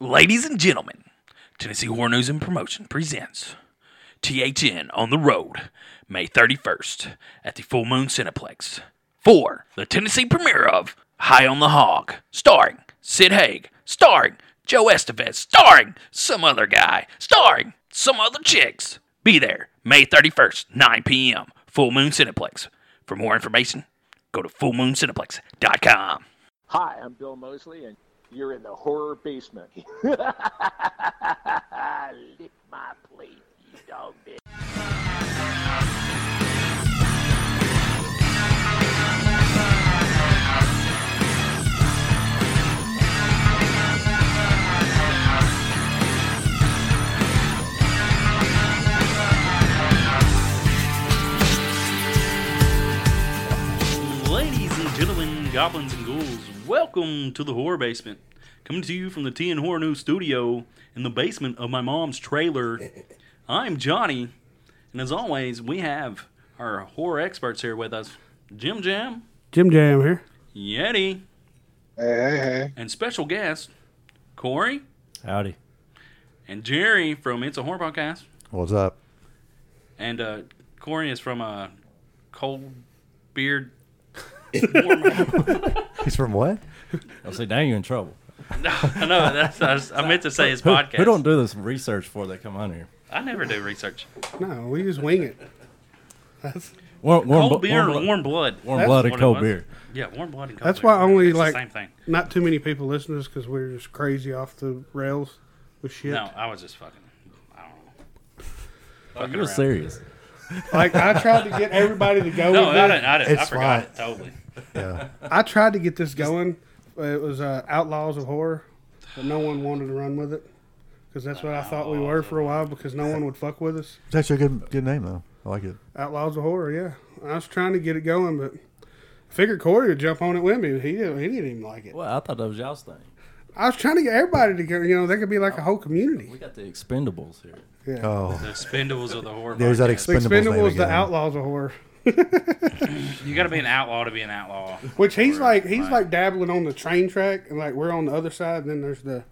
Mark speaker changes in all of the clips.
Speaker 1: Ladies and gentlemen, Tennessee Horror News and Promotion presents THN on the Road, May 31st at the Full Moon Cineplex for the Tennessee premiere of High on the Hog, starring Sid Haig, starring Joe Estevez, starring some other guy, starring some other chicks. Be there May 31st, 9 p.m., Full Moon Cineplex. For more information, go to fullmooncineplex.com.
Speaker 2: Hi, I'm Bill Mosley, and you're in the horror basement. Lick my plate, you dog bitch.
Speaker 3: Ladies and gentlemen, goblins and ghouls, welcome to the Horror Basement. Coming to you from the TN Horror News studio in the basement of my mom's trailer. I'm Johnny, and as always, we have our horror experts here with us Jim Jam,
Speaker 4: Jim Jam here.
Speaker 3: Yeti,
Speaker 5: Hey, hey,
Speaker 3: and special guest Corey
Speaker 6: Howdy.
Speaker 3: and Jerry from It's a Horror Podcast.
Speaker 6: What's up?
Speaker 3: And uh, Corey is from uh, Cold Beard. Warm-
Speaker 7: He's from what?
Speaker 6: I say, dang, you're in trouble.
Speaker 3: I know. That's, I, was- I meant to say his
Speaker 6: Who,
Speaker 3: podcast.
Speaker 6: who don't do this research before they come on here?
Speaker 3: I never do research.
Speaker 4: No, we just wing it. That's
Speaker 6: Warm, warm,
Speaker 3: Cold
Speaker 6: bu-
Speaker 3: beer
Speaker 6: warm,
Speaker 3: and warm blood.
Speaker 6: warm
Speaker 4: That's
Speaker 6: blood and
Speaker 3: what it
Speaker 6: cold
Speaker 3: was.
Speaker 6: beer.
Speaker 3: Yeah, warm blood and cold
Speaker 4: that's
Speaker 3: beer.
Speaker 4: why only
Speaker 3: It's the
Speaker 4: like
Speaker 3: same thing.
Speaker 4: not too many people listen to us because we're just crazy off the rails with shit.
Speaker 3: No, I was just fucking. I don't know.
Speaker 6: You're serious.
Speaker 4: Like I tried to get everybody to go.
Speaker 3: No,
Speaker 4: with
Speaker 3: I
Speaker 4: this.
Speaker 3: didn't. I, didn't, I
Speaker 7: It's
Speaker 3: forgot
Speaker 7: fine.
Speaker 3: it totally.
Speaker 4: I tried to get this going. It was uh, Outlaws of Horror, but no one wanted to run with it because that's what I thought we were for a while because no one would fuck with us.
Speaker 7: It's actually a good good name though. I like it.
Speaker 4: Outlaws of Horror, yeah. I was trying to get it going, but I figured Corey would jump on it with me. He didn't. He didn't even like it.
Speaker 6: Well, I thought that was y'all's thing.
Speaker 4: I was trying to get everybody to go. You know, they could be like a whole community.
Speaker 6: We got the Expendables here.
Speaker 4: Yeah.
Speaker 7: Oh,
Speaker 3: The Expendables of the horror.
Speaker 7: there's that
Speaker 3: podcast.
Speaker 4: The
Speaker 7: Expendables. name
Speaker 4: Expendables, the
Speaker 7: again.
Speaker 4: Outlaws of Horror,
Speaker 3: You got to be an outlaw to be an outlaw.
Speaker 4: which he's like he's like dabbling on the train track, and like we're on the other side. And then there's the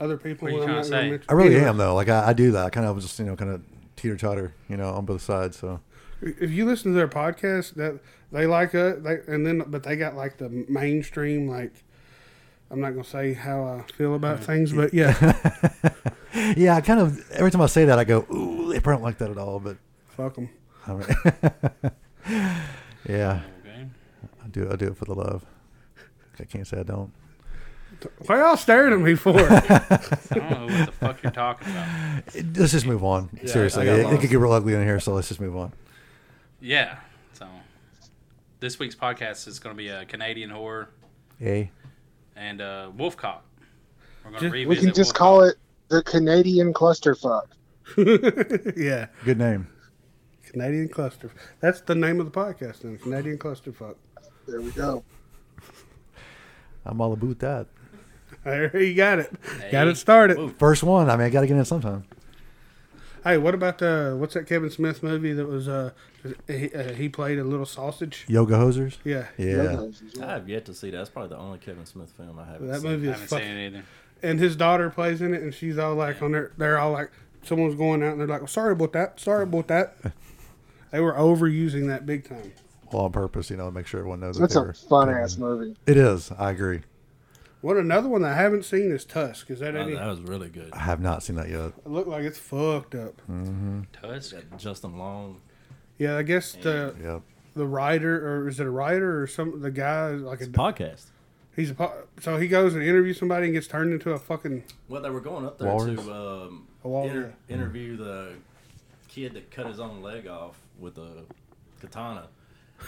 Speaker 4: other people.
Speaker 3: What are you
Speaker 4: I'm
Speaker 3: trying
Speaker 4: not
Speaker 3: to
Speaker 4: gonna
Speaker 3: say?
Speaker 4: mention.
Speaker 7: I really
Speaker 4: Anyway,
Speaker 7: am though. Like I, I do that. I kind of just you know kind of teeter totter you know on both sides. So
Speaker 4: If you listen to their podcast, that they like uh they and then but they got like the mainstream like. I'm not gonna say how I feel about things, but yeah,
Speaker 7: yeah, I kind of every time I say that I go ooh they probably don't like that at all. But
Speaker 4: fuck them.
Speaker 7: I mean, yeah,
Speaker 3: Okay.
Speaker 7: I do I do it for the love. I can't say I don't.
Speaker 4: Why y'all staring at me
Speaker 3: I
Speaker 4: for?
Speaker 3: don't know what the fuck you're talking about.
Speaker 7: It- let's just move on. Seriously,
Speaker 6: I
Speaker 7: it,
Speaker 6: got
Speaker 7: it
Speaker 6: lost.
Speaker 7: could get real ugly in here, so let's just move on.
Speaker 3: Yeah. So this week's podcast is going to be a Canadian horror
Speaker 7: Yay.
Speaker 3: and uh, Wolfcock. We're going to
Speaker 4: Just-
Speaker 3: revisit.
Speaker 5: We can just
Speaker 3: Wolfcock.
Speaker 5: call it the Canadian clusterfuck.
Speaker 4: yeah,
Speaker 7: Good name.
Speaker 4: Canadian cluster. That's the name of the podcast. Then Canadian clusterfuck.
Speaker 5: There we go.
Speaker 7: I'm all about that.
Speaker 4: There you got it. Got
Speaker 3: Hey.
Speaker 4: it started.
Speaker 7: First one. I mean, I got to get in sometime.
Speaker 4: Hey, what about uh, what's that Kevin Smith movie that was uh, he, uh, he played a little sausage?
Speaker 7: Yoga hosers.
Speaker 4: Yeah,
Speaker 7: Yeah.
Speaker 6: I have yet to see that. That's probably the only Kevin Smith film I haven't
Speaker 4: that
Speaker 6: seen.
Speaker 4: movie
Speaker 3: I
Speaker 4: is
Speaker 3: haven't
Speaker 4: fuck.
Speaker 3: seen it either.
Speaker 4: And his daughter plays in it, and she's all like on their, they're all like, someone's going out, and they're like, well, sorry about that, sorry about that. They were overusing that big time.
Speaker 7: Well, on purpose, you know, to make sure everyone knows. that
Speaker 5: That's
Speaker 7: they
Speaker 5: a
Speaker 7: were
Speaker 5: fun
Speaker 7: taken.
Speaker 5: ass movie.
Speaker 7: It is. I agree.
Speaker 4: What another one that I haven't seen is Tusk. Is that
Speaker 6: Oh,
Speaker 4: any?
Speaker 6: that was really good.
Speaker 7: I have not seen that yet.
Speaker 4: It looked like it's fucked up.
Speaker 3: Tusk.
Speaker 6: Justin Long.
Speaker 4: Yeah, I guess the
Speaker 7: Yep.
Speaker 4: the writer or is it a writer or some the guy like a
Speaker 6: Podcast.
Speaker 4: he's a po- so he goes and interviews somebody and gets turned into a fucking
Speaker 6: Well, they were going up there
Speaker 7: Walrus?
Speaker 6: to um,
Speaker 4: A walrus,
Speaker 6: inter- interview the kid that cut his own leg off with a katana,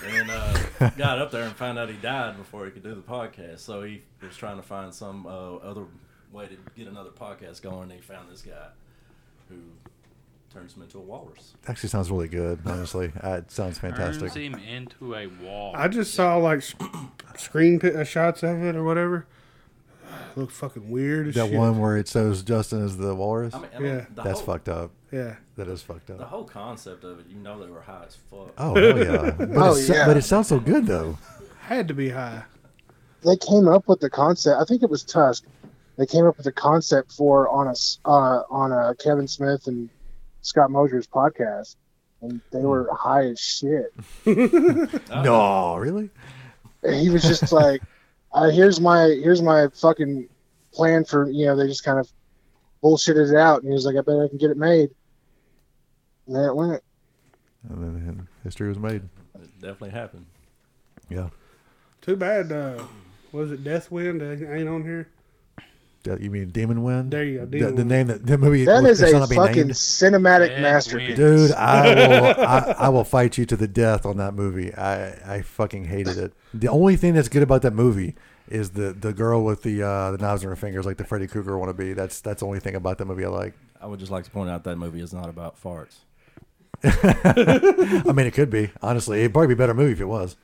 Speaker 6: and uh, got up there and found out he died before he could do the podcast. So he was trying to find some uh, other way to get another podcast going. And he found this guy who turns him into a walrus.
Speaker 7: Actually, sounds really good. Honestly, Uh, it sounds
Speaker 3: Turns
Speaker 7: fantastic.
Speaker 3: him into a wall.
Speaker 4: I just saw like s- screen pi- uh, shots of it or whatever. Look fucking weird as
Speaker 7: That
Speaker 4: shit.
Speaker 7: one where it shows Justin as the walrus.
Speaker 6: I mean, I mean,
Speaker 4: Yeah.
Speaker 6: the
Speaker 7: That's
Speaker 6: whole,
Speaker 7: fucked up.
Speaker 4: Yeah,
Speaker 7: That is fucked
Speaker 6: The
Speaker 7: up.
Speaker 6: whole concept of it, you know, they were high as fuck.
Speaker 7: Oh hell yeah! But,
Speaker 5: Oh,
Speaker 7: it, so-
Speaker 5: yeah.
Speaker 7: but it sounds so good though.
Speaker 4: had to be high.
Speaker 5: They came up with the concept. I think it was Tusk. they came up with a concept for on a s- uh, on a Kevin Smith and Scott Mosier's podcast, and they were high as shit.
Speaker 6: Uh-huh.
Speaker 7: No, really?
Speaker 5: And he was just like, uh, "Here's my here's my fucking plan for you know." They just kind of bullshitted it out, and he was like, "I bet I can get it made." And there it went.
Speaker 7: And then history was made.
Speaker 6: It definitely happened.
Speaker 7: Yeah.
Speaker 4: Too bad. Uh, was it Deathwind? Ain't- Ain't on here.
Speaker 7: That- You mean Demon Wind?
Speaker 4: There you go,
Speaker 7: The,
Speaker 4: Demon
Speaker 7: the
Speaker 4: Wind.
Speaker 7: name that the movie
Speaker 5: That
Speaker 7: was-
Speaker 5: is
Speaker 7: it's
Speaker 5: a
Speaker 7: not being
Speaker 5: fucking
Speaker 7: named.
Speaker 5: cinematic
Speaker 8: Death
Speaker 5: masterpiece,
Speaker 7: dude. I will I, I will fight you to the death on that movie. I I fucking hated it. The only thing that's good about that movie is the the girl with the uh, the knives in her fingers, like the Freddy Krueger wannabe. That's that's the only thing about that movie I like.
Speaker 6: I would just like to point out that movie is not about farts.
Speaker 7: I mean, it could be honestly. It'd probably be a better movie if it was.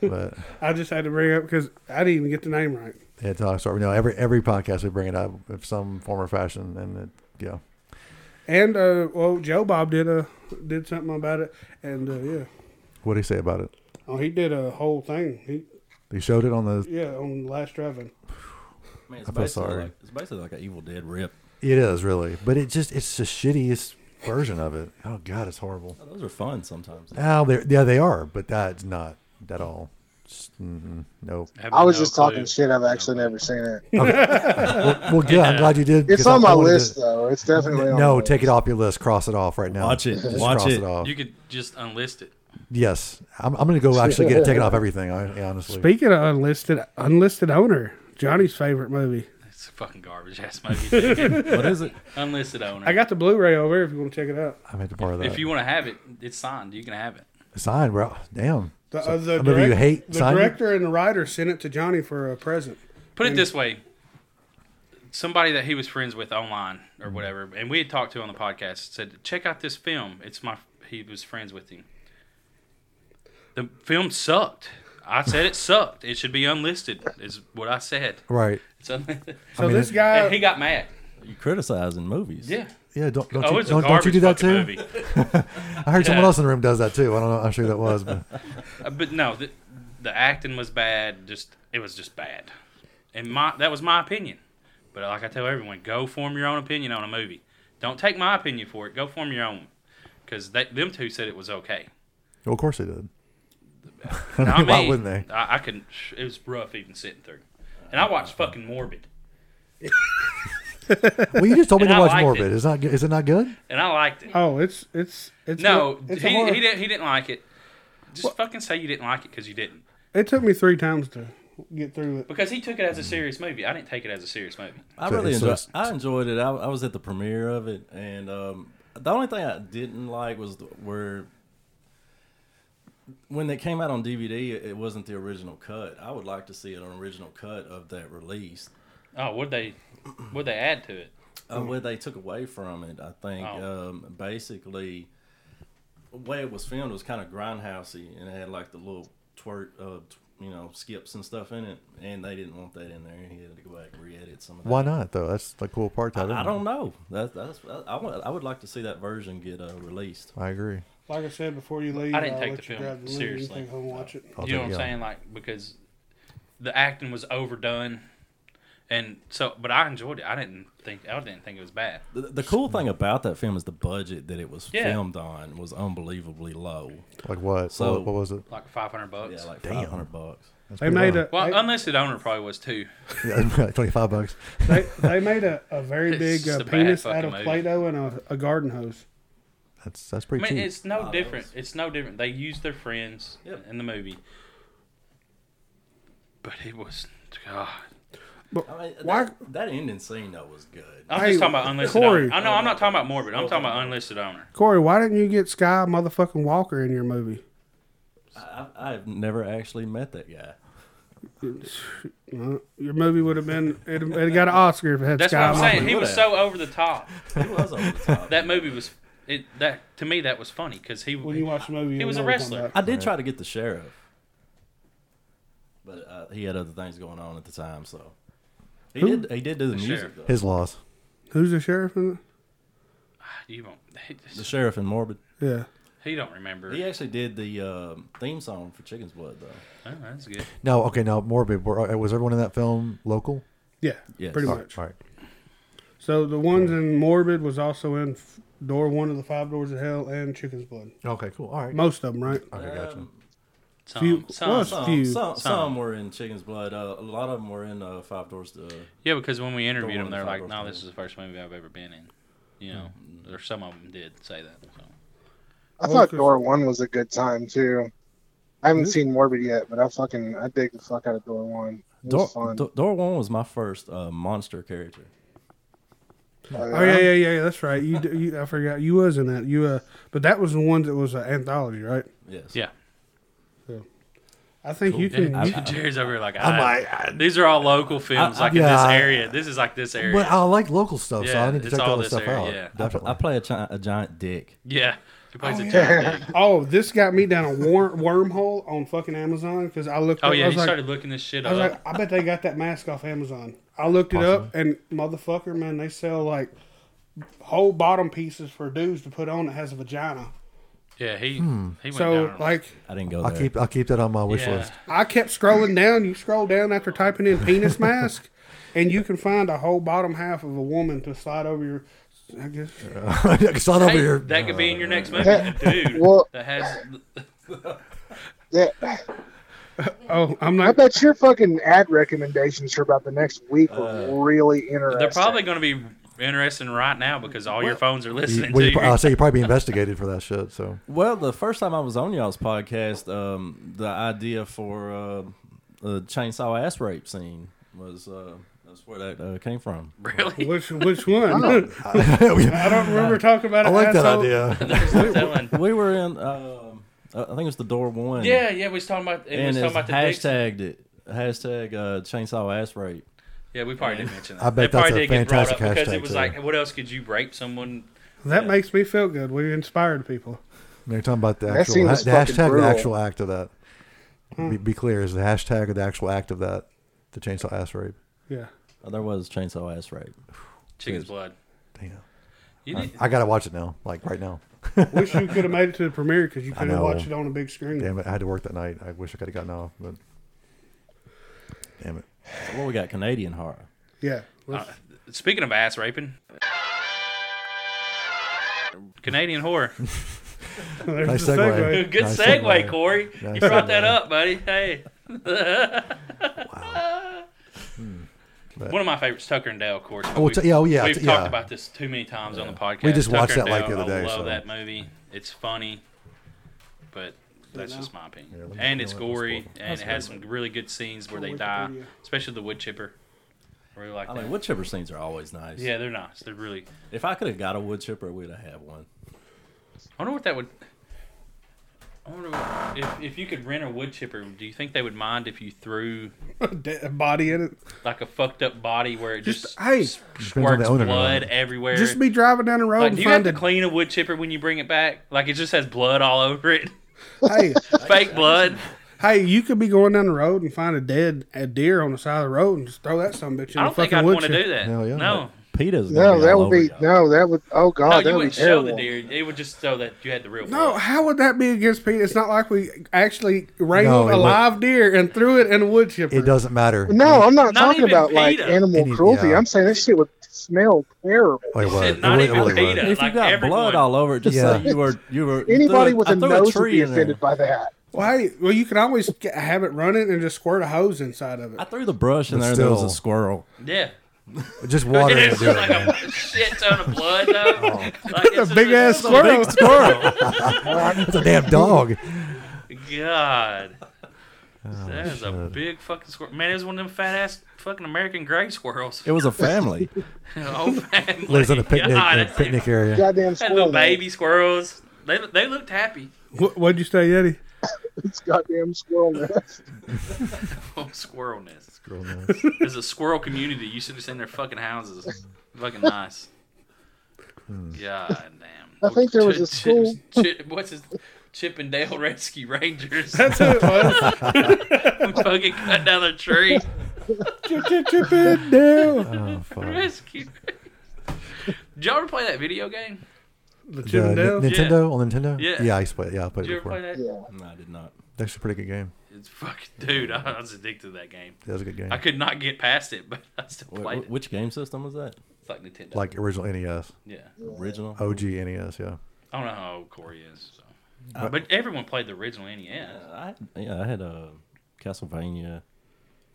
Speaker 7: But
Speaker 4: I just had to bring it up because I didn't even get the name right.
Speaker 7: it's uh, sorry. No, every every podcast we bring it up of some form or fashion, and it, yeah,
Speaker 4: And uh, well, Joe Bob did a did something about it, and uh, yeah,
Speaker 7: what do you say about it?
Speaker 4: oh, he did a whole thing. He
Speaker 7: They showed it on the.
Speaker 4: yeah on last driving.
Speaker 6: I mean, it's
Speaker 7: I feel
Speaker 6: basically
Speaker 7: sorry.
Speaker 6: like it's basically like an Evil Dead rip.
Speaker 7: It is really, but it just it's the shittiest version of it. Oh God, it's horrible.
Speaker 6: Oh, those are fun sometimes.
Speaker 7: Oh, they yeah, they are, but that's not at all. Just, mm-mm, nope.
Speaker 9: have
Speaker 5: I was
Speaker 9: no
Speaker 5: just
Speaker 9: clue.
Speaker 5: talking shit. I've actually never seen it.
Speaker 7: Well, good. I'm glad you did.
Speaker 5: It's
Speaker 7: because I-
Speaker 5: on
Speaker 7: I
Speaker 5: my
Speaker 7: wanted
Speaker 5: list,
Speaker 7: to-
Speaker 5: though. It's definitely on
Speaker 7: no,
Speaker 5: my
Speaker 7: take it off your list. Cross it off right now.
Speaker 6: Watch it.
Speaker 7: Just
Speaker 6: Watch
Speaker 7: cross
Speaker 6: it.
Speaker 7: off.
Speaker 8: You could just unlist it.
Speaker 7: Yes, I'm, I'm going to go actually get it taken off everything. I, yeah, honestly,
Speaker 4: Speaking of unlisted unlisted owner, Johnny's favorite movie.
Speaker 8: It's a fucking garbage ass movie.
Speaker 6: what is it?
Speaker 8: Unlisted owner.
Speaker 4: I got the Blu-ray over here if you want to check it out.
Speaker 7: I'm at the part of that.
Speaker 8: if you want to have it, it's signed. You can have it.
Speaker 7: sign, bro, damn.
Speaker 4: The, uh, the
Speaker 7: a movie you hate,
Speaker 4: the
Speaker 7: Simon?
Speaker 4: director and the writer sent it to Johnny for a present.
Speaker 8: Put it this way. Somebody that he was friends with online or
Speaker 7: Mm-hmm.
Speaker 8: whatever, and we had talked to on the podcast, said, "Check out this film. It's my." He was friends with him. The film sucked. I said it sucked. It should be unlisted. Is what I said.
Speaker 7: Right?
Speaker 8: It's unlisted.
Speaker 4: So
Speaker 7: mean,
Speaker 4: this
Speaker 7: it-
Speaker 4: guy,
Speaker 8: And he got mad.
Speaker 6: You criticizing movies?
Speaker 8: Yeah.
Speaker 7: Yeah. Don't don't,
Speaker 8: Oh,
Speaker 7: you,
Speaker 8: it's
Speaker 7: don't,
Speaker 8: a
Speaker 7: don't
Speaker 8: garbage
Speaker 7: you do that too?
Speaker 8: fucking movie.
Speaker 7: I heard someone
Speaker 8: Yeah.
Speaker 7: else in the room does that too. I don't know. I'm sure who that was, but
Speaker 8: Uh, But no, the, the acting was bad. Just it was just bad, and my that was my opinion. But like I tell everyone, go form your own opinion on a movie. Don't take my opinion for it. Go form your own, because them two said it was okay.
Speaker 7: well, of course they did.
Speaker 8: Not
Speaker 7: Why
Speaker 8: me.
Speaker 7: wouldn't they?
Speaker 8: I, I couldn't. It was rough even sitting through, and I watched fucking Morbid,
Speaker 7: Well, you just told me
Speaker 8: And
Speaker 7: to
Speaker 8: I
Speaker 7: watch
Speaker 8: liked
Speaker 7: more of
Speaker 8: it.
Speaker 7: it. Is not good- is it not good?
Speaker 8: and I liked it.
Speaker 4: oh, it's it's it's
Speaker 8: no,
Speaker 4: it's a
Speaker 8: he,
Speaker 4: horror-
Speaker 8: he didn't. He didn't like it. Just fucking say you didn't like it because you didn't.
Speaker 4: It took me three times to get through it.
Speaker 8: Because he took it as a serious movie. I didn't take it as a serious movie.
Speaker 6: I
Speaker 7: So
Speaker 6: really
Speaker 7: it's- so
Speaker 6: enjoy,
Speaker 7: it's-
Speaker 6: I enjoyed it. I, I was at the premiere of it, and um, the only thing I didn't like was the, where when they came out on DVD, it wasn't the original cut. I would like to see an original cut of that release.
Speaker 8: Oh, what they, what they add to it?
Speaker 6: Uh, what they took away from it, I think,
Speaker 8: Mm. Oh.
Speaker 6: um, basically, the way it was filmed was kind of grindhousey, and it had like the little twerk, uh, t- you know, skips and stuff in it, and they didn't want that in there. And he had to go back and re-edit some of that.
Speaker 7: Why not though? That's the cool part. of it.
Speaker 6: I don't know. That, that's I, I, would, I would like to see that version get uh, released.
Speaker 7: I agree.
Speaker 4: Like I said before, you leave.
Speaker 8: I didn't
Speaker 4: I'll
Speaker 8: take
Speaker 4: let
Speaker 8: the
Speaker 4: you
Speaker 8: film
Speaker 4: grab the movie. You
Speaker 8: seriously.
Speaker 4: can go and watch it.
Speaker 7: I'll
Speaker 8: you know what
Speaker 7: take-
Speaker 8: I'm
Speaker 7: yeah.
Speaker 8: saying? Like because the acting was overdone, and so but I enjoyed it. I didn't think I didn't think it was bad.
Speaker 6: The, the cool thing about that film is the budget that it was
Speaker 8: Yeah.
Speaker 6: filmed on was unbelievably low.
Speaker 7: Like what?
Speaker 6: So-
Speaker 7: what, what was it?
Speaker 8: Like 500 bucks.
Speaker 6: Yeah, like
Speaker 7: Damn.
Speaker 6: five hundred bucks.
Speaker 7: That's
Speaker 4: They
Speaker 7: pretty
Speaker 4: made
Speaker 7: low.
Speaker 4: a
Speaker 8: well,
Speaker 4: they,
Speaker 8: unlisted owner probably was too.
Speaker 7: Yeah, twenty-five bucks.
Speaker 4: they, they made a, a very
Speaker 8: It's
Speaker 4: big
Speaker 8: just
Speaker 4: uh,
Speaker 8: a bad
Speaker 4: penis
Speaker 8: fucking
Speaker 4: out of
Speaker 8: movie.
Speaker 4: Play-Doh and a, a garden hose.
Speaker 7: That's that's
Speaker 8: I
Speaker 7: pretty
Speaker 8: mean,
Speaker 7: cheap.
Speaker 8: it's no
Speaker 6: that
Speaker 8: different.
Speaker 6: was-
Speaker 8: It's no different. They used their friends
Speaker 6: Yep.
Speaker 8: in the movie, but it was God.
Speaker 6: I mean,
Speaker 4: Why-
Speaker 6: That, that ending scene though was good.
Speaker 8: I'm
Speaker 4: Hey,
Speaker 8: just talking about unlisted
Speaker 4: Corey.
Speaker 8: owner. I know I'm not talking about morbid. I'm talking about unlisted owner.
Speaker 4: Corey, why didn't you get Sky motherfucking Walker in your movie?
Speaker 6: I, I- I've never actually met that guy.
Speaker 4: Uh, your movie would have been it it got an Oscar if it had
Speaker 8: That's
Speaker 4: Sky.
Speaker 8: what I'm saying.
Speaker 6: Walker.
Speaker 8: He was so over the top.
Speaker 6: He was over the top.
Speaker 8: That movie was it. That to me that was funny because he
Speaker 4: When you watch the movie,
Speaker 8: He
Speaker 4: you'll
Speaker 8: was a
Speaker 4: know what I'm talking
Speaker 8: wrestler.
Speaker 4: about.
Speaker 6: I did try to get the sheriff, but uh, he had other things going on at the time. So he
Speaker 4: Who?
Speaker 6: did. He did do the, music.
Speaker 8: sheriff.
Speaker 6: Though.
Speaker 7: His loss.
Speaker 4: Who's the sheriff in
Speaker 8: You won't. He,
Speaker 6: The sheriff in Morbid.
Speaker 4: it? Yeah.
Speaker 8: he don't remember.
Speaker 6: He actually did the um, theme song for Chicken's Blood though.
Speaker 8: Oh, that's good.
Speaker 7: No, okay, now morbid. Were, uh, was everyone in that film local?
Speaker 4: Yeah,
Speaker 6: Yes.
Speaker 4: pretty
Speaker 7: All
Speaker 4: much.
Speaker 7: right, all right.
Speaker 4: So the ones in Morbid was also in F- Door One of the Five Doors of Hell and Chicken's Blood.
Speaker 7: Okay, cool. All right.
Speaker 4: Most of them, right?
Speaker 7: okay,
Speaker 8: Uh,
Speaker 7: gotcha.
Speaker 6: Um,
Speaker 8: Some,
Speaker 4: Few-
Speaker 8: some, some.
Speaker 4: well, it's-
Speaker 6: Some,
Speaker 4: Few.
Speaker 8: Some.
Speaker 6: some, some were in Chicken's Blood. Uh, a lot of them were in uh, Five Doors to.
Speaker 8: Yeah, because when we interviewed them,
Speaker 6: one in
Speaker 8: they're
Speaker 6: the
Speaker 8: like,
Speaker 6: Five
Speaker 8: "No,
Speaker 6: Doors
Speaker 8: this is the first movie I've ever been in." You know, or some of them did say that. So.
Speaker 5: I
Speaker 4: Well,
Speaker 5: thought
Speaker 4: it's-
Speaker 5: Door One was a good time too. I haven't
Speaker 7: Really?
Speaker 5: seen Morbid yet, but I fucking I dig the fuck out of Door One. It was
Speaker 6: Door,
Speaker 5: fun.
Speaker 6: Do- Door One was my first uh, monster character.
Speaker 4: Oh yeah,
Speaker 5: uh,
Speaker 4: yeah, yeah. yeah, That's right. You, d- you, I forgot you was in that. You, uh, but that was the one that was an anthology, right?
Speaker 6: Yes.
Speaker 8: Yeah,
Speaker 4: I think you can. you can-
Speaker 8: Jerry's over here like,
Speaker 7: I'm
Speaker 8: "I-
Speaker 7: like, I-
Speaker 8: these are all local films,
Speaker 7: I-
Speaker 8: like in
Speaker 7: yeah,
Speaker 8: this
Speaker 7: I-
Speaker 8: area. This is like this area.
Speaker 7: But I like local stuff, so
Speaker 8: Yeah,
Speaker 7: I need to
Speaker 8: it's
Speaker 7: check
Speaker 8: all
Speaker 7: all this
Speaker 8: this
Speaker 7: stuff
Speaker 8: area,
Speaker 7: out.
Speaker 8: yeah.
Speaker 7: Definitely.
Speaker 6: I play a, chi- a giant dick.
Speaker 8: yeah, he plays a
Speaker 5: yeah.
Speaker 8: giant dick.
Speaker 4: oh, this got me down a wor- wormhole on fucking Amazon because I looked.
Speaker 8: Oh
Speaker 4: up- I
Speaker 8: yeah,
Speaker 4: was
Speaker 8: he
Speaker 4: like,
Speaker 8: started looking this shit
Speaker 4: I
Speaker 8: up.
Speaker 4: was like, I bet they got that mask off Amazon. I looked it up, and motherfucker, man, they sell like whole bottom pieces for dudes to put on that has a vagina.
Speaker 8: yeah, he he went
Speaker 4: So
Speaker 8: down.
Speaker 4: like,
Speaker 6: I didn't go
Speaker 7: I'll
Speaker 6: there.
Speaker 7: keep I'll keep that on my wish
Speaker 8: Yeah.
Speaker 7: list.
Speaker 4: I kept scrolling down. You scroll down after typing in penis mask, and you can find a whole bottom half of a woman to slide over your. I guess
Speaker 7: it's not over
Speaker 8: Hey,
Speaker 7: here.
Speaker 8: that could be in your next movie,
Speaker 5: that-
Speaker 8: dude.
Speaker 5: well-
Speaker 8: that has
Speaker 5: Yeah.
Speaker 4: Oh, I'm
Speaker 5: I
Speaker 4: not.
Speaker 5: bet your fucking ad recommendations for about the next week were really interesting.
Speaker 8: Uh, they're probably going to be interesting right now because all your phones are
Speaker 7: You,
Speaker 8: listening
Speaker 7: well,
Speaker 8: to
Speaker 7: you,
Speaker 8: you.
Speaker 7: pro- I'll say you probably be investigated for that shit. So
Speaker 6: Well, the first time I was on y'all's podcast, um, the idea for uh, the chainsaw ass rape scene was uh, that's where that uh, came from.
Speaker 8: really?
Speaker 4: Which which one? I
Speaker 7: I
Speaker 4: don't remember talking about. it.
Speaker 7: like that
Speaker 4: asshole.
Speaker 7: idea.
Speaker 8: There's no telling.
Speaker 6: We were in, um, I I think it was the door one.
Speaker 8: Yeah, yeah, we was talking about it
Speaker 6: and
Speaker 8: was
Speaker 6: it's
Speaker 8: talking about the dicks.
Speaker 6: hashtagged it. Hashtag uh, chainsaw ass rape.
Speaker 8: Yeah, we probably did mention that.
Speaker 7: I bet
Speaker 8: They probably
Speaker 7: that's a
Speaker 8: did get brought up
Speaker 7: fantastic
Speaker 8: because it
Speaker 7: hashtag,
Speaker 8: was
Speaker 7: too.
Speaker 8: like, what else could you rape someone?
Speaker 4: That makes me feel good. We inspired people.
Speaker 7: You're talking about the
Speaker 5: That
Speaker 7: actual
Speaker 5: scene
Speaker 7: ha-
Speaker 5: was
Speaker 7: the
Speaker 5: fucking
Speaker 7: hashtag, the
Speaker 5: brutal. Hmm.
Speaker 7: actual act of that. Be, be clear, is the hashtag or the actual act of that the chainsaw ass rape?
Speaker 4: Yeah.
Speaker 6: Oh, there was chainsaw ass rape.
Speaker 8: Chicken's blood.
Speaker 7: Damn,
Speaker 8: You did,
Speaker 7: I gotta watch it now, like right now.
Speaker 4: Wish you could have made it to the premiere because you could have
Speaker 7: know.
Speaker 4: watched it on a big screen.
Speaker 7: Damn it, I had to work that night. I wish I could have gotten off, but damn it.
Speaker 6: So what we got? Canadian horror.
Speaker 4: Yeah.
Speaker 8: uh, speaking of ass raping, Canadian horror.
Speaker 4: There's
Speaker 7: Nice
Speaker 4: the
Speaker 7: segue.
Speaker 4: segue.
Speaker 8: Good
Speaker 7: Nice
Speaker 8: segue,
Speaker 7: segue.
Speaker 8: Corey.
Speaker 7: Nice
Speaker 8: you brought that
Speaker 7: segue.
Speaker 8: up, buddy. Hey. One of my favorites, Tucker and Dale, of course. but
Speaker 7: Hmm. Oh,
Speaker 8: we've-
Speaker 7: t- yeah, oh, yeah,
Speaker 8: We've
Speaker 7: t-
Speaker 8: talked
Speaker 7: yeah.
Speaker 8: about this too many times on the podcast.
Speaker 7: We just watched
Speaker 8: Tucker and
Speaker 7: that, like,
Speaker 8: Dale,
Speaker 7: the other day,
Speaker 8: I love
Speaker 7: so-
Speaker 8: that movie. It's funny, but that's just my opinion.
Speaker 7: let me-
Speaker 8: and
Speaker 7: let
Speaker 8: it's
Speaker 7: me- let me
Speaker 8: gory,
Speaker 7: scroll down.
Speaker 8: and it has some really good scenes where they die,
Speaker 4: Wikipedia.
Speaker 8: especially the wood chipper. I really like
Speaker 6: I
Speaker 8: that.
Speaker 6: mean, wood chipper scenes are always nice.
Speaker 8: yeah, they're nice. They're really.
Speaker 6: If I could have got a wood chipper, we'd have had one.
Speaker 8: I wonder what that would. I wonder what, if if you could rent a wood chipper, do you think they would mind if you threw
Speaker 4: Dead body in it.
Speaker 8: like a fucked up body where it just,
Speaker 4: Just- hey.
Speaker 8: s-
Speaker 7: Depends on
Speaker 8: squirts
Speaker 7: the owner,
Speaker 8: blood
Speaker 7: right?
Speaker 8: everywhere.
Speaker 4: Just be driving down the road
Speaker 8: like,
Speaker 4: and
Speaker 8: do you have
Speaker 4: find
Speaker 8: to
Speaker 4: a
Speaker 8: clean a wood chipper when you bring it back? Like it just has blood all over it,
Speaker 4: hey,
Speaker 8: fake blood.
Speaker 4: hey, you could be going down the road and find a dead a deer on the side of the road and just throw that some bitch in
Speaker 8: I
Speaker 4: a
Speaker 8: don't think
Speaker 4: fucking
Speaker 8: I'd
Speaker 4: wood
Speaker 8: want to
Speaker 4: chip.
Speaker 8: do that.
Speaker 7: Hell yeah.
Speaker 8: no,
Speaker 6: PETA's gonna
Speaker 5: No,
Speaker 6: be
Speaker 5: that
Speaker 6: all
Speaker 5: would
Speaker 6: over
Speaker 5: be
Speaker 6: y'all.
Speaker 5: no, that would oh god,
Speaker 8: no,
Speaker 5: that
Speaker 8: you
Speaker 5: would be
Speaker 8: wouldn't show
Speaker 5: terrible.
Speaker 8: the deer. It would just show that you had the real.
Speaker 4: No,
Speaker 8: blood.
Speaker 4: how would that be against Pete? It's not like we actually wrangled
Speaker 7: it
Speaker 4: a
Speaker 7: would-
Speaker 4: live deer and threw it in a wood chipper.
Speaker 7: It doesn't matter.
Speaker 5: No, I'm not,
Speaker 8: Not
Speaker 5: talking
Speaker 8: even
Speaker 5: about like
Speaker 8: PETA.
Speaker 5: animal
Speaker 7: Any-
Speaker 5: cruelty.
Speaker 7: yeah.
Speaker 5: I'm saying this shit would smell terrible.
Speaker 7: Wait, what?
Speaker 8: It's not
Speaker 7: Oh, It
Speaker 8: even
Speaker 7: really- it really
Speaker 8: PETA.
Speaker 7: would.
Speaker 6: If
Speaker 8: Like,
Speaker 6: you got
Speaker 8: everyone-
Speaker 6: blood all over it, just
Speaker 7: Yeah.
Speaker 6: say you were you were
Speaker 5: Anybody
Speaker 6: I
Speaker 5: with a
Speaker 6: threw
Speaker 5: nose would
Speaker 6: tree
Speaker 5: be
Speaker 6: in there.
Speaker 5: offended by that.
Speaker 4: Why? well, you can always get, have it running and just squirt a hose inside of it.
Speaker 6: I threw the brush in
Speaker 7: But
Speaker 6: there. and There was
Speaker 7: still.
Speaker 6: a squirrel.
Speaker 8: Yeah,
Speaker 7: Just water.
Speaker 8: it
Speaker 7: will
Speaker 8: is
Speaker 7: do it,
Speaker 8: like
Speaker 7: man.
Speaker 8: a shit ton of blood though. Like, it's
Speaker 4: a big ass
Speaker 8: ridiculous.
Speaker 4: squirrel.
Speaker 7: squirrel. That's a damn dog.
Speaker 8: God. that is a big fucking squirrel. Man, it was one of them fat ass fucking American gray squirrels.
Speaker 6: It was a family.
Speaker 8: Oh, man.
Speaker 7: Lives in a picnic
Speaker 8: God,
Speaker 7: in a
Speaker 8: that's-
Speaker 7: picnic area.
Speaker 5: Goddamn
Speaker 8: Had little
Speaker 5: squirrel.
Speaker 8: baby squirrels. They, they looked happy.
Speaker 4: What, what'd you say, Yeti?
Speaker 5: It's goddamn squirrel nest.
Speaker 8: Oh, squirrel nest.
Speaker 7: Real nice.
Speaker 8: There's a squirrel community. You should have seen their fucking houses. Fucking nice. God damn.
Speaker 5: I think there was a school-
Speaker 8: Chip, Chip, what's his Chippendale Rescue Rangers?
Speaker 4: That's who it was.
Speaker 8: we fucking cut down a tree.
Speaker 4: Chip, chip, chip it down.
Speaker 7: Oh, fuck.
Speaker 8: Rescue. Did y'all ever play that video game?
Speaker 4: The
Speaker 7: The
Speaker 4: chip
Speaker 7: uh,
Speaker 4: and
Speaker 7: N-
Speaker 4: down.
Speaker 7: Nintendo on Nintendo.
Speaker 8: Yeah.
Speaker 7: Yeah, I used to play. it. Yeah, I played
Speaker 8: Did
Speaker 7: it
Speaker 8: you ever play
Speaker 7: before.
Speaker 8: that?
Speaker 5: Yeah.
Speaker 6: no, I did not.
Speaker 7: That's a pretty good game.
Speaker 8: It's fucking dude. I, I was addicted to that game.
Speaker 7: That was a good game.
Speaker 8: I could not get past it, but I still
Speaker 6: Wh-
Speaker 8: played
Speaker 6: wh-
Speaker 8: it.
Speaker 6: which game system was that?
Speaker 8: It's like Nintendo.
Speaker 7: Like original E NES,
Speaker 8: yeah,
Speaker 6: Original.
Speaker 7: OG NES, E yeah.
Speaker 8: I don't know how old Corey is. So.
Speaker 4: Uh,
Speaker 8: but everyone played the original E NES.
Speaker 6: I, yeah, I had uh, Castlevania,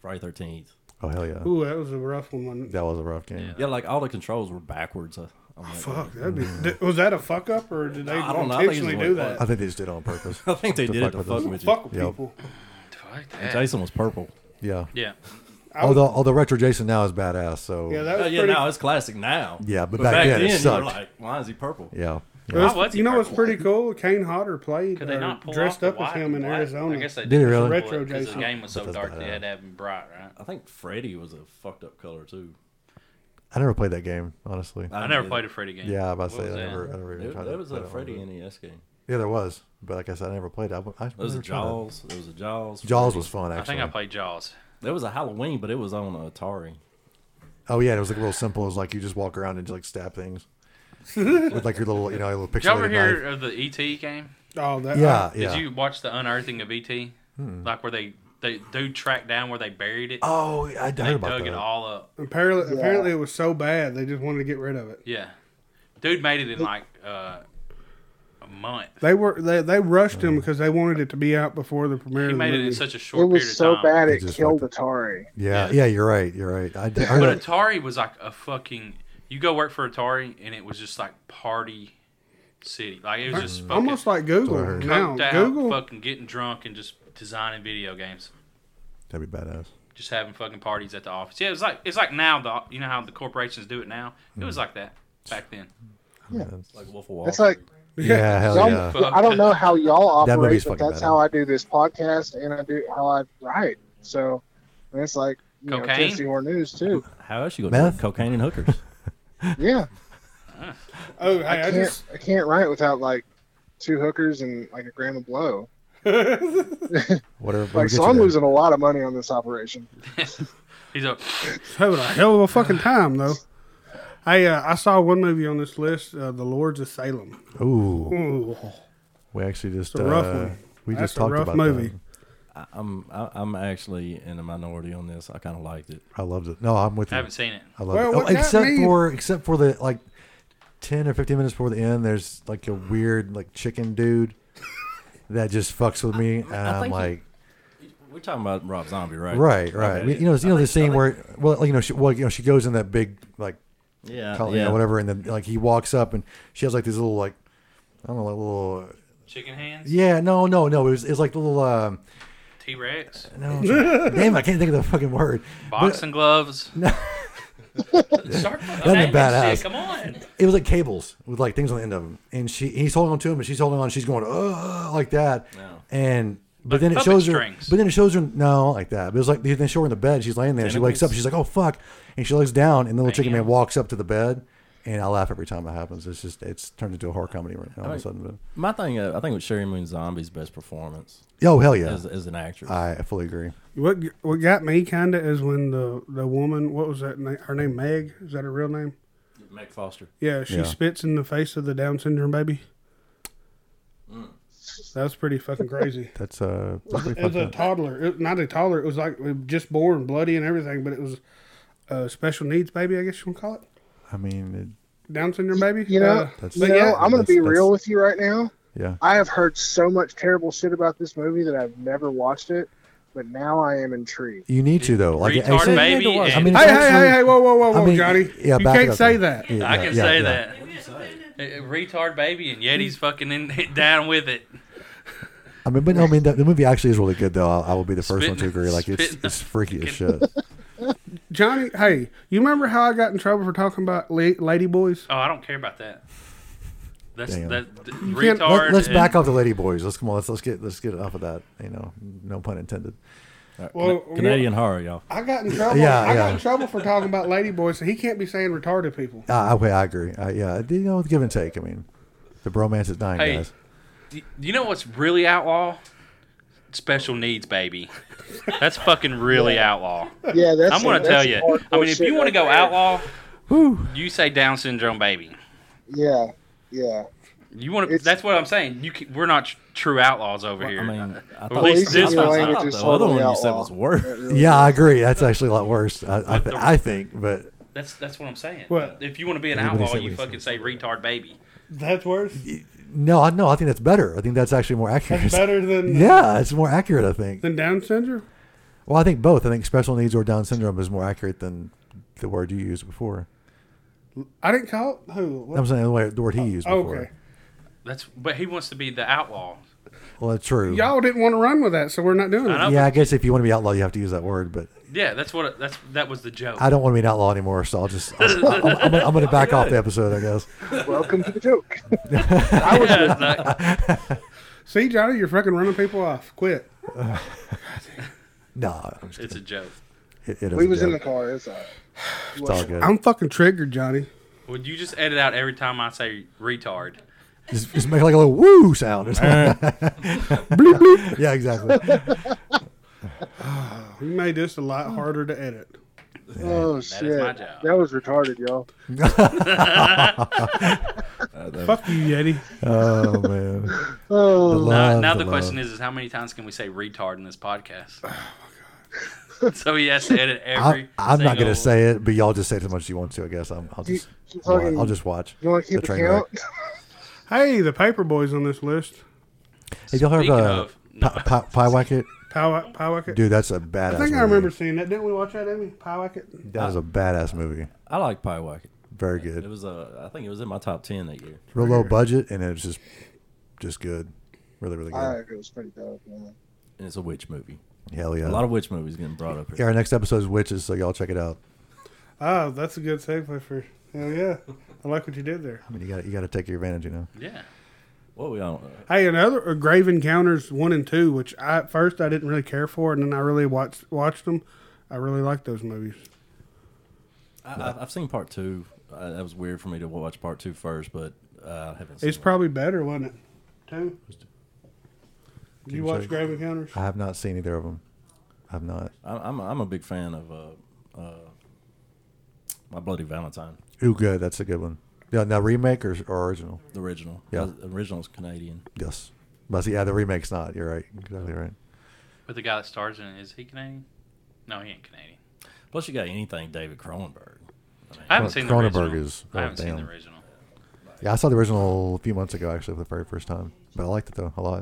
Speaker 6: Friday Thirteenth.
Speaker 7: Oh hell yeah,
Speaker 4: Ooh, that was a rough one. Wasn't it?
Speaker 7: that was a rough game.
Speaker 6: Yeah, like all the controls were backwards. Uh, on that game.
Speaker 4: Fuck, that'd be. Did, was that a fuck up or did they
Speaker 6: I don't know. I think it's
Speaker 4: intentionally do
Speaker 6: what-
Speaker 4: that?
Speaker 7: I think they just did it on purpose.
Speaker 6: I think they
Speaker 7: To
Speaker 6: did
Speaker 7: fuck
Speaker 6: it to
Speaker 7: with
Speaker 6: fuck
Speaker 7: us.
Speaker 6: with you.
Speaker 4: Fuck with
Speaker 7: Yep.
Speaker 4: people.
Speaker 8: Fuck that.
Speaker 6: Jason was purple.
Speaker 7: Yeah.
Speaker 8: Yeah,
Speaker 4: I was-
Speaker 7: although although retro Jason now is badass. So
Speaker 4: Yeah,
Speaker 7: yeah,
Speaker 4: that was
Speaker 6: Oh, yeah,
Speaker 4: pretty.
Speaker 6: now it's classic now.
Speaker 7: Yeah, but back then it
Speaker 6: you were
Speaker 7: sucked.
Speaker 6: like, why is he purple?
Speaker 7: yeah.
Speaker 4: it was-
Speaker 8: Why was he
Speaker 4: you know what's
Speaker 8: purple?
Speaker 4: pretty cool? Kane Hodder played
Speaker 8: could they
Speaker 4: or
Speaker 8: not pull
Speaker 4: Uh, dressed
Speaker 8: off
Speaker 4: up
Speaker 8: the
Speaker 4: as
Speaker 8: white
Speaker 4: him
Speaker 8: and
Speaker 4: in
Speaker 8: black?
Speaker 4: Arizona.
Speaker 8: I guess they
Speaker 7: Did he really?
Speaker 4: Retro
Speaker 8: because the
Speaker 4: Jason.
Speaker 8: game was so
Speaker 7: That's
Speaker 8: dark they
Speaker 7: badass.
Speaker 8: had to have him bright, right?
Speaker 6: I think Freddy was a fucked up color too.
Speaker 7: I never played that game honestly.
Speaker 8: I never played a Freddy game.
Speaker 7: yeah, I'm about to
Speaker 8: What
Speaker 7: say
Speaker 8: was
Speaker 7: I
Speaker 8: that?
Speaker 7: never, I never even
Speaker 6: It,
Speaker 7: tried
Speaker 6: that
Speaker 7: to
Speaker 6: was
Speaker 7: play
Speaker 6: a
Speaker 7: that one,
Speaker 6: Freddy
Speaker 7: but-
Speaker 6: NES game.
Speaker 7: Yeah, there was, but like I said, I never played. it. I, I
Speaker 6: There was a
Speaker 7: never tried it.
Speaker 6: Jaws. There was a Jaws.
Speaker 7: Jaws was fun actually.
Speaker 8: I think I played Jaws.
Speaker 6: There was a Halloween, but it was on Atari.
Speaker 7: Oh yeah, and it was like real simple. It was like you just walk around and just like stab things with like your little, you know, your little
Speaker 8: Did y'all ever
Speaker 7: pixelated
Speaker 8: hear
Speaker 7: knife.
Speaker 8: of the ET game?
Speaker 4: Oh, that,
Speaker 7: Yeah,
Speaker 8: Did
Speaker 7: yeah.
Speaker 8: you watch the unearthing of ET? Like where they they dude tracked down where they buried it.
Speaker 7: oh, I heard
Speaker 8: they
Speaker 7: about
Speaker 8: dug it
Speaker 7: that.
Speaker 8: all up.
Speaker 4: Apparently, apparently it was so bad they just wanted to get rid of it.
Speaker 8: Yeah, dude made it in like uh, a month.
Speaker 4: They were they, they rushed him because they wanted it to be out before the premiere.
Speaker 8: He
Speaker 4: of the
Speaker 8: made it in
Speaker 4: movie.
Speaker 8: such a
Speaker 5: It
Speaker 8: short period
Speaker 5: was
Speaker 8: of
Speaker 5: so
Speaker 8: time.
Speaker 5: bad it
Speaker 7: just
Speaker 5: killed
Speaker 7: like
Speaker 5: Atari.
Speaker 7: Yeah,
Speaker 8: Yeah.
Speaker 7: yeah, you're right. You're right. I, d- I heard
Speaker 8: But
Speaker 7: that-
Speaker 8: Atari was like a fucking. You go work for Atari, and it was just like party city. Like it was just fucking
Speaker 4: almost like
Speaker 7: what I
Speaker 4: Google
Speaker 7: heard.
Speaker 4: now.
Speaker 8: coked out,
Speaker 4: Google
Speaker 8: fucking getting drunk and just designing video games.
Speaker 7: that'd be badass.
Speaker 8: Just having fucking parties at the office. Yeah, it's like it's like now the you know how the corporations do it now. It
Speaker 7: Hmm.
Speaker 8: was like that back then.
Speaker 6: Like Wolf of Wall
Speaker 5: It's like
Speaker 7: Yeah, hell yeah.
Speaker 5: y'all, I don't know how y'all
Speaker 7: That
Speaker 5: operate,
Speaker 7: movie's
Speaker 5: but
Speaker 7: fucking
Speaker 5: that's
Speaker 7: badass.
Speaker 5: how I do this podcast and I do how I write. So and it's like you know,
Speaker 8: Cocaine?
Speaker 5: Tennessee Horror News too.
Speaker 6: How else you gonna
Speaker 7: Meth?
Speaker 6: do it? cocaine and hookers?
Speaker 5: Yeah,
Speaker 4: Oh, hey, I,
Speaker 5: I can't
Speaker 4: just
Speaker 5: I can't write without like two hookers and like a gram of blow.
Speaker 7: Whatever.
Speaker 5: Like so, I'm losing a lot of money on this operation.
Speaker 8: He's a
Speaker 4: having a hell of a fucking time though. Hey, uh, I saw one movie on this list, uh, The Lords of Salem.
Speaker 7: Ooh,
Speaker 4: Ooh,
Speaker 7: we actually just
Speaker 4: a rough
Speaker 7: uh,
Speaker 4: one.
Speaker 7: we
Speaker 4: That's
Speaker 7: just
Speaker 4: a
Speaker 7: talked
Speaker 4: rough
Speaker 7: about
Speaker 4: movie.
Speaker 7: That.
Speaker 6: I, I'm I, I'm actually in the minority on this. I kind of liked it.
Speaker 7: I loved it. No, I'm with
Speaker 8: I
Speaker 7: you.
Speaker 8: haven't seen it.
Speaker 7: I love
Speaker 4: Well,
Speaker 7: it.
Speaker 4: what
Speaker 7: Oh,
Speaker 4: got
Speaker 7: except
Speaker 4: me-
Speaker 7: for except for the like ten or fifteen minutes before the end, there's like a weird like chicken dude that just fucks with me, and I, am
Speaker 6: think-
Speaker 7: like,
Speaker 6: We're talking about Rob Zombie, right?
Speaker 7: right, right.
Speaker 6: Okay.
Speaker 7: You know, you know the scene where well, like, you know, she, well, you know, she goes in that big like
Speaker 8: Uh,
Speaker 6: Yeah,
Speaker 7: color, you
Speaker 6: yeah.
Speaker 7: know, whatever, and then like he walks up and she has like these little like I don't know, like little
Speaker 8: Chicken hands.
Speaker 7: yeah, no, no, no, it was it's like the little um,
Speaker 8: T Rex.
Speaker 7: no, I'm trying- damn, I can't think of the fucking word.
Speaker 8: Boxing gloves. Start fucking
Speaker 7: That'd be
Speaker 8: naming
Speaker 7: badass.
Speaker 8: shit. Come on.
Speaker 7: it was like cables with like things on the end of them, and she he's holding on to him, and she's holding on. She's going uh, like that, and but
Speaker 8: Like
Speaker 7: then it
Speaker 8: puppet
Speaker 7: shows her.
Speaker 8: strings.
Speaker 7: But then it shows her no like that. But it was like then show her in the bed. She's laying there. She wakes up. She's like oh fuck, and she looks down, and the little chicken
Speaker 8: Damn.
Speaker 7: man walks up to the bed, and I laugh every time that happens. It's just it's turned into a horror comedy right now all of a sudden.
Speaker 6: My thing, uh, I think, was Sherry Moon Zombie's best performance
Speaker 7: But, oh hell yeah, Uh,
Speaker 6: as, as an actress.
Speaker 7: I fully agree.
Speaker 4: What what got me kinda is when the the woman, what was that? name? Her name Meg. Is that her real name?
Speaker 6: Meg Foster.
Speaker 4: Yeah, she
Speaker 7: Yeah.
Speaker 4: spits in the face of the Down syndrome baby. That was pretty fucking crazy.
Speaker 7: That's uh, that's pretty
Speaker 4: It was
Speaker 7: fucked
Speaker 4: a
Speaker 7: up.
Speaker 4: toddler. It, not a toddler. It was like just born, bloody and everything. But it was a special needs baby, I guess you want to call it.
Speaker 7: I mean,
Speaker 4: Down syndrome baby.
Speaker 5: You know,
Speaker 4: Uh,
Speaker 7: That's-
Speaker 5: you
Speaker 4: but
Speaker 5: know,
Speaker 4: yeah,
Speaker 5: I'm gonna
Speaker 7: that's-
Speaker 5: be
Speaker 7: that's-
Speaker 5: real with you right now.
Speaker 7: it, yeah.
Speaker 5: I have heard so much terrible shit about this movie that I've never watched it, but now I am intrigued.
Speaker 7: You need to though, like
Speaker 8: Retard
Speaker 7: I-
Speaker 8: baby.
Speaker 7: I
Speaker 8: and-
Speaker 7: mean, it's
Speaker 4: hey, hey, hey,
Speaker 7: actually-
Speaker 4: hey, whoa, whoa, whoa, whoa,
Speaker 7: I mean,
Speaker 4: Johnny.
Speaker 7: yeah,
Speaker 4: you
Speaker 7: back it
Speaker 4: can't
Speaker 7: up
Speaker 4: say
Speaker 7: there.
Speaker 4: that.
Speaker 7: Yeah,
Speaker 8: I
Speaker 7: yeah,
Speaker 8: can
Speaker 7: yeah,
Speaker 8: say
Speaker 7: yeah.
Speaker 8: that. A- a Retard baby and Yeti's fucking in, down with it.
Speaker 7: I mean, but no, I mean, the, the movie actually is really good, though. I'll, I will be the first one
Speaker 8: Spitting-
Speaker 7: to agree. Like, it's,
Speaker 8: spitting-
Speaker 7: it's freaky as shit.
Speaker 4: Johnny, hey, you remember how I got in trouble for talking about la- lady boys?
Speaker 8: Oh, I don't care about that. That's
Speaker 7: Damn.
Speaker 8: that th-
Speaker 4: can't-
Speaker 8: retard.
Speaker 7: Let, let's
Speaker 8: and-
Speaker 7: back off the Lady Boys. Let's come on. Let's let's get let's get off of that. You know, no pun intended. Uh,
Speaker 4: Well,
Speaker 6: Canadian horror, y'all.
Speaker 4: I got in trouble.
Speaker 7: Yeah,
Speaker 4: I got
Speaker 7: yeah.
Speaker 4: in trouble for talking about lady boys, so he can't be saying retarded people.
Speaker 7: Uh, okay, I agree. I, yeah, you know, give and take. I mean, the bromance is dying,
Speaker 8: Hey.
Speaker 7: guys.
Speaker 8: Do you know what's really outlaw? Special needs baby. That's fucking really outlaw.
Speaker 5: Yeah, that's.
Speaker 8: I'm gonna
Speaker 5: that's
Speaker 8: tell you.
Speaker 5: hardcore
Speaker 8: I mean, if
Speaker 5: shit
Speaker 8: you want to go
Speaker 5: right there.
Speaker 8: outlaw, you say Down syndrome baby.
Speaker 5: Yeah, yeah.
Speaker 3: You want to?
Speaker 5: It's-
Speaker 3: That's what I'm saying. You can, we're not tr- true outlaws over
Speaker 6: I
Speaker 3: here.
Speaker 6: mean, I
Speaker 3: At
Speaker 6: thought
Speaker 3: least
Speaker 6: I
Speaker 3: this
Speaker 6: thought
Speaker 3: one's
Speaker 6: the
Speaker 5: not, though.
Speaker 6: other one you said
Speaker 5: Outlaw.
Speaker 6: was worse.
Speaker 5: That really-
Speaker 7: Yeah, I agree. That's actually a lot worse. I I, th-
Speaker 3: the-
Speaker 7: I think, but
Speaker 3: that's that's what I'm saying.
Speaker 4: What?
Speaker 3: If you want to be an
Speaker 7: Everybody
Speaker 3: outlaw,
Speaker 7: said
Speaker 3: you
Speaker 7: what he
Speaker 3: fucking say retard baby.
Speaker 4: That's worse.
Speaker 7: no, I no, I think that's better. I think that's actually more accurate.
Speaker 4: That's better than
Speaker 7: Yeah, it's more accurate. I think.
Speaker 4: than Down syndrome.
Speaker 7: Well, I think both. I think special needs or Down syndrome is more accurate than the word you used before.
Speaker 4: I didn't call it who. What?
Speaker 7: I'm saying the, way, the word he used before.
Speaker 4: Oh, okay.
Speaker 3: That's but he wants to be the outlaw.
Speaker 7: Well, that's true.
Speaker 4: Y'all didn't want to run with that, so we're not doing
Speaker 3: I
Speaker 4: it.
Speaker 3: know.
Speaker 7: yeah, I guess if you want to be outlaw, you have to use that word. But
Speaker 3: Yeah, that's what that's that was the joke.
Speaker 7: I don't want to be an outlaw anymore, so I'll just I'll, I'm, I'm, gonna- I'm going to back off the episode, I guess.
Speaker 5: Welcome to the joke.
Speaker 3: Yeah, it's like-
Speaker 4: See, Johnny, you're fucking running people off. Quit.
Speaker 7: No, I'm just
Speaker 3: it's a joke.
Speaker 7: kidding. It- it is
Speaker 5: we
Speaker 7: a
Speaker 5: was in the
Speaker 7: joke.
Speaker 5: car. It's all right.
Speaker 7: It's all good.
Speaker 4: I'm fucking triggered, Johnny.
Speaker 3: Would you just edit out every time I say retard?
Speaker 7: Just, just make like a little woo sound or something. yeah, exactly.
Speaker 4: You made this a lot harder to edit.
Speaker 5: Oh
Speaker 3: is
Speaker 5: shit!
Speaker 3: my job.
Speaker 5: That was retarded, y'all.
Speaker 4: Fuck you, Yeti.
Speaker 7: Oh man.
Speaker 5: Oh,
Speaker 3: Now,
Speaker 7: Love
Speaker 3: now
Speaker 7: the
Speaker 3: the
Speaker 7: love. Oh
Speaker 3: question is, is how many times can we say retard in this podcast? so he has to edit every.
Speaker 7: I, I'm not
Speaker 3: single-
Speaker 7: gonna say it, but y'all just say it as much as you want to. I guess I'm, I'll just
Speaker 5: you
Speaker 7: wa-
Speaker 5: fucking-
Speaker 7: I'll just watch.
Speaker 5: you want to
Speaker 7: the
Speaker 5: keep a
Speaker 7: train wreck.
Speaker 5: count?
Speaker 4: Hey, the paper boys on this list.
Speaker 7: Have y'all heard
Speaker 3: Speaking
Speaker 7: of
Speaker 3: of-
Speaker 7: uh, Pi- Pi- Pie Wacket?
Speaker 4: Pow, Powhacket.
Speaker 7: Dude, that's a badass.
Speaker 4: I think I
Speaker 7: movie.
Speaker 4: remember seeing that. Didn't we watch that, Amy? Powhacket.
Speaker 7: That is a badass movie.
Speaker 6: I like Pie Wagon.
Speaker 7: Very
Speaker 6: It
Speaker 7: good.
Speaker 6: was uh, I think it was in my top ten that year.
Speaker 7: Real low budget, and it's just just good. Really, really good.
Speaker 5: I agree. It was pretty dope. Man.
Speaker 6: And it's a witch movie.
Speaker 7: Hell yeah.
Speaker 6: A lot of witch movies getting brought up
Speaker 7: yeah,
Speaker 6: here.
Speaker 7: our next episode is witches, so y'all check it out.
Speaker 4: Oh, that's a good segue for. Hell yeah, I like what you did there.
Speaker 7: I mean, you got you got to take your advantage, you know.
Speaker 3: Yeah.
Speaker 6: What we on?
Speaker 4: Hey, another uh, Grave Encounters one and two, which I at first I didn't really care for, and then I really watched watched them. I really like those movies.
Speaker 6: I, I, I've seen part two. Uh, that was weird for me to watch part two first, but uh, I haven't. Seen
Speaker 4: It's probably better, wasn't it? Two. Did you
Speaker 7: you
Speaker 4: watch
Speaker 7: say-
Speaker 4: Grave Encounters?
Speaker 7: I have not seen either of them. I've not.
Speaker 6: I, I'm I'm a big fan of uh, uh, my Bloody Valentine,
Speaker 7: Ooh, good. That's a good one. Yeah, now remake or, or original?
Speaker 6: the original.
Speaker 7: Yeah.
Speaker 6: the original's Canadian.
Speaker 7: Yes. But see, yeah, the remake's not. You're right. Exactly right.
Speaker 3: But the guy that stars in it, is he Canadian? No, he ain't Canadian.
Speaker 6: Plus, you got anything David Cronenberg.
Speaker 3: I haven't
Speaker 7: Cron-
Speaker 3: seen
Speaker 7: Cronenberg
Speaker 3: the original.
Speaker 7: is-
Speaker 3: I haven't
Speaker 7: oh,
Speaker 3: seen
Speaker 7: damn.
Speaker 3: the original.
Speaker 7: Yeah, I saw the original a few months ago, actually, for the very first time. But I liked it though a lot.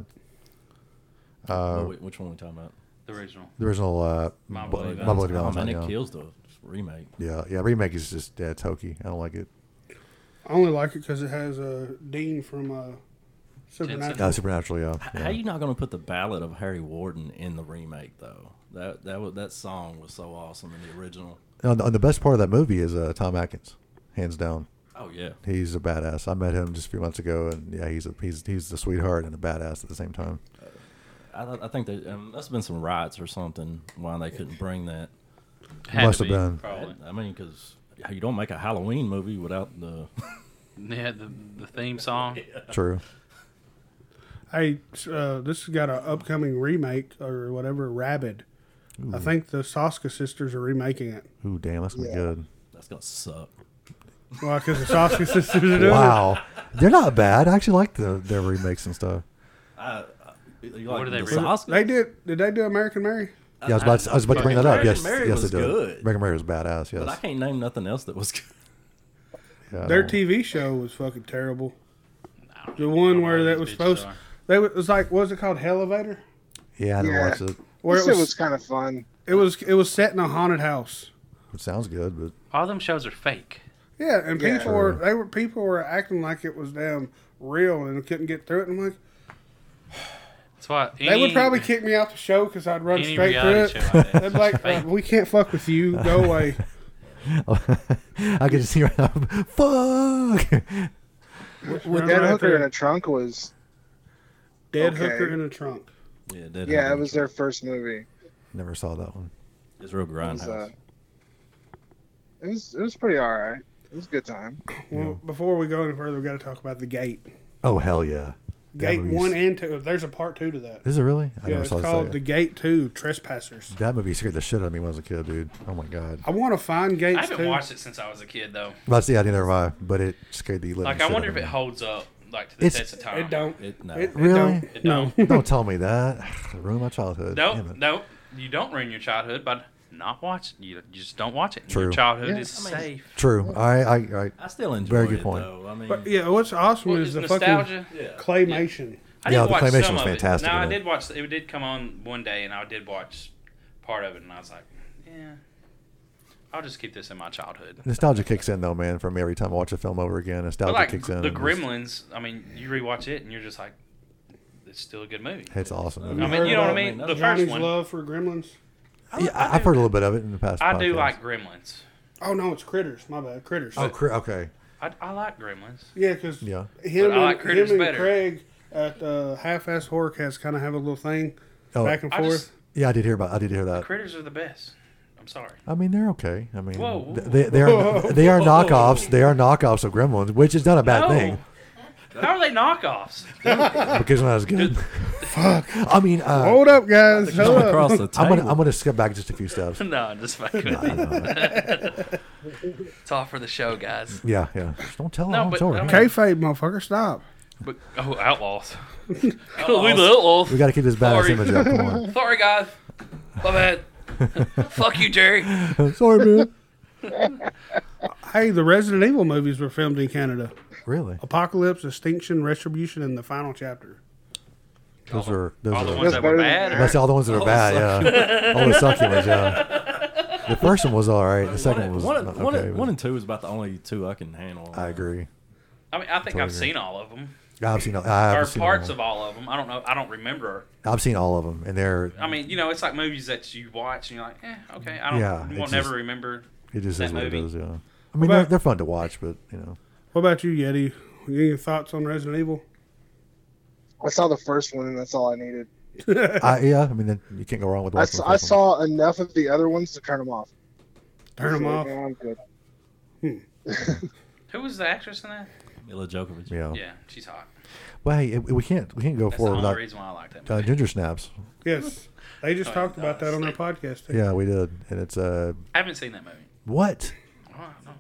Speaker 7: Uh,
Speaker 6: Well, wait, which one we talking about?
Speaker 3: The original.
Speaker 7: The original, uh,
Speaker 3: My
Speaker 7: Bu-
Speaker 3: Bloody
Speaker 7: My Bloody
Speaker 6: Oh, man,
Speaker 7: Valentine.
Speaker 6: it
Speaker 7: yeah.
Speaker 6: kills the remake.
Speaker 7: yeah, yeah. Remake is just yeah, it's hokey. I don't like it.
Speaker 4: I only like it because it has uh, Dean from uh, Supernatural.
Speaker 7: Uh, Supernatural, yeah.
Speaker 6: How you not going to put the ballad of Harry Warden in the remake though? That that wa- that song was so awesome in the original.
Speaker 7: And the, and the best part of that movie is uh, Tom Atkins, hands down.
Speaker 6: Oh yeah,
Speaker 7: He's a badass. I met him just a few months ago, and yeah, he's a he's he's the sweetheart and a badass at the same time.
Speaker 6: I, th- I think that um, must have been some riots or something why they couldn't bring that.
Speaker 3: Had to
Speaker 7: Must have
Speaker 3: be,
Speaker 7: been.
Speaker 3: Probably.
Speaker 6: I mean, because you don't make a Halloween movie without the
Speaker 3: Yeah, the, the theme song.
Speaker 7: True.
Speaker 4: Hey, uh, this has got an upcoming remake or whatever, Rabid. I think the Saska sisters are remaking it.
Speaker 7: Ooh, damn, that's gonna be good.
Speaker 6: that's gonna suck.
Speaker 4: Well, because the Saska sisters are doing it.
Speaker 7: Wow, they're not bad. I actually like the, their remakes and stuff.
Speaker 6: You Like
Speaker 3: What are they
Speaker 6: the
Speaker 3: remake?
Speaker 6: Oscar-
Speaker 4: They did. Did they do American Mary?
Speaker 7: Yeah, I was about to, I was about to bring that up.
Speaker 6: American
Speaker 7: Yes,
Speaker 6: Mary
Speaker 7: yes,
Speaker 6: was
Speaker 7: it did.
Speaker 6: good.
Speaker 7: American Mary was badass.
Speaker 6: But I
Speaker 7: Yes,
Speaker 6: can't name nothing else that was good.
Speaker 7: Yeah, I
Speaker 4: Their
Speaker 7: don't-
Speaker 4: TV show was fucking terrible.
Speaker 3: I don't
Speaker 4: The
Speaker 3: know
Speaker 4: one
Speaker 3: what
Speaker 4: where
Speaker 3: these
Speaker 4: that was
Speaker 3: bitches
Speaker 4: supposed,
Speaker 3: are.
Speaker 4: they wa- it was like, what was it called, Elevator?
Speaker 7: Yeah, I didn't
Speaker 5: Yeah.
Speaker 7: watch it.
Speaker 4: Where
Speaker 5: This
Speaker 4: it
Speaker 5: shit
Speaker 4: was,
Speaker 5: was kind of fun.
Speaker 4: it was, it was set in a haunted house.
Speaker 7: It sounds good, but
Speaker 3: All them shows are fake.
Speaker 4: Yeah, and
Speaker 5: Yeah.
Speaker 4: people were, they were, people were acting like it was damn real and couldn't get through it. And I'm like,
Speaker 3: That's why any,
Speaker 4: they would probably kick me off the show because I'd run
Speaker 3: any
Speaker 4: straight through it.
Speaker 3: reality show like
Speaker 4: They'd
Speaker 3: that.
Speaker 4: be like, uh, we can't fuck with you. Go away.
Speaker 7: I could just see right now. Fuck.
Speaker 4: Run
Speaker 5: Dead
Speaker 4: right
Speaker 5: hooker
Speaker 4: through
Speaker 5: in a
Speaker 4: it.
Speaker 5: trunk was.
Speaker 4: dead
Speaker 5: okay.
Speaker 4: hooker in a trunk.
Speaker 6: Yeah, Dead
Speaker 5: Yeah,
Speaker 6: Hungry.
Speaker 5: it was their first movie.
Speaker 7: Never saw that one.
Speaker 6: It's real grindhouse.
Speaker 5: uh, It was it was pretty all right. It was a good time.
Speaker 4: Well, before we go any further, we got to talk about the gate.
Speaker 7: Oh hell yeah. That
Speaker 4: Gate
Speaker 7: movie's-
Speaker 4: one and two. There's a part two to that.
Speaker 7: Is it really? I
Speaker 4: Yeah,
Speaker 7: never
Speaker 4: it's
Speaker 7: saw it.
Speaker 4: called the Gate Two Trespassers.
Speaker 7: That movie scared the shit out of me when I was a kid, dude. Oh my god.
Speaker 4: I want to find
Speaker 3: I
Speaker 4: Gates
Speaker 3: haven't
Speaker 4: Two.
Speaker 3: watched it since I was a kid though.
Speaker 7: That's the idea never mind, but it scared the living
Speaker 3: Like
Speaker 7: shit
Speaker 3: I wonder
Speaker 7: out
Speaker 3: if
Speaker 7: of
Speaker 3: it
Speaker 7: me.
Speaker 3: holds up
Speaker 8: like to the
Speaker 7: It's-
Speaker 8: test of time.
Speaker 4: It don't.
Speaker 6: It, no.
Speaker 4: It, it
Speaker 7: Really?
Speaker 4: don't.
Speaker 8: It don't.
Speaker 7: Don't tell me that. Ruin my childhood.
Speaker 8: No,
Speaker 7: Damn it.
Speaker 8: no, you don't ruin your childhood by not watching. You, you just don't watch it. Your
Speaker 7: True.
Speaker 8: childhood
Speaker 5: Yeah,
Speaker 8: is
Speaker 6: I mean-
Speaker 8: safe.
Speaker 7: True. I, I, I
Speaker 6: I still enjoy
Speaker 7: Very good
Speaker 6: it,
Speaker 7: point.
Speaker 6: though. I mean,
Speaker 4: But yeah, what's awesome
Speaker 8: Well,
Speaker 4: is
Speaker 8: it's
Speaker 4: the
Speaker 8: nostalgia.
Speaker 4: fucking
Speaker 6: yeah.
Speaker 4: claymation.
Speaker 8: I
Speaker 7: Yeah,
Speaker 8: did
Speaker 7: the
Speaker 8: watch
Speaker 7: claymation
Speaker 8: some
Speaker 7: was
Speaker 8: of
Speaker 7: fantastic,
Speaker 8: It. No, I
Speaker 7: wasn't it?
Speaker 8: did watch. It did come on one day, and I did watch part of it, and I was like, yeah, I'll just keep this in my childhood.
Speaker 7: nostalgia kicks in though, man. For me, every time I watch a film over again, nostalgia
Speaker 8: But like
Speaker 7: kicks
Speaker 8: the
Speaker 7: in. and it's-
Speaker 8: Gremlins, I mean, you rewatch it, and you're just like, it's still a good movie.
Speaker 7: It's awesome.
Speaker 8: I mean, you know what I mean. The first
Speaker 4: Johnny's
Speaker 8: one,
Speaker 4: love for gremlins.
Speaker 7: yeah, I, I've heard a little bit of it in the past.
Speaker 8: I do
Speaker 7: podcasts.
Speaker 8: like Gremlins.
Speaker 4: Oh no, it's critters. My bad, critters.
Speaker 7: Oh, cr- okay.
Speaker 8: I, I like Gremlins.
Speaker 4: Yeah, because
Speaker 7: Yeah.
Speaker 4: him
Speaker 8: But I
Speaker 4: and,
Speaker 8: like Critters
Speaker 4: him and
Speaker 8: better.
Speaker 4: Craig at uh, Half Ass Horror Cats kind of have a little thing
Speaker 7: Oh,
Speaker 4: back and
Speaker 8: I
Speaker 4: forth.
Speaker 8: just
Speaker 7: yeah, I did hear about. I did hear that.
Speaker 8: critters are the best. I'm sorry.
Speaker 7: I mean, they're okay. I mean,
Speaker 8: Whoa.
Speaker 7: th- they they are they are knockoffs. They are knockoffs of Gremlins, which is not a bad
Speaker 8: No.
Speaker 7: thing
Speaker 8: How are they knockoffs?
Speaker 7: because they're not as good. Fuck. I mean, uh,
Speaker 4: Hold up, guys. Hold up.
Speaker 6: across the
Speaker 7: I'm
Speaker 6: table.
Speaker 7: gonna I'm gonna skip back just a few steps.
Speaker 8: no, I'm just fucking with you. It's all for the show, guys.
Speaker 7: Yeah, yeah. Just don't tell.
Speaker 8: No,
Speaker 7: No, I'm
Speaker 8: but-
Speaker 7: sorry.
Speaker 8: I mean-
Speaker 4: Kayfabe, motherfucker, stop.
Speaker 8: But oh, outlaws. we the outlaws.
Speaker 7: we got to keep this badass
Speaker 8: Sorry.
Speaker 7: image up. Come on.
Speaker 8: Sorry, guys. My bad. Fuck you, Jerry.
Speaker 7: sorry, man.
Speaker 4: Hey, the Resident Evil movies were filmed in Canada.
Speaker 7: Really?
Speaker 4: Apocalypse, Extinction, Retribution, and the final chapter.
Speaker 7: Those are those
Speaker 8: All
Speaker 7: are.
Speaker 8: the ones that were bad.
Speaker 7: That's all the ones that are bad, yeah. All the succulents, yeah. The first one was all right. The second one
Speaker 6: One,
Speaker 7: was
Speaker 6: one,
Speaker 7: not-
Speaker 6: one,
Speaker 7: okay.
Speaker 6: one and two is about the only two I can handle.
Speaker 7: I agree.
Speaker 8: I mean, I think I've seen all of them,
Speaker 7: I've seen all, I've
Speaker 8: or
Speaker 7: seen
Speaker 8: parts
Speaker 7: all,
Speaker 8: of all of them. I don't know. I don't remember.
Speaker 7: I've seen all of them, and they're
Speaker 8: I mean, you know, it's like movies that you watch and you're like, eh, okay. I don't.
Speaker 7: Yeah,
Speaker 8: you
Speaker 7: it
Speaker 8: won't
Speaker 7: just-
Speaker 8: never remember.
Speaker 7: it just
Speaker 8: that
Speaker 7: is what it
Speaker 8: movie.
Speaker 7: is. Yeah, I mean
Speaker 4: about-
Speaker 7: they're, they're fun to watch, but you know,
Speaker 4: What about you, Yeti? Any thoughts on Resident Evil?
Speaker 5: I saw the first one, and that's all I needed.
Speaker 7: I yeah, I mean then you can't go wrong with
Speaker 5: I,
Speaker 7: watching.
Speaker 5: s-
Speaker 7: the
Speaker 5: I
Speaker 7: first one.
Speaker 5: saw enough of the other ones to turn them off.
Speaker 4: Turn them
Speaker 5: So,
Speaker 4: off.
Speaker 5: yeah, I'm good.
Speaker 8: Who was the actress in that?
Speaker 6: Mila Djokovic.
Speaker 7: Yeah.
Speaker 8: Yeah, she's hot.
Speaker 7: Well, hey, it- we can't we can't go
Speaker 8: That's the
Speaker 7: forward
Speaker 8: only
Speaker 7: without
Speaker 8: reason why I like that.
Speaker 7: uh,
Speaker 8: Movie.
Speaker 7: ginger snaps.
Speaker 4: Yes. They just
Speaker 8: Oh,
Speaker 4: talked
Speaker 8: yeah,
Speaker 4: about that on their podcast. too.
Speaker 7: Yeah, we did, and it's uh
Speaker 8: I haven't seen that movie.
Speaker 7: what?
Speaker 8: Oh, I don't know.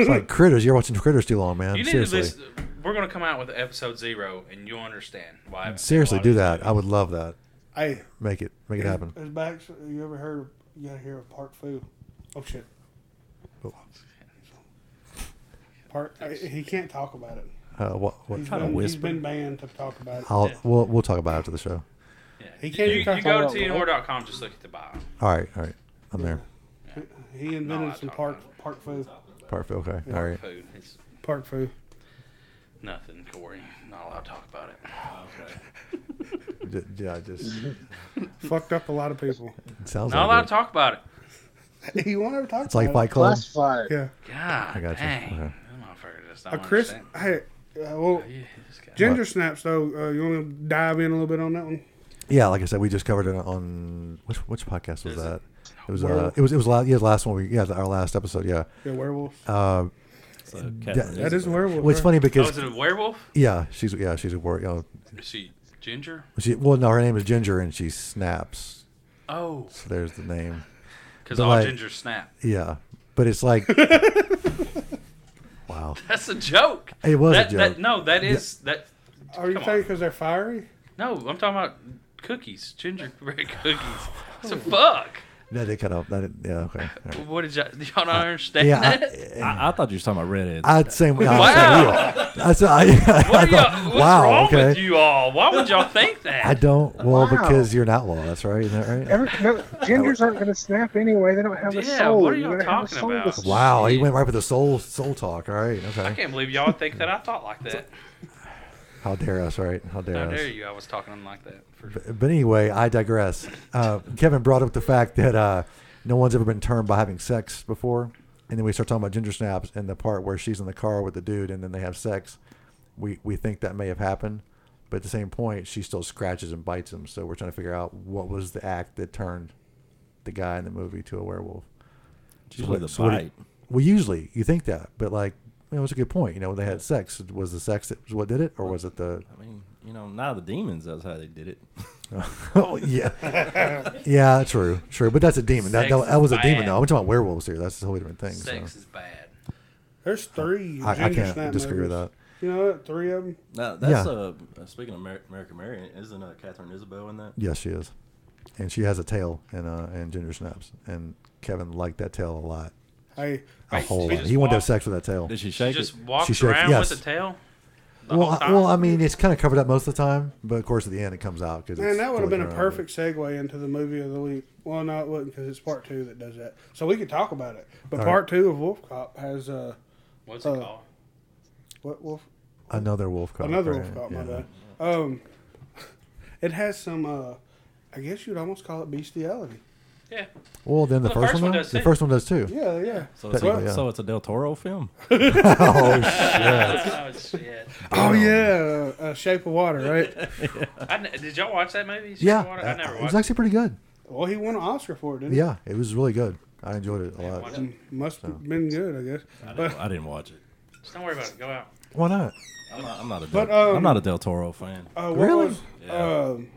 Speaker 7: It's like critters. You're watching critters too long, man.
Speaker 8: You need
Speaker 7: Seriously,
Speaker 8: to listen. We're gonna come out with episode zero, and you'll understand why. I've seen a
Speaker 7: seriously,
Speaker 8: lot
Speaker 7: do
Speaker 8: of
Speaker 7: that. I would love that.
Speaker 4: Hey,
Speaker 7: Make it make it happen.
Speaker 4: Is back, you ever heard of, you gotta hear of Park Fu? Oh shit. Park, uh, he can't talk about it.
Speaker 7: Uh, what, what,
Speaker 4: He's
Speaker 6: Try to
Speaker 4: been, he's
Speaker 6: whisper.
Speaker 4: been banned to talk about it.
Speaker 7: I'll we'll we'll talk about it after the show.
Speaker 8: these. Yeah.
Speaker 4: He can't
Speaker 8: You,
Speaker 4: even talk
Speaker 8: you go
Speaker 4: about
Speaker 8: to
Speaker 4: it.
Speaker 8: tnor.com, just look at the bio.
Speaker 7: All right, all right. I'm there.
Speaker 4: He invented some
Speaker 8: talk
Speaker 4: park
Speaker 8: about
Speaker 4: park Fu.
Speaker 7: Parfait. Okay. All right.
Speaker 8: Food is
Speaker 4: Park Fu.
Speaker 8: nothing, Corey. Not allowed to talk about it.
Speaker 7: D- yeah. Just
Speaker 4: Fucked up a lot of people.
Speaker 7: it sounds
Speaker 8: Not allowed
Speaker 7: like
Speaker 8: to
Speaker 7: it.
Speaker 8: talk about it.
Speaker 4: he won't ever talk
Speaker 7: it's like
Speaker 4: about
Speaker 7: Fight Club.
Speaker 5: Classified.
Speaker 4: it. Yeah.
Speaker 8: God,
Speaker 7: I gotcha.
Speaker 8: dang.
Speaker 7: Okay.
Speaker 8: That motherfucker just
Speaker 4: Uh,
Speaker 8: don't
Speaker 4: Chris,
Speaker 8: understand.
Speaker 4: hey, uh, well,
Speaker 8: Yeah, this guy.
Speaker 4: Ginger Snaps, though, uh, you want to dive in a little bit on that one?
Speaker 7: Yeah, like I said, we just covered it on which which podcast was that? It was uh,
Speaker 4: Werewolf?
Speaker 7: it was it was la- yeah, the last one we yeah our last episode yeah.
Speaker 4: Yeah, werewolves.
Speaker 7: Uh,
Speaker 6: So Catherine
Speaker 4: that is a
Speaker 6: Isabel.
Speaker 4: werewolf.
Speaker 7: well, it's
Speaker 4: right?
Speaker 7: funny
Speaker 8: Oh,
Speaker 7: because
Speaker 8: is it a werewolf?
Speaker 7: yeah, she's yeah she's a war. You know,
Speaker 8: Is she ginger?
Speaker 7: she well no her name is Ginger and she snaps.
Speaker 8: Oh,
Speaker 7: So there's the name.
Speaker 8: because
Speaker 7: But
Speaker 8: all
Speaker 7: like-
Speaker 8: gingers snap.
Speaker 7: Yeah, but it's like wow.
Speaker 8: That's a joke.
Speaker 7: It was a
Speaker 8: that, That,
Speaker 7: joke.
Speaker 8: no, that is that.
Speaker 4: Are you
Speaker 8: come
Speaker 4: saying
Speaker 8: on.
Speaker 4: because they're fiery?
Speaker 8: No, I'm talking about cookies, gingerbread cookies. So fuck.
Speaker 7: That did cut off. That did- yeah okay. all right.
Speaker 8: What did y'all, y'all not understand
Speaker 7: Yeah,
Speaker 8: that?
Speaker 7: I,
Speaker 6: I, I thought you were talking about redheads.
Speaker 7: I'd say wow.
Speaker 8: Wow.
Speaker 7: I said, I, I
Speaker 8: What are y'all,
Speaker 7: thought,
Speaker 8: what's
Speaker 7: wow,
Speaker 8: wrong
Speaker 7: okay.
Speaker 8: with you all? Why would y'all think that?
Speaker 7: I don't. Well,
Speaker 5: Wow.
Speaker 7: because you're an outlaw. That's right. Isn't that right?
Speaker 5: Every, no, gingers aren't going to snap anyway. They don't have a
Speaker 8: Yeah,
Speaker 5: soul.
Speaker 8: what are
Speaker 5: You're
Speaker 8: y'all
Speaker 5: gonna have a
Speaker 8: talking
Speaker 5: soul
Speaker 8: about?
Speaker 5: to-
Speaker 7: Wow, he went right with the soul soul talk. All right.
Speaker 8: I
Speaker 7: Okay.
Speaker 8: can't believe y'all think that I thought like that.
Speaker 7: How dare us? Right. How dare
Speaker 8: How
Speaker 7: us?
Speaker 8: dare you? I was talking like that. For,
Speaker 7: But anyway, I digress. Uh, Kevin brought up the fact that uh, no one's ever been turned by having sex before, and then we start talking about ginger snaps and the part where she's in the car with the dude, and then they have sex. We we think that may have happened, but at the same point, she still scratches and bites him. So we're trying to figure out what was the act that turned the guy in the movie to a werewolf.
Speaker 6: Usually the
Speaker 7: So what do
Speaker 6: bite.
Speaker 7: you- well, usually you think that, but like, you know, it's a good point. You know, they had sex. Was the sex that was what did it, or was it the?
Speaker 6: I mean, you know, now the demons. That's how they did it.
Speaker 7: Oh yeah, yeah, true, true. But that's a demon. That,
Speaker 8: Sex
Speaker 7: that, that was a
Speaker 8: is
Speaker 7: demon
Speaker 8: bad.
Speaker 7: though. I'm talking about werewolves here. That's a whole different thing.
Speaker 8: sex
Speaker 7: So.
Speaker 8: is bad.
Speaker 4: There's three
Speaker 7: I, I
Speaker 4: Ginger
Speaker 7: can't
Speaker 4: Snap
Speaker 7: disagree with
Speaker 4: movies.
Speaker 7: that.
Speaker 4: You know, what? three of them.
Speaker 6: No, that's
Speaker 7: Yeah.
Speaker 6: uh, uh, speaking of Mer- American Mary, isn't uh, Catherine Isabel in that?
Speaker 7: Yes, she is, and she has a tail and uh and ginger snaps, and Kevin liked that tail a lot,
Speaker 4: Hey,
Speaker 7: a
Speaker 8: Right,
Speaker 7: whole
Speaker 8: she
Speaker 7: lot.
Speaker 8: just
Speaker 7: He wanted to have
Speaker 8: walked-
Speaker 7: sex with that tail.
Speaker 6: Did
Speaker 8: She
Speaker 6: she shake
Speaker 8: just
Speaker 6: it?
Speaker 8: walks
Speaker 7: shakes-
Speaker 8: around
Speaker 7: yes.
Speaker 8: with the tail. The
Speaker 7: Well,
Speaker 8: whole
Speaker 7: I,
Speaker 8: time.
Speaker 7: well, I mean, it's kind of covered up most of the time, but of course, at the end, it comes out because
Speaker 4: man, that would have been a
Speaker 7: uh,
Speaker 4: perfect segue into the movie of the week. Well, no, it wouldn't because it's part two that does that. So we could talk about it. But
Speaker 7: All right.
Speaker 4: part two of Wolf Cop has uh,
Speaker 8: What's
Speaker 4: uh,
Speaker 8: it called?
Speaker 4: what Wolf?
Speaker 7: Another wolf cop.
Speaker 4: Another
Speaker 7: right?
Speaker 4: Wolf Cop. My
Speaker 7: Yeah.
Speaker 4: bad. Um, it has some. Uh, I guess you'd almost call it bestiality.
Speaker 8: Yeah.
Speaker 7: Well, then the,
Speaker 8: Well,
Speaker 7: first, one, does the
Speaker 8: too.
Speaker 7: first one does too.
Speaker 4: Yeah, yeah.
Speaker 6: So it's,
Speaker 7: Well,
Speaker 6: a,
Speaker 7: yeah.
Speaker 6: so it's a Del Toro film.
Speaker 8: Oh shit!
Speaker 4: Oh yeah, uh, uh, Shape of Water, right?
Speaker 8: I ne- did y'all watch that movie? Shape
Speaker 7: Yeah,
Speaker 8: of Water? I never
Speaker 7: it
Speaker 8: watched.
Speaker 7: was actually pretty good.
Speaker 4: well, he won an Oscar for it, didn't
Speaker 7: Yeah, it was really good. I enjoyed it a
Speaker 8: it.
Speaker 7: lot.
Speaker 8: Watch it.
Speaker 4: he? Must have been good, I guess.
Speaker 6: I
Speaker 4: But
Speaker 6: didn't, I didn't watch it.
Speaker 8: Just don't worry about it. Go out.
Speaker 7: Why not?
Speaker 6: I'm not, I'm not a. Del,
Speaker 4: But, um,
Speaker 6: I'm not a Del Toro fan.
Speaker 4: uh, what
Speaker 7: Really?
Speaker 4: Was,
Speaker 6: Yeah.
Speaker 4: um,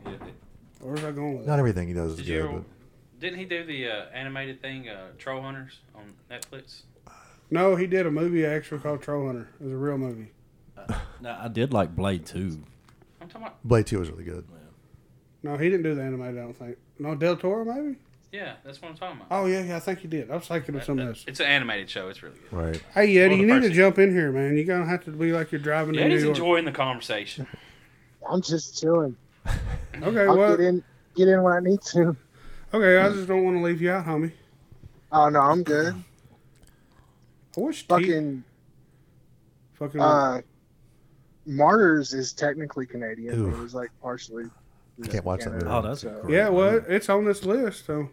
Speaker 4: where was I going with that?
Speaker 7: Not everything he does is
Speaker 8: Did
Speaker 7: good.
Speaker 8: you? Didn't he do the uh, animated thing, uh, Troll Hunters, on Netflix?
Speaker 4: No, he did a movie actually called Troll Hunter. It was a real movie.
Speaker 6: Now, I did like Blade Two.
Speaker 8: I'm talking about.
Speaker 7: But Blade Two was really good.
Speaker 4: No, he didn't do the animated. I don't think. No, Del Toro maybe.
Speaker 8: Yeah, that's what I'm talking about.
Speaker 4: Oh yeah, yeah, I think he did. I was thinking of something else.
Speaker 8: It's an animated show. It's really good.
Speaker 7: Right.
Speaker 4: Hey
Speaker 8: Well,
Speaker 4: Eddie,
Speaker 8: the
Speaker 4: you need to
Speaker 8: first-
Speaker 4: jump in here, man. You're gonna have to be like you're driving
Speaker 8: Yeah,
Speaker 4: to
Speaker 8: he's
Speaker 4: New York.
Speaker 8: enjoying the conversation.
Speaker 5: I'm just chilling.
Speaker 4: okay,
Speaker 5: I'll
Speaker 4: well,
Speaker 5: get in, get in when I need to.
Speaker 4: okay. I just don't want to leave you out, homie.
Speaker 5: Oh no, I'm good.
Speaker 4: I wish T-
Speaker 5: Fucking
Speaker 4: fucking
Speaker 5: uh, Martyrs is technically Canadian. but
Speaker 7: Ooh.
Speaker 5: It was like partially.
Speaker 7: Can't watch that
Speaker 5: Canada.
Speaker 7: movie.
Speaker 6: Oh, that's
Speaker 5: So-
Speaker 6: great.
Speaker 4: yeah. Well, it's on this list, so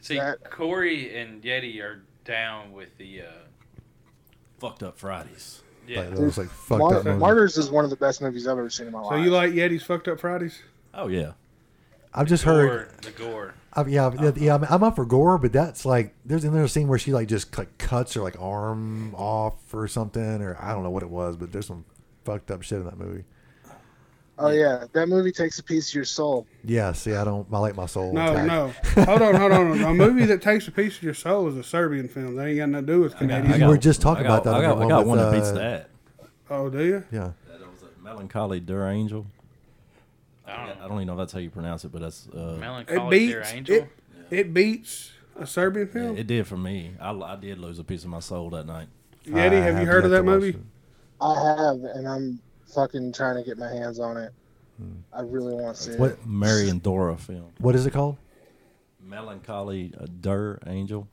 Speaker 8: See,
Speaker 5: That-
Speaker 8: Corey and Yeti are down with the. Uh,
Speaker 6: fucked up Fridays.
Speaker 8: yeah,
Speaker 7: Like, it was like fucked
Speaker 5: Mar-
Speaker 7: up. movie.
Speaker 5: Martyrs is one of the best movies I've ever seen in my
Speaker 4: so
Speaker 5: life.
Speaker 4: you like Yeti's fucked up Fridays?
Speaker 6: Oh yeah.
Speaker 7: I've just heard.
Speaker 8: gore, the gore.
Speaker 7: I've, yeah, I've- yeah. I'm, I'm up for gore, but that's like there's another scene where she like just like cuts her like arm off or something, or I don't know what it was, but there's some fucked up shit in that movie.
Speaker 5: oh yeah, that movie takes a piece of your soul.
Speaker 7: Yeah. See, I don't. I like my soul.
Speaker 4: No,
Speaker 7: intact.
Speaker 4: no. Hold on, hold on. A movie that takes a piece of your soul is a Serbian film. That ain't got nothing to do with Canadian.
Speaker 7: I got- were just talking
Speaker 6: I got-
Speaker 7: about that
Speaker 6: I got,
Speaker 7: on the
Speaker 6: I got
Speaker 7: one with,
Speaker 6: one that beats
Speaker 7: uh,
Speaker 6: that.
Speaker 4: Oh, do you?
Speaker 7: Yeah.
Speaker 6: That was a melancholy Der Angel.
Speaker 8: I don't know.
Speaker 6: I don't even know if that's how you pronounce it, but that's uh,
Speaker 4: It
Speaker 8: Melancholy Dear
Speaker 4: beats
Speaker 8: Angel.
Speaker 4: it, it beats a Serbian film.
Speaker 6: it did for me. I, I did lose a piece of my soul that night.
Speaker 7: I
Speaker 4: Yeti, have you heard of
Speaker 7: yet
Speaker 4: that
Speaker 7: to watch
Speaker 4: movie?
Speaker 7: it.
Speaker 5: I have, and I'm fucking trying to get my hands on it. I really want to see
Speaker 7: Hmm. What um,
Speaker 5: it.
Speaker 6: Mary and Dora film.
Speaker 7: What is it called?
Speaker 6: Melancholy uh, Der Angel.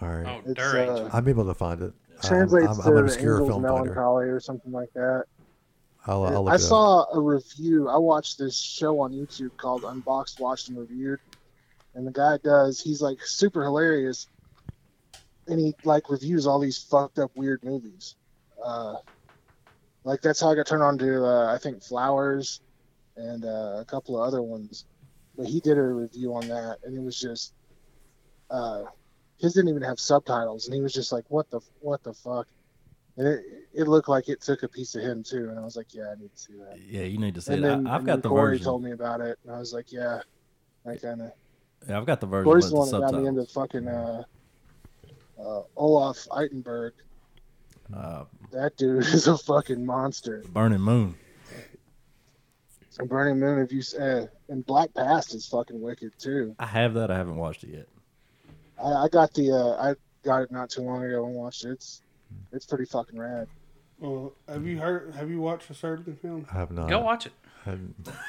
Speaker 7: All right.
Speaker 8: oh,
Speaker 5: It's,
Speaker 8: Der Angel.
Speaker 5: uh,
Speaker 7: I'm able to find it. Um,
Speaker 5: translates
Speaker 7: I'm, I'm,
Speaker 5: to
Speaker 7: an obscure
Speaker 5: Angel's
Speaker 7: film finder.
Speaker 5: Melancholy or something like that.
Speaker 7: I'll, I'll look
Speaker 5: I
Speaker 7: it up.
Speaker 5: saw a review. I watched this show on YouTube called Unboxed, Watched, and Reviewed. And the guy does, he's like super hilarious. And he like reviews all these fucked up weird movies. Uh, like that's how I got turned on to, uh, I think, Flowers and uh, a couple of other ones. But he did a review on that. And it was just, uh, his didn't even have subtitles. And he was just like, what the, what the fuck? And it, it looked like it took a piece of him too. And I was like, yeah, I need to see that
Speaker 6: Yeah, you need to see
Speaker 5: and
Speaker 6: it.
Speaker 5: then,
Speaker 6: I, I've
Speaker 5: and
Speaker 6: got
Speaker 5: then
Speaker 6: the
Speaker 5: Corey
Speaker 6: version.
Speaker 5: told me about it, and I was like, yeah, I kind of.
Speaker 6: yeah, I've got the version
Speaker 5: Corey's
Speaker 6: with the
Speaker 5: the one that got me into
Speaker 6: subtitles.
Speaker 5: fucking uh, uh, Olaf Eitenberg.
Speaker 6: Uh,
Speaker 5: That dude is a fucking monster.
Speaker 6: Burning Moon.
Speaker 5: And Burning Moon, if you s- uh, and Black Past is fucking wicked too.
Speaker 6: I have that. I haven't watched it yet.
Speaker 5: I, I got the uh, I got it not too long ago and watched it. It's it's pretty fucking rad.
Speaker 4: Well, have you heard? Have you watched a Serbian film?
Speaker 7: I have not.
Speaker 8: Go watch it.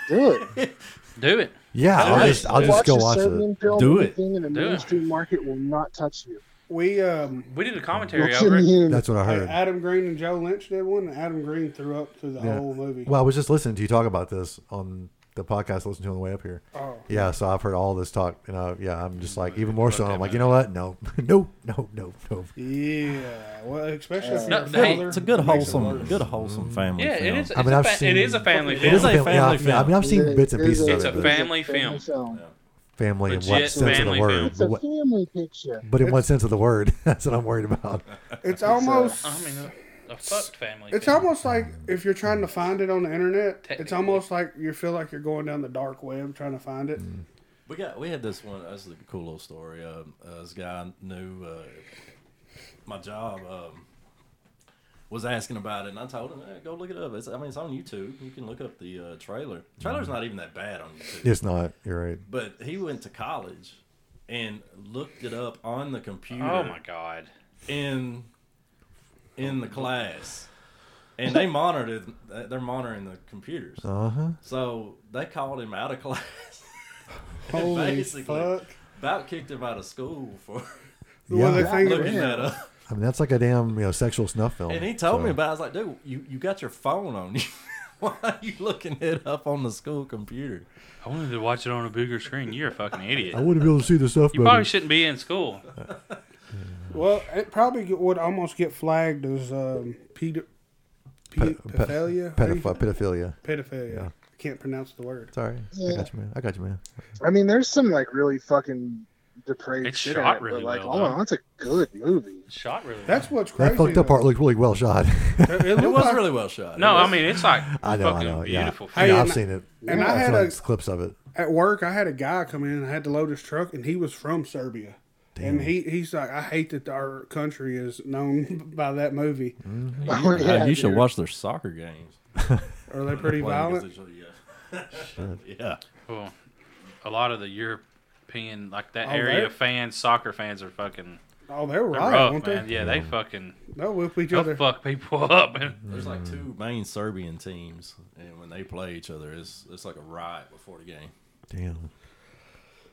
Speaker 5: Do it.
Speaker 8: Do it.
Speaker 7: Yeah, I'll
Speaker 8: Alright.
Speaker 7: just I'll just go
Speaker 5: a
Speaker 7: watch it.
Speaker 5: Serbian film,
Speaker 6: Do it.
Speaker 5: anything in the
Speaker 8: Do it.
Speaker 5: mainstream market will not touch you.
Speaker 4: We um,
Speaker 8: We did a commentary
Speaker 5: It's
Speaker 8: over it.
Speaker 5: immune.
Speaker 7: That's what I heard.
Speaker 4: Adam Green and Joe Lynch did one. And Adam Green threw up through the
Speaker 7: Yeah.
Speaker 4: whole movie.
Speaker 7: Well, I was just listening to you talk about this on the podcast I listened to on the way up here.
Speaker 4: Oh.
Speaker 7: Yeah, so I've heard all this talk, and I, yeah, I'm just like even more so. I'm like, you know what? No, no, no, no, no.
Speaker 4: Yeah, well, especially if
Speaker 5: Uh,
Speaker 4: you're
Speaker 8: No,
Speaker 4: a
Speaker 8: hey,
Speaker 4: father,
Speaker 6: It's a good
Speaker 4: it makes it
Speaker 6: wholesome,
Speaker 4: worse.
Speaker 6: good wholesome family.
Speaker 8: Yeah,
Speaker 6: film.
Speaker 8: it is.
Speaker 7: I mean,
Speaker 8: it's a
Speaker 7: I've
Speaker 8: fa- it
Speaker 7: seen-
Speaker 8: is a family
Speaker 6: It is
Speaker 8: film.
Speaker 7: fam- yeah,
Speaker 6: a family
Speaker 7: I mean,
Speaker 6: film.
Speaker 7: I've seen
Speaker 5: It
Speaker 7: bits and
Speaker 5: is
Speaker 7: pieces
Speaker 5: a-
Speaker 7: of
Speaker 8: It's a
Speaker 7: it, but
Speaker 8: fa- family film.
Speaker 5: film.
Speaker 7: family in what
Speaker 8: legit
Speaker 7: sense of the
Speaker 8: family
Speaker 7: word?
Speaker 8: film.
Speaker 5: It's
Speaker 7: But,
Speaker 5: a
Speaker 7: what-
Speaker 5: family picture.
Speaker 7: but in what sense of the word? That's what I'm worried about.
Speaker 4: It's almost.
Speaker 8: I mean, a, a fucked family.
Speaker 4: It's
Speaker 8: film.
Speaker 4: almost like if you're trying to find it on the internet, it's
Speaker 8: Technically.
Speaker 4: almost like you feel like you're going down the dark web trying to find it.
Speaker 7: Mm.
Speaker 6: We got we had this one. That's a cool little story. Um, uh, this guy knew uh, my job. Um, was asking about it, and I told him, hey, go look it up. It's, I mean, it's on YouTube. You can look up the uh, trailer. trailer's
Speaker 8: Mm-hmm.
Speaker 6: not even that bad on YouTube.
Speaker 7: It's not. You're right.
Speaker 6: But he went to college and looked it up on the computer
Speaker 8: Oh my god.
Speaker 6: in in the class, and they monitored. They're monitoring the computers,
Speaker 7: Uh huh.
Speaker 6: so they called him out of class. and
Speaker 4: Holy fuck.
Speaker 6: about kicked him out of school for
Speaker 4: Well, they
Speaker 7: Yeah.
Speaker 4: think
Speaker 6: looking
Speaker 4: it-
Speaker 6: that up.
Speaker 7: I mean, that's like a damn you know sexual snuff film.
Speaker 6: And he told
Speaker 7: so-
Speaker 6: me about. It. I was like, dude, you, you got your phone on you. Why are you looking it up on the school computer?
Speaker 8: I wanted to watch it on a bigger screen. You're a fucking idiot.
Speaker 7: I wouldn't be able to see the stuff.
Speaker 8: You
Speaker 7: better.
Speaker 8: probably shouldn't be in school.
Speaker 4: Well, it probably get- would almost get flagged as um, pedo- pe-
Speaker 7: Pe- pe-
Speaker 4: pedophilia.
Speaker 7: Pedoph- pedophilia.
Speaker 4: pedophilia.
Speaker 7: Yeah.
Speaker 4: I can't pronounce the word.
Speaker 7: Sorry, I
Speaker 5: Yeah.
Speaker 7: got you, man. I got you, man.
Speaker 5: I mean, there's some like really fucking depraved
Speaker 8: It's
Speaker 5: shit.
Speaker 8: shot
Speaker 5: in it,
Speaker 8: really
Speaker 5: but, like,
Speaker 8: well,
Speaker 5: oh,
Speaker 8: though.
Speaker 5: that's a good movie.
Speaker 8: Shot really.
Speaker 4: That's what's crazy.
Speaker 7: That fucked up
Speaker 4: though.
Speaker 7: part looked really well shot.
Speaker 4: It, it
Speaker 6: It
Speaker 4: looked
Speaker 6: was
Speaker 4: like-
Speaker 6: really well shot. It
Speaker 8: no,
Speaker 6: was-
Speaker 8: I mean it's like
Speaker 7: I know, I
Speaker 8: fucking
Speaker 7: know. Yeah,
Speaker 8: beautiful.
Speaker 7: yeah
Speaker 4: Hey,
Speaker 7: I've
Speaker 4: and-
Speaker 7: seen it.
Speaker 4: and I
Speaker 7: I've
Speaker 4: had
Speaker 7: seen
Speaker 4: a-
Speaker 7: clips of it.
Speaker 4: at work. I had a guy come in and had to load his truck, and he was from Serbia. And he, he's like, I hate that our country is known by that movie.
Speaker 5: Oh,
Speaker 6: God,
Speaker 5: yeah,
Speaker 6: you should
Speaker 5: dude.
Speaker 6: watch their soccer games.
Speaker 4: Are they pretty
Speaker 6: Playing
Speaker 4: violent?
Speaker 6: against each other, Yeah. yeah.
Speaker 8: Well, a lot of the European, like that
Speaker 4: Oh,
Speaker 8: area
Speaker 4: they're-
Speaker 8: fans, soccer fans are fucking
Speaker 4: Oh, they were
Speaker 8: they're
Speaker 4: right,
Speaker 8: rough,
Speaker 4: weren't
Speaker 8: man.
Speaker 4: they?
Speaker 8: Yeah, they fucking
Speaker 4: They'll whip each
Speaker 8: they'll
Speaker 4: other.
Speaker 8: fuck people up. man.
Speaker 6: There's like two main Serbian teams, and when they play each other, it's it's like a riot before the game.
Speaker 7: Damn.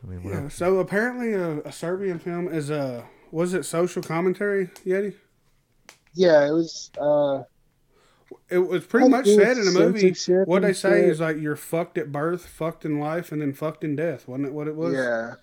Speaker 7: I mean, what
Speaker 4: Yeah,
Speaker 7: else?
Speaker 4: so apparently, uh, a, a Serbian film is a was it social commentary, Yeti?
Speaker 5: Yeah, it was. Uh,
Speaker 4: It was
Speaker 7: Oh,
Speaker 4: pretty
Speaker 5: I
Speaker 4: much
Speaker 5: think
Speaker 4: said in the movie.
Speaker 5: censorship
Speaker 4: What they
Speaker 5: and
Speaker 4: say
Speaker 5: shit.
Speaker 4: is like you're fucked at birth, fucked in life, and then fucked in death. Wasn't it what it was?
Speaker 5: yeah,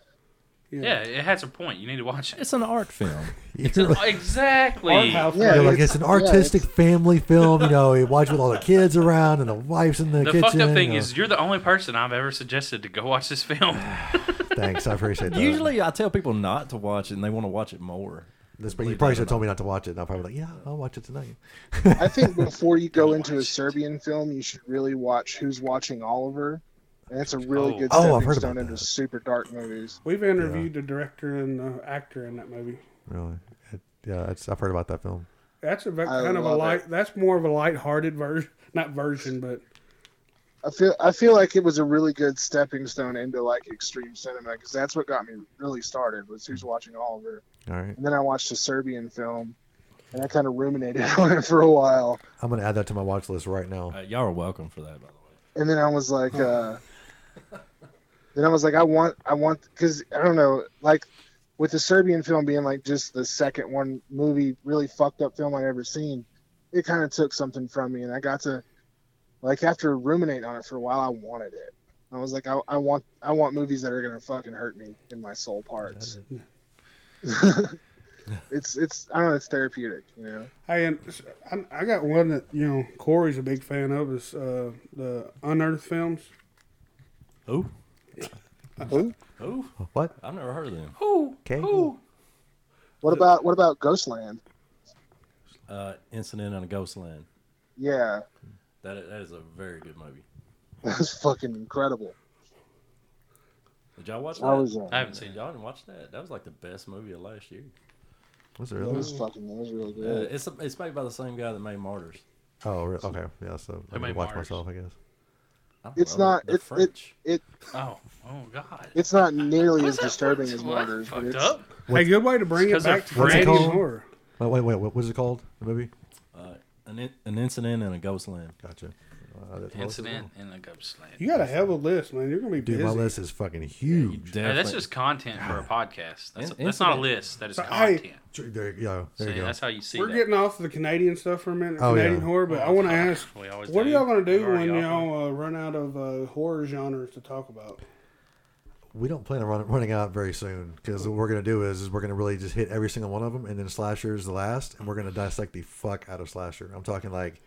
Speaker 8: Yeah, it has a point. You need to watch it.
Speaker 6: It's an art film.
Speaker 7: You're like-
Speaker 8: exactly.
Speaker 5: yeah.
Speaker 7: you're like, it's an
Speaker 5: yeah, it's-
Speaker 7: artistic family film. You know, you watch with all the kids around and the wife's in the,
Speaker 8: The
Speaker 7: kitchen. uh,
Speaker 8: fucked up
Speaker 7: you
Speaker 8: thing
Speaker 7: know.
Speaker 8: is, you're the only person I've ever suggested to go watch this film.
Speaker 7: Thanks, I appreciate that.
Speaker 6: Usually, I tell people not to watch it, and they want to watch it more.
Speaker 7: This- but you probably should have told me not to watch it. And I'll probably be like, yeah, I'll watch it tonight.
Speaker 5: I think before you go into a Serbian film, you should really watch Who's Watching Oliver. And it's a really
Speaker 8: Oh.
Speaker 5: good
Speaker 7: Oh, I've
Speaker 5: stepping
Speaker 7: heard
Speaker 5: stone
Speaker 7: about
Speaker 5: into
Speaker 7: that.
Speaker 5: super dark movies.
Speaker 4: We've interviewed the director and the actor in that movie.
Speaker 7: Really? It, yeah, it's, I've heard about that film.
Speaker 4: That's a ve-
Speaker 5: I
Speaker 4: kind of a
Speaker 5: love
Speaker 4: light. That's more of a light-hearted version, not version, but
Speaker 5: I feel I feel like it was a really good stepping stone into like extreme cinema because that's what got me really started was Who's Watching Oliver.
Speaker 7: All right.
Speaker 5: And then I watched a Serbian film, and I kind of ruminated on it for a while.
Speaker 7: I'm going to add that to my watch list right now.
Speaker 6: Uh, y'all are welcome for that, by the
Speaker 5: and then I was like, uh, then I was like, I want, I want, because I don't know, like with the Serbian film being like just the second one movie, really fucked up film I'd ever seen, it kind of took something from me, and I got to, like, after ruminating on it for a while, I wanted it. I was like, I, I want, I want movies that are gonna fucking hurt me in my soul parts. it's, it's, I don't know, it's therapeutic, you know.
Speaker 4: Hey, and s- I, I got one that you know Corey's a big fan of is uh, the Unearthed films.
Speaker 6: way. Who?
Speaker 5: Ooh.
Speaker 6: Who?
Speaker 7: What?
Speaker 6: I've never heard of them.
Speaker 7: Okay.
Speaker 5: What about, what about Ghostland?
Speaker 6: Uh, Incident on a Ghost Land.
Speaker 5: Yeah,
Speaker 6: That is, that is a very good movie.
Speaker 5: that was fucking incredible.
Speaker 6: Did y'all watch that?
Speaker 5: I was, uh,
Speaker 8: I haven't seen it.
Speaker 6: Y'all didn't watch that. That was like the best movie of last year.
Speaker 7: Was it
Speaker 5: That
Speaker 7: really?
Speaker 5: was fucking. That was really
Speaker 6: Uh,
Speaker 5: good.
Speaker 6: it's it's made by the same guy that made Martyrs.
Speaker 7: Oh, re- okay. Yeah, so I
Speaker 8: made
Speaker 7: can watch
Speaker 8: Mars?
Speaker 7: myself, I guess.
Speaker 6: I don't
Speaker 5: It's
Speaker 6: know,
Speaker 5: not-
Speaker 6: They're
Speaker 5: it- it-
Speaker 6: French.
Speaker 8: Oh, oh god.
Speaker 5: It's not nearly
Speaker 8: What's
Speaker 5: as
Speaker 8: that
Speaker 5: disturbing
Speaker 8: fucked-
Speaker 5: as
Speaker 8: what?
Speaker 5: Martyrs, but
Speaker 8: Fucked
Speaker 5: it's
Speaker 8: up.
Speaker 4: Hey, good way to bring it
Speaker 8: Because
Speaker 4: back
Speaker 8: of
Speaker 4: to
Speaker 8: Freddy.
Speaker 4: Canadian
Speaker 7: What's it called?
Speaker 4: horror.
Speaker 7: Oh, wait, wait, what was it called? The movie?
Speaker 6: Uh, an, in- an incident in a ghost land.
Speaker 8: Oh,
Speaker 7: Gotcha. Uh, that's-
Speaker 8: Incident in the ghost land.
Speaker 4: You got a hell of a list, man. You're gonna be
Speaker 7: Dude,
Speaker 4: busy.
Speaker 7: my list is fucking huge.
Speaker 8: Hey, that's just content for a podcast. That's,
Speaker 6: In-
Speaker 8: that's not a
Speaker 6: incident.
Speaker 8: list. That is
Speaker 4: But,
Speaker 8: content.
Speaker 4: hey,
Speaker 7: Tr- There, yeah, there
Speaker 8: See,
Speaker 7: you go.
Speaker 8: that's how you see
Speaker 4: We're
Speaker 8: that.
Speaker 4: getting off the Canadian stuff for a minute,
Speaker 7: Oh,
Speaker 4: Canadian
Speaker 7: yeah.
Speaker 4: horror. But I want to ask,
Speaker 8: We always
Speaker 4: what are
Speaker 8: do.
Speaker 4: y'all gonna do
Speaker 8: We're already
Speaker 4: when
Speaker 8: off
Speaker 4: y'all uh, run out of uh, horror genres to talk about?
Speaker 7: We don't plan on run, running out very soon because what we're gonna do is, is we're gonna really just hit every single one of them, and then slasher is the last, and we're gonna dissect the fuck out of slasher. I'm talking like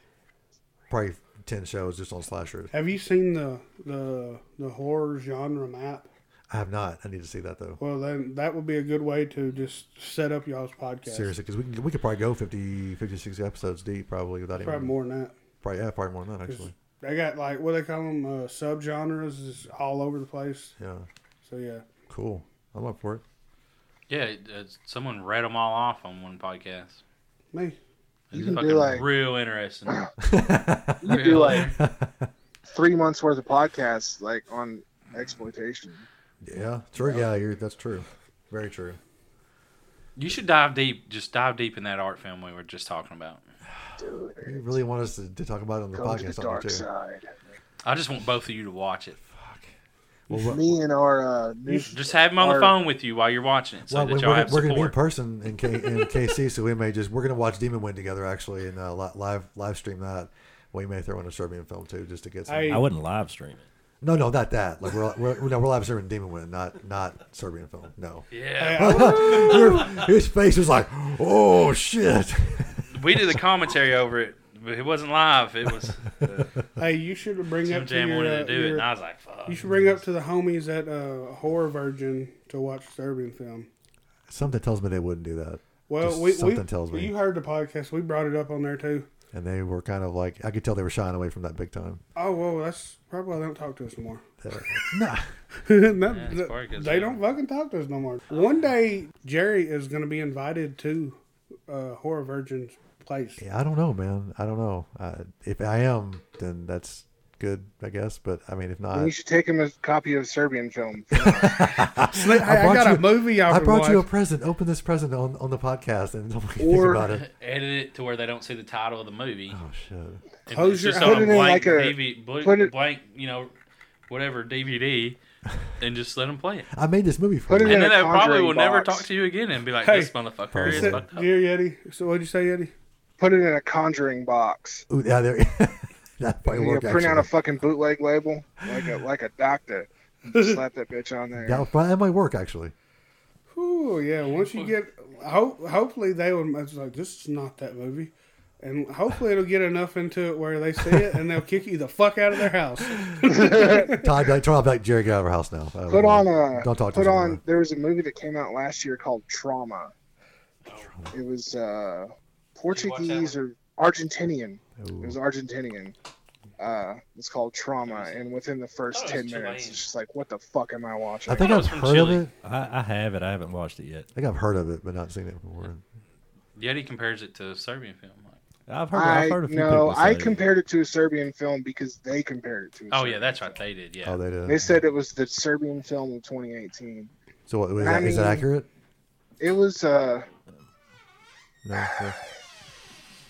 Speaker 7: probably ten shows just on slashers.
Speaker 4: Have you seen the the the horror genre map?
Speaker 7: I have not. I need to see that though.
Speaker 4: Well, then that would be a good way to just set up y'all's podcast.
Speaker 7: Seriously, because we can, we could probably go 50, 56 episodes deep probably without
Speaker 4: probably
Speaker 7: even
Speaker 4: more than that.
Speaker 7: Probably yeah, probably more than that actually.
Speaker 4: They got like what they call them uh, subgenres is all over the place.
Speaker 7: Yeah,
Speaker 4: So yeah,
Speaker 7: cool. I'm up for it.
Speaker 8: Yeah, uh, someone read them all off on one podcast.
Speaker 4: me.
Speaker 5: You
Speaker 3: It's
Speaker 5: can
Speaker 3: fucking
Speaker 5: do like
Speaker 3: real interesting.
Speaker 5: you can do like three months worth of podcasts like on exploitation.
Speaker 7: yeah, true. Yeah, you're, that's true. Very true.
Speaker 8: You should dive deep. Just dive deep in that art film we were just talking about.
Speaker 5: Dude,
Speaker 7: You really want us to, to talk about it on the
Speaker 5: go to
Speaker 7: podcast,
Speaker 5: the
Speaker 7: don't you?
Speaker 5: dark
Speaker 7: Too.
Speaker 5: side.
Speaker 8: I just want both of you to watch it.
Speaker 7: Well, what-
Speaker 5: Me and our uh,
Speaker 8: You
Speaker 5: new
Speaker 8: just have them on
Speaker 5: our-
Speaker 8: the phone with you while you're watching it, so
Speaker 7: well,
Speaker 8: that
Speaker 7: we-
Speaker 8: y'all
Speaker 7: we're,
Speaker 8: have
Speaker 7: we're gonna be in
Speaker 8: support.
Speaker 7: person in, K, in KC, so we may just we're gonna watch Demon Wind together actually and uh, li- live live stream that. We may throw in a Serbian film too, just to get some.
Speaker 4: Hey,
Speaker 6: I wouldn't live stream it.
Speaker 7: No, no, not that. Like we're we're, no, we're live streaming Demon Wind, not not Serbian film. No,
Speaker 8: yeah,
Speaker 7: his face was like, oh shit.
Speaker 8: we did the commentary over it, but it wasn't live. It was
Speaker 4: hey, you should bring
Speaker 8: Tim
Speaker 4: up to
Speaker 8: Jam
Speaker 4: your,
Speaker 8: wanted
Speaker 4: uh,
Speaker 8: to do it,
Speaker 4: your-
Speaker 8: and I was like, "Fuck."
Speaker 4: you should bring up to the homies at uh, Horror Virgin to watch Serbian film.
Speaker 7: Something tells me they wouldn't do that,
Speaker 4: Well,
Speaker 7: Just
Speaker 4: we, we
Speaker 7: something tells me.
Speaker 4: you heard the podcast. We brought it up on there too.
Speaker 7: and they were kind of like I could tell they were shying away from that big time.
Speaker 4: Oh well, that's probably why they don't talk to us no more.
Speaker 7: Uh, nah,
Speaker 4: No,
Speaker 8: it's probably good
Speaker 4: th- they
Speaker 8: stuff.
Speaker 4: don't fucking talk to us no more. One day, Jerry is going to be invited to uh, Horror Virgin's place.
Speaker 7: Yeah, I don't know, man. I don't know. Uh, if I am, then that's good, I guess. But I mean, if not,
Speaker 5: And you should take him a copy of Serbian film.
Speaker 4: Hey, I,
Speaker 7: brought
Speaker 4: got a
Speaker 7: you-
Speaker 4: movie y'all
Speaker 7: I
Speaker 4: can
Speaker 7: brought
Speaker 4: watch.
Speaker 7: you a present. Open this present on, on the podcast and don't think
Speaker 5: Or-
Speaker 7: about it.
Speaker 8: edit it to where they don't see the title of the movie.
Speaker 7: Oh shit!
Speaker 8: If
Speaker 4: Close
Speaker 8: it's
Speaker 4: your-
Speaker 8: just
Speaker 4: put
Speaker 8: on
Speaker 5: it
Speaker 8: a
Speaker 5: in
Speaker 8: blank
Speaker 5: like a-
Speaker 8: DVD, bl-
Speaker 5: put it-
Speaker 8: blank, you know, whatever DVD, and just let them play it.
Speaker 7: I made this movie for
Speaker 5: Put
Speaker 7: you.
Speaker 5: it in
Speaker 8: And then
Speaker 5: a
Speaker 8: they probably
Speaker 5: Conjuring
Speaker 8: will never
Speaker 5: box.
Speaker 8: talk to you again and be like,
Speaker 4: Hey,
Speaker 8: "This motherfucker
Speaker 7: Probably.
Speaker 8: is
Speaker 4: Said-
Speaker 8: fucked up."
Speaker 4: Dear Yeti, so what'd you say, Yeti?
Speaker 5: Put it in a conjuring box.
Speaker 7: Ooh, yeah, there. that probably
Speaker 5: You know,
Speaker 7: worked.
Speaker 5: print out a
Speaker 7: actually.
Speaker 5: fucking bootleg label like a like a doctor. Slap that bitch on there.
Speaker 7: That, that might work actually.
Speaker 4: Ooh, yeah. Once you get, ho- hopefully they would. It's like this is not that movie, and hopefully it'll get enough into it where they see it and they'll kick you the fuck out of their house.
Speaker 7: Todd, like, Todd, like Jerry, get out of our house now. I don't
Speaker 5: Put
Speaker 7: know.
Speaker 5: on a
Speaker 7: Don't talk to us
Speaker 5: put on.
Speaker 7: anymore.
Speaker 5: There was a movie that came out last year called Trauma. It was uh, Portuguese or Argentinian. It was Argentinian. Uh, it's called Trauma, and within the first
Speaker 8: thought it
Speaker 5: ten
Speaker 8: was
Speaker 5: minutes,
Speaker 8: Oh, Chilean.
Speaker 5: it's just like, what the fuck am I watching?
Speaker 7: I think
Speaker 8: I
Speaker 7: I've
Speaker 8: was from
Speaker 7: heard
Speaker 8: Chile.
Speaker 7: of it.
Speaker 6: I, I have it. I haven't watched it yet.
Speaker 7: I think I've heard of it, but not seen it before.
Speaker 8: Yeti compares it to a Serbian film. Like,
Speaker 6: I've heard.
Speaker 5: I
Speaker 6: have heard a few
Speaker 5: no,
Speaker 6: people say
Speaker 5: I
Speaker 6: that.
Speaker 5: compared it to a Serbian film because they compared it to. A
Speaker 8: oh
Speaker 5: Serbian
Speaker 8: yeah, that's
Speaker 5: film.
Speaker 8: right. They did. Yeah.
Speaker 7: Oh, they did.
Speaker 5: They said it was the Serbian film of 2018.
Speaker 7: so what, was
Speaker 5: I
Speaker 7: that, is that
Speaker 5: mean-
Speaker 7: accurate?
Speaker 5: It was uh,
Speaker 7: No. no.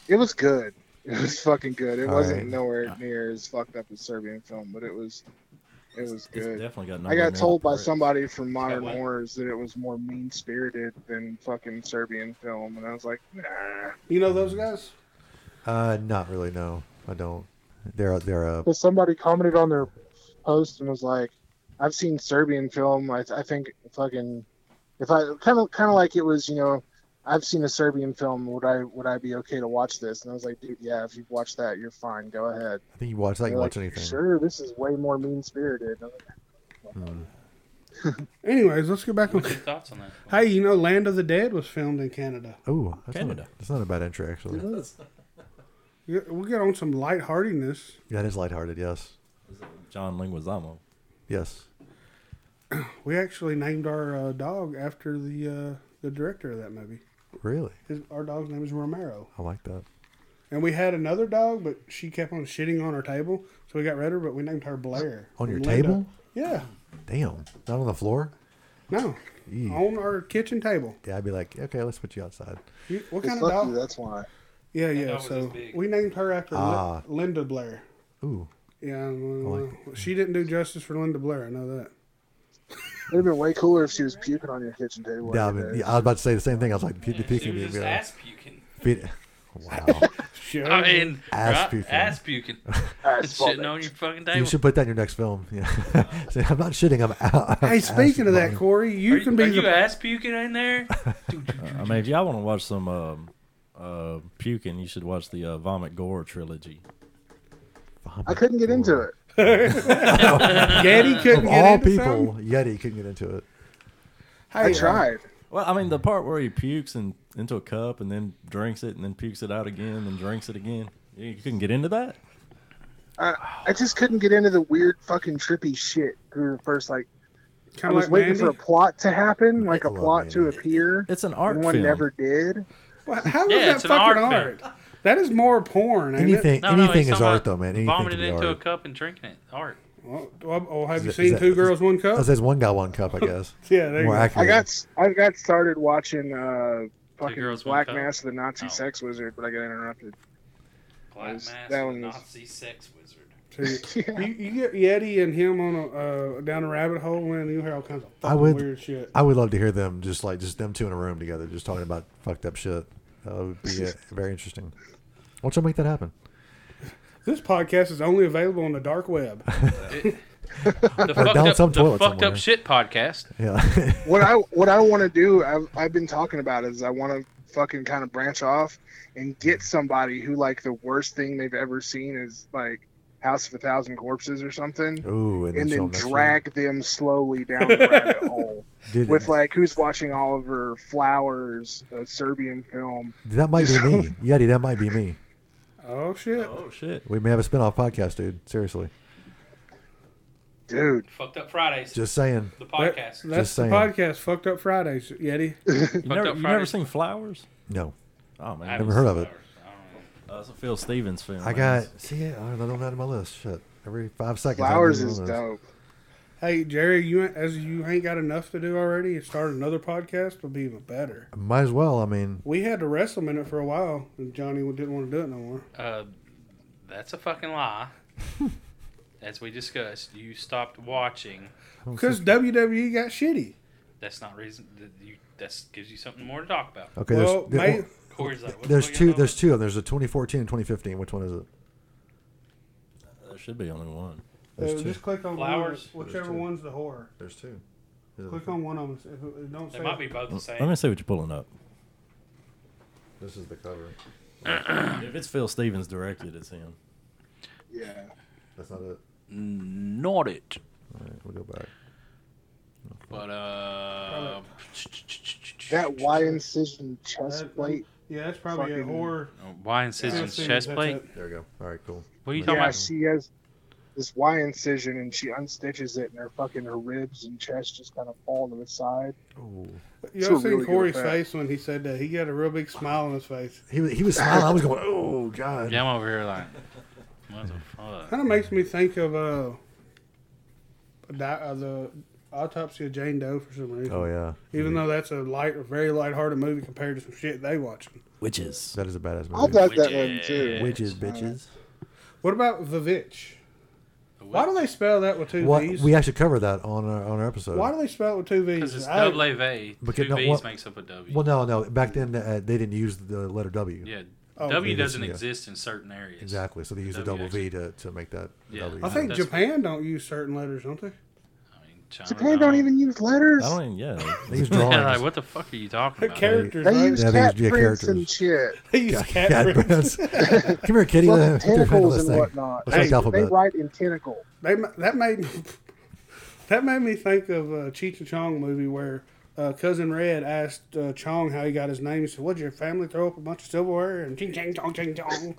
Speaker 5: it was good. It was fucking good. It
Speaker 7: All
Speaker 5: wasn't
Speaker 7: right.
Speaker 5: nowhere near as fucked up as Serbian film, but it was, it was
Speaker 6: It's
Speaker 5: good.
Speaker 6: definitely got.
Speaker 5: I got
Speaker 6: numbers
Speaker 5: told by
Speaker 6: correct.
Speaker 5: somebody from Modern
Speaker 8: what?
Speaker 5: Horrors that it was more mean spirited than fucking Serbian film, and I was like, nah.
Speaker 4: You know those guys?
Speaker 7: Uh, not really. No, I don't. They're they're uh,
Speaker 5: Because somebody commented on their post and was like, "I've seen Serbian film. I, I think fucking if I kind of kind of like it was, you know, I've seen a Serbian film. Would I would I be okay to watch this?" And I was like, "Dude, yeah, if you've watched that, you're fine. Go ahead."
Speaker 7: I think you watch that. You
Speaker 5: They're
Speaker 7: watch
Speaker 5: like,
Speaker 7: anything.
Speaker 5: Sure, this is way more mean spirited.
Speaker 4: Anyways, let's get back on.
Speaker 8: What's your thoughts on that?
Speaker 4: Hey, you know, Land of the Dead was filmed in Canada.
Speaker 7: Oh, that's Not,
Speaker 6: Canada.
Speaker 7: that's not a bad entry actually.
Speaker 4: Yeah, We'll get on some lightheartedness.
Speaker 7: That is lighthearted. Yes,
Speaker 6: John Linguizamo.
Speaker 7: yes.
Speaker 4: We actually named our uh, dog after the uh, the director of that movie.
Speaker 7: Really,
Speaker 4: His, our dog's name is Romero,
Speaker 7: I like that.
Speaker 4: and we had another dog, but she kept on shitting on our table, so we got rid of her. But we named her Blair.
Speaker 7: On your
Speaker 4: Linda.
Speaker 7: table?
Speaker 4: Yeah.
Speaker 7: Damn, not on the floor.
Speaker 4: No.
Speaker 7: Ew.
Speaker 4: On our kitchen table.
Speaker 7: Yeah, I'd be like, okay, let's put you outside.
Speaker 4: You- What
Speaker 5: It's
Speaker 4: kind of
Speaker 5: lucky.
Speaker 4: dog?
Speaker 5: That's why.
Speaker 4: Yeah,
Speaker 8: dog
Speaker 4: yeah.
Speaker 8: was
Speaker 4: So
Speaker 8: this big.
Speaker 4: we named her after Lin-
Speaker 7: Ah.
Speaker 4: Linda Blair.
Speaker 7: Ooh,
Speaker 4: Yeah, well,
Speaker 7: I like
Speaker 4: well, she didn't do justice for Linda Blair. I know that.
Speaker 5: It'd have been way cooler if she was puking on your kitchen table.
Speaker 7: yeah, I,
Speaker 5: every
Speaker 7: mean,
Speaker 5: day.
Speaker 7: yeah, I was about to say the same thing. I was like, pu- the puking.
Speaker 8: Dude,
Speaker 7: would
Speaker 8: just
Speaker 7: be like-
Speaker 8: ass puking.
Speaker 7: feed- Wow,
Speaker 4: Sure.
Speaker 8: I mean,
Speaker 7: Ass
Speaker 8: right?
Speaker 7: puking.
Speaker 8: Ass puking.
Speaker 5: That's
Speaker 8: It's
Speaker 5: fucked
Speaker 8: sitting on
Speaker 5: up.
Speaker 8: your fucking
Speaker 7: you
Speaker 8: table.
Speaker 7: should put that in your next film. Yeah, Say, I'm not shitting. I'm out.
Speaker 4: hey, speaking of that, Corey, you
Speaker 8: Are you,
Speaker 4: can be
Speaker 8: are you
Speaker 4: the.
Speaker 8: ass puking in there?
Speaker 6: I mean, if y'all want to watch some um, uh, puking, you should watch the uh, Vomit Gore trilogy.
Speaker 5: I couldn't get into it.
Speaker 4: Yeti couldn't get
Speaker 7: All
Speaker 4: into
Speaker 7: people,
Speaker 4: something?
Speaker 7: Yeti couldn't get into it.
Speaker 5: I
Speaker 6: uh,
Speaker 5: tried.
Speaker 6: Well, I mean, the part where he pukes and into a cup and then drinks it and then pukes it out again and drinks it again. You couldn't get into that?
Speaker 5: I just couldn't get into the weird fucking trippy shit through the first like I
Speaker 4: Kind of
Speaker 5: was
Speaker 4: like
Speaker 5: waiting
Speaker 4: Mandy.
Speaker 5: for a plot to happen, like a
Speaker 7: love
Speaker 5: plot to
Speaker 7: Mandy.
Speaker 5: appear.
Speaker 6: It's an art
Speaker 5: And one
Speaker 6: film.
Speaker 5: never did.
Speaker 4: Well, how was
Speaker 8: Yeah,
Speaker 4: that
Speaker 8: it's an
Speaker 4: fucking
Speaker 8: art
Speaker 4: art? That is more porn. ain't it?
Speaker 7: Anything,
Speaker 8: No, no,
Speaker 7: anything
Speaker 8: he's
Speaker 7: is
Speaker 8: talking
Speaker 7: art,
Speaker 8: about
Speaker 7: though, man. Anything
Speaker 8: Vomiting
Speaker 7: can be
Speaker 8: into
Speaker 7: art.
Speaker 8: a cup and drinking it. Art.
Speaker 4: Well, well, oh, have you
Speaker 7: Is that-
Speaker 4: seen
Speaker 7: is
Speaker 4: Two
Speaker 7: that-
Speaker 4: Girls, One
Speaker 7: I
Speaker 4: Cup?
Speaker 7: says one guy, one cup, I guess.
Speaker 4: Yeah, there you
Speaker 7: More
Speaker 4: go.
Speaker 7: accurate.
Speaker 5: I got I got started watching uh, fucking
Speaker 8: Girls, One
Speaker 5: Black
Speaker 8: Cup.
Speaker 5: Mass of the Nazi
Speaker 8: Oh.
Speaker 5: Sex Wizard, but I got interrupted.
Speaker 8: Black
Speaker 5: Yes,
Speaker 8: mask,
Speaker 5: that
Speaker 8: the
Speaker 5: one is-
Speaker 8: Nazi sex wizard.
Speaker 4: So
Speaker 5: Yeah.
Speaker 4: you, you get Yeti and him on a uh, down a rabbit hole, man. You hear all kinds of
Speaker 7: I
Speaker 4: fucking
Speaker 7: would-
Speaker 4: weird shit.
Speaker 7: I would love to hear them just like just them two in a room together, just talking about fucked up shit. That would be uh, very interesting. Why don't you make that happen?
Speaker 4: This podcast is only available on the dark web.
Speaker 8: The fucked
Speaker 7: down
Speaker 8: up,
Speaker 7: some
Speaker 8: the
Speaker 7: toilet
Speaker 8: fucked
Speaker 7: somewhere.
Speaker 8: up shit podcast.
Speaker 7: Yeah,
Speaker 5: What I what I want to do, I've I've been talking about is I want to fucking kind of branch off and get somebody who like the worst thing they've ever seen is like House of a Thousand Corpses or something.
Speaker 7: Ooh, and, show
Speaker 5: and then
Speaker 7: them that shit.
Speaker 5: drag them slowly down the rabbit hole
Speaker 7: Dude,
Speaker 5: with like who's watching Oliver Flowers, a Serbian film.
Speaker 7: that might be me, Yeti. That might be me.
Speaker 4: Oh shit!
Speaker 6: Oh shit!
Speaker 7: We may have a spinoff podcast, dude. Seriously,
Speaker 5: Dude,
Speaker 8: Fucked up Fridays.
Speaker 7: just saying.
Speaker 8: the
Speaker 4: That-
Speaker 8: podcast.
Speaker 4: that's the
Speaker 7: saying.
Speaker 4: podcast. Fucked up Fridays, Yeti.
Speaker 6: You
Speaker 8: up
Speaker 6: never, you never
Speaker 8: Fridays.
Speaker 6: seen Flowers?
Speaker 7: No,
Speaker 6: Oh man,
Speaker 8: I
Speaker 7: never heard of it.
Speaker 6: Uh, it's a Phil Stevens film.
Speaker 7: I
Speaker 6: man.
Speaker 7: got see it. I don't have it on my list. Shit, every five seconds. I
Speaker 5: Flowers
Speaker 7: have it on
Speaker 5: is
Speaker 7: my list.
Speaker 5: dope.
Speaker 4: Hey Jerry, you ain't- as you ain't got enough to do already, you start another podcast will be even better.
Speaker 7: Might as well. I mean,
Speaker 4: We had to wrestle minute for a while, and Johnny didn't want to do it no more.
Speaker 8: Uh, that's a fucking lie. As we discussed, you stopped watching.
Speaker 4: Because WWE E got shitty.
Speaker 8: That's not reason. That you that gives you something more to talk about.
Speaker 7: okay.
Speaker 4: well,
Speaker 7: there's, there-
Speaker 4: may-
Speaker 8: Corey's like, what the
Speaker 7: there's
Speaker 8: fuck y'all
Speaker 7: two.
Speaker 8: doing?
Speaker 7: There's two of them. There's a 2014 and 2015. Which one is it?
Speaker 6: There should be only one.
Speaker 4: uh,
Speaker 7: There's two.
Speaker 4: just click on
Speaker 8: Flowers.
Speaker 4: One, whichever one's the horror.
Speaker 7: There's two.
Speaker 4: Click on one of them. If it- it don't say
Speaker 8: They might be both the
Speaker 6: Let
Speaker 8: same.
Speaker 6: me see what you're pulling up.
Speaker 7: This is the cover.
Speaker 6: If it's Phil Stevens directed, it's him.
Speaker 5: Yeah.
Speaker 7: That's not it.
Speaker 1: Not it.
Speaker 7: All right, we'll go back.
Speaker 8: But uh,
Speaker 5: That wide incision chest
Speaker 4: That-
Speaker 5: plate.
Speaker 4: Yeah, that's probably a
Speaker 5: Fucking-
Speaker 4: horror.
Speaker 8: why incisions
Speaker 4: Yeah.
Speaker 8: chest plate?
Speaker 7: There we go. All right, cool.
Speaker 8: What are you
Speaker 7: Yeah,
Speaker 8: talking
Speaker 5: Yeah,
Speaker 8: about?
Speaker 5: she has this Y incision and she unstitches it and her fucking her ribs and chest just kind of fall to the side.
Speaker 4: You
Speaker 5: a
Speaker 4: ever seen
Speaker 5: really good
Speaker 4: Corey's
Speaker 5: effect.
Speaker 4: face when he said that? He got a real big smile on his face.
Speaker 7: He was, he was smiling. I was going, oh god.
Speaker 8: Yeah, I'm over here like, what the fuck?
Speaker 4: Kind of makes me think of uh, di- uh, the autopsy of Jane Doe for some reason.
Speaker 7: Oh yeah.
Speaker 4: Even though that's a light, a very light-hearted movie compared to some shit they watching.
Speaker 6: Witches.
Speaker 7: that is a badass
Speaker 5: I
Speaker 7: movie.
Speaker 5: thought that one too.
Speaker 7: Witches, bitches.
Speaker 4: What about Vivitch? Why do they spell that with two
Speaker 7: What
Speaker 4: V's?
Speaker 7: we actually covered that on our on our episode.
Speaker 4: Why do they spell it with two V's?
Speaker 8: Because it's
Speaker 4: I-
Speaker 8: double V.
Speaker 7: Because
Speaker 8: Two
Speaker 7: no,
Speaker 8: V's
Speaker 7: what-
Speaker 8: makes up a W.
Speaker 7: Well, no, no. Back then, uh, they didn't use the letter W.
Speaker 8: yeah,
Speaker 4: Oh,
Speaker 8: W
Speaker 7: it is,
Speaker 8: doesn't
Speaker 7: yeah.
Speaker 8: exist in certain areas.
Speaker 7: Exactly. So they used the
Speaker 8: W
Speaker 7: double V to, to make that
Speaker 8: Yeah.
Speaker 7: W.
Speaker 4: I think
Speaker 8: That's-
Speaker 4: Japan don't use certain letters, don't they?
Speaker 8: I mean, China
Speaker 5: Japan don't even use letters.
Speaker 6: I don't even. Yeah.
Speaker 7: they used
Speaker 8: Yeah,
Speaker 7: drawings.
Speaker 8: like, what the fuck are you talking about?
Speaker 4: characters,
Speaker 5: They
Speaker 4: right?
Speaker 5: use
Speaker 7: Yeah, they
Speaker 5: cat
Speaker 7: use- yeah,
Speaker 5: prints
Speaker 7: characters.
Speaker 5: and shit.
Speaker 4: They use cat,
Speaker 7: Cat
Speaker 4: rings.
Speaker 7: brands. Come here, kitty.
Speaker 5: Fucking
Speaker 7: Let- let me handle
Speaker 5: tentacles
Speaker 7: this
Speaker 5: and
Speaker 7: thing.
Speaker 5: whatnot.
Speaker 7: Let's take the
Speaker 5: they
Speaker 7: alphabet.
Speaker 5: write in tentacle.
Speaker 4: They ma- that made me, that made me think of a Cheech and Chong movie where uh, cousin Red asked uh, Chong how he got his name. He said, "What'd your family throw up a bunch of silverware?" And ching chang chong ching chong.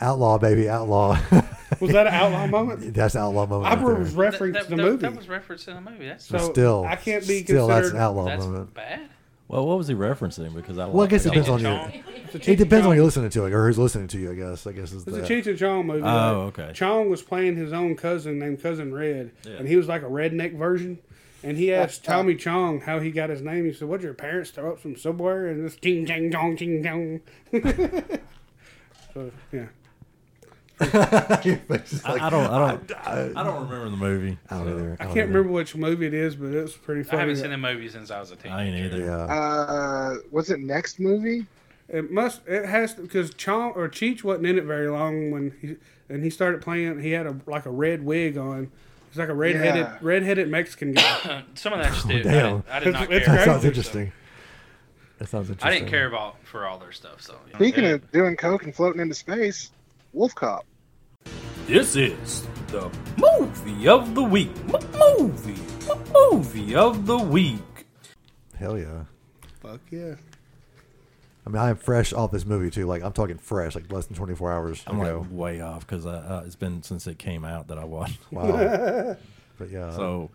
Speaker 7: Outlaw, baby, outlaw.
Speaker 4: Was that an outlaw moment?
Speaker 7: That's outlaw moment.
Speaker 4: I
Speaker 7: Right
Speaker 4: was
Speaker 7: there.
Speaker 8: That,
Speaker 4: referencing
Speaker 8: that,
Speaker 4: the
Speaker 8: that-
Speaker 4: movie.
Speaker 8: that was referenced in the movie. That's
Speaker 4: So
Speaker 7: still,
Speaker 4: I can't be
Speaker 7: still. That's
Speaker 4: considered.
Speaker 7: an outlaw
Speaker 8: that's
Speaker 7: moment.
Speaker 8: bad.
Speaker 6: Well, what was he referencing? Because I.
Speaker 7: Well, I guess it
Speaker 6: I
Speaker 7: depends on
Speaker 8: Cheech
Speaker 7: you.
Speaker 8: and
Speaker 7: It depends on you listening to it or who's listening to you. I guess. I guess is
Speaker 4: It's a
Speaker 7: that.
Speaker 4: Cheech and Chong movie.
Speaker 6: Oh,
Speaker 4: like,
Speaker 6: okay.
Speaker 4: Chong was playing his own cousin named Cousin Red, and he was like a redneck version. And he asked Tommy Chong how he got his name. He said, "What'd your parents throw up some silverware?" And this ching chang chong ching chong. so yeah,
Speaker 7: Your face is like,
Speaker 6: I don't. I don't. I, don't remember the movie.
Speaker 7: I don't either.
Speaker 4: I
Speaker 7: don't
Speaker 4: can't
Speaker 7: either.
Speaker 4: remember which movie it is, but it's pretty
Speaker 8: I
Speaker 4: funny.
Speaker 8: haven't seen the movie since I was a
Speaker 6: I
Speaker 8: teenager.
Speaker 6: ain't either.
Speaker 7: Yeah.
Speaker 5: Uh, was it next movie?
Speaker 4: It must. It has because Chong or Cheech wasn't in it very long when he and he started playing. He had a like a red wig on. He's like a redheaded
Speaker 5: Yeah.
Speaker 4: redheaded Mexican guy.
Speaker 8: Some of that shit, I,
Speaker 7: damn.
Speaker 8: didn't, I did not
Speaker 4: It's- it's
Speaker 8: care.
Speaker 4: great.
Speaker 7: That sounds
Speaker 8: So-
Speaker 7: interesting. That sounds interesting.
Speaker 8: I didn't care about for all their stuff. So you know.
Speaker 5: Speaking of doing coke and floating into space, Wolf Cop.
Speaker 3: This is the movie of the week. Movie. Movie of the week.
Speaker 7: Hell yeah.
Speaker 4: Fuck yeah.
Speaker 7: I mean, I am fresh off this movie too. Like I'm talking fresh, like less than 24 hours
Speaker 6: I'm
Speaker 7: ago.
Speaker 6: like way off because uh, it's been since it came out that I watched.
Speaker 7: wow. But yeah,
Speaker 6: So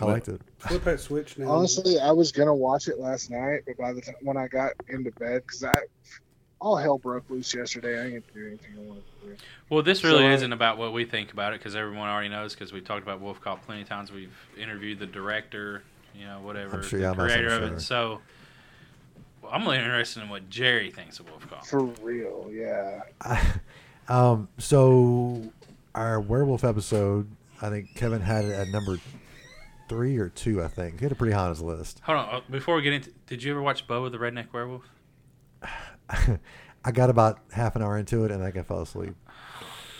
Speaker 7: I liked it.
Speaker 4: Flip that switch now.
Speaker 5: Honestly, I was gonna watch it last night, but by the time when I got into bed, because I all hell broke loose yesterday. I didn't do anything I wanted to do.
Speaker 8: Well, this really
Speaker 5: So, uh,
Speaker 8: isn't about what we think about it because everyone already knows because we've talked about Wolf Cop plenty of times. We've interviewed the director, you know, whatever,
Speaker 7: I'm sure
Speaker 8: the
Speaker 7: y'all must
Speaker 8: creator of
Speaker 7: understand.
Speaker 8: it. So well, I'm really interested in what Jerry thinks of Wolf Cop.
Speaker 5: For real, yeah.
Speaker 7: Um, so our werewolf episode, I think Kevin had it at number three or two. I think he had a pretty high on his list.
Speaker 8: Hold on, uh, before we get into, did you ever watch Bubba the Redneck Werewolf?
Speaker 7: I got about half an hour into it and I think I fell asleep.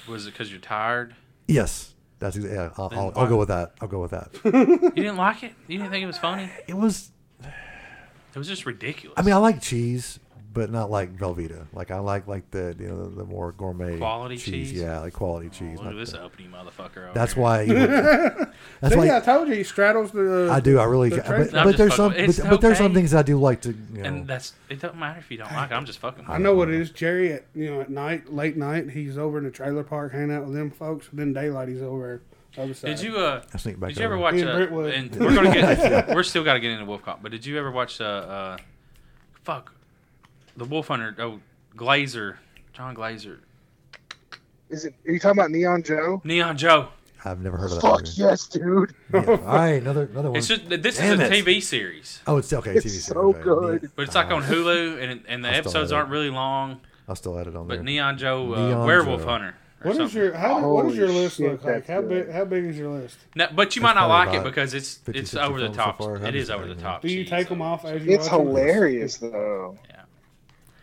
Speaker 8: Was it because you're tired?
Speaker 7: Yes, that's exa- yeah. I'll, I'll, I'll go with that. I'll go with that.
Speaker 8: You didn't like it? You didn't think it was funny?
Speaker 7: It was.
Speaker 8: It was just ridiculous.
Speaker 7: I mean, I like cheese, but not like Velveeta. Like I like like the you know the, the more gourmet
Speaker 8: Quality cheese?
Speaker 7: Yeah, like quality cheese.
Speaker 8: look
Speaker 7: not
Speaker 8: at this
Speaker 7: the-
Speaker 8: uppity motherfucker. Over
Speaker 7: that's
Speaker 8: here.
Speaker 7: why. You would, that's
Speaker 4: See,
Speaker 7: why
Speaker 4: yeah, I told you he straddles the.
Speaker 7: I do. I really.
Speaker 4: the
Speaker 7: But,
Speaker 4: trade-
Speaker 7: but,
Speaker 8: I'm just
Speaker 7: there's some.
Speaker 8: fucking-
Speaker 7: But,
Speaker 8: it's
Speaker 7: but there's some
Speaker 8: okay.
Speaker 7: things I do like to. You know,
Speaker 8: And that's it. Doesn't matter if you don't like it. I'm just fucking.
Speaker 4: I
Speaker 8: With
Speaker 4: know what it is. Jerry, at you know, at night, late night, he's over in the trailer park hanging out with them folks. Then daylight, he's over the other
Speaker 8: it.
Speaker 4: side.
Speaker 8: Did you uh?
Speaker 7: I sneak back.
Speaker 8: Did you ever
Speaker 7: over.
Speaker 8: watch?
Speaker 4: Me and
Speaker 8: Uh,
Speaker 4: Brent would.
Speaker 8: and we're gonna get. we're still gotta get into Wolf Cop. But did you ever watch? Uh, uh fuck, the Wolf Hunter. Oh, Glazer, John Glazer,
Speaker 5: Is it? Are you talking about Neon Joe?
Speaker 8: Neon Joe.
Speaker 7: I've never heard of that.
Speaker 5: Fuck
Speaker 7: movie.
Speaker 5: yes, dude.
Speaker 7: Yeah. All right, another another one.
Speaker 8: It's just this
Speaker 7: Damn
Speaker 8: is a
Speaker 7: it.
Speaker 8: TV series,
Speaker 7: oh, it's okay.
Speaker 5: It's
Speaker 7: TV
Speaker 5: so
Speaker 7: series, okay.
Speaker 5: good.
Speaker 7: Yeah,
Speaker 8: but it's like on Hulu, and and the
Speaker 7: I still
Speaker 8: episodes
Speaker 7: have it.
Speaker 8: aren't really long.
Speaker 7: I'll still add it on
Speaker 8: But
Speaker 7: there.
Speaker 8: Neon Joe, uh,
Speaker 7: Neon
Speaker 8: Werewolf
Speaker 7: Joe.
Speaker 8: Hunter. or
Speaker 4: What is
Speaker 8: something.
Speaker 4: your how, what does
Speaker 5: Holy
Speaker 4: your list
Speaker 5: shit,
Speaker 4: look like?
Speaker 5: that's
Speaker 4: How
Speaker 5: good.
Speaker 4: big how big is your list?
Speaker 8: No, but you might
Speaker 7: It's
Speaker 8: not
Speaker 7: probably
Speaker 8: like it
Speaker 7: about
Speaker 8: because it's
Speaker 7: 50,
Speaker 8: it's
Speaker 7: 60
Speaker 8: over the
Speaker 7: films so
Speaker 8: top.
Speaker 7: far. I
Speaker 8: it
Speaker 7: haven't
Speaker 8: is
Speaker 7: seen
Speaker 8: over the
Speaker 7: anything.
Speaker 8: top.
Speaker 4: Do you
Speaker 8: Jeez.
Speaker 4: take them off as you
Speaker 5: It's
Speaker 4: watch 'em?
Speaker 5: hilarious though.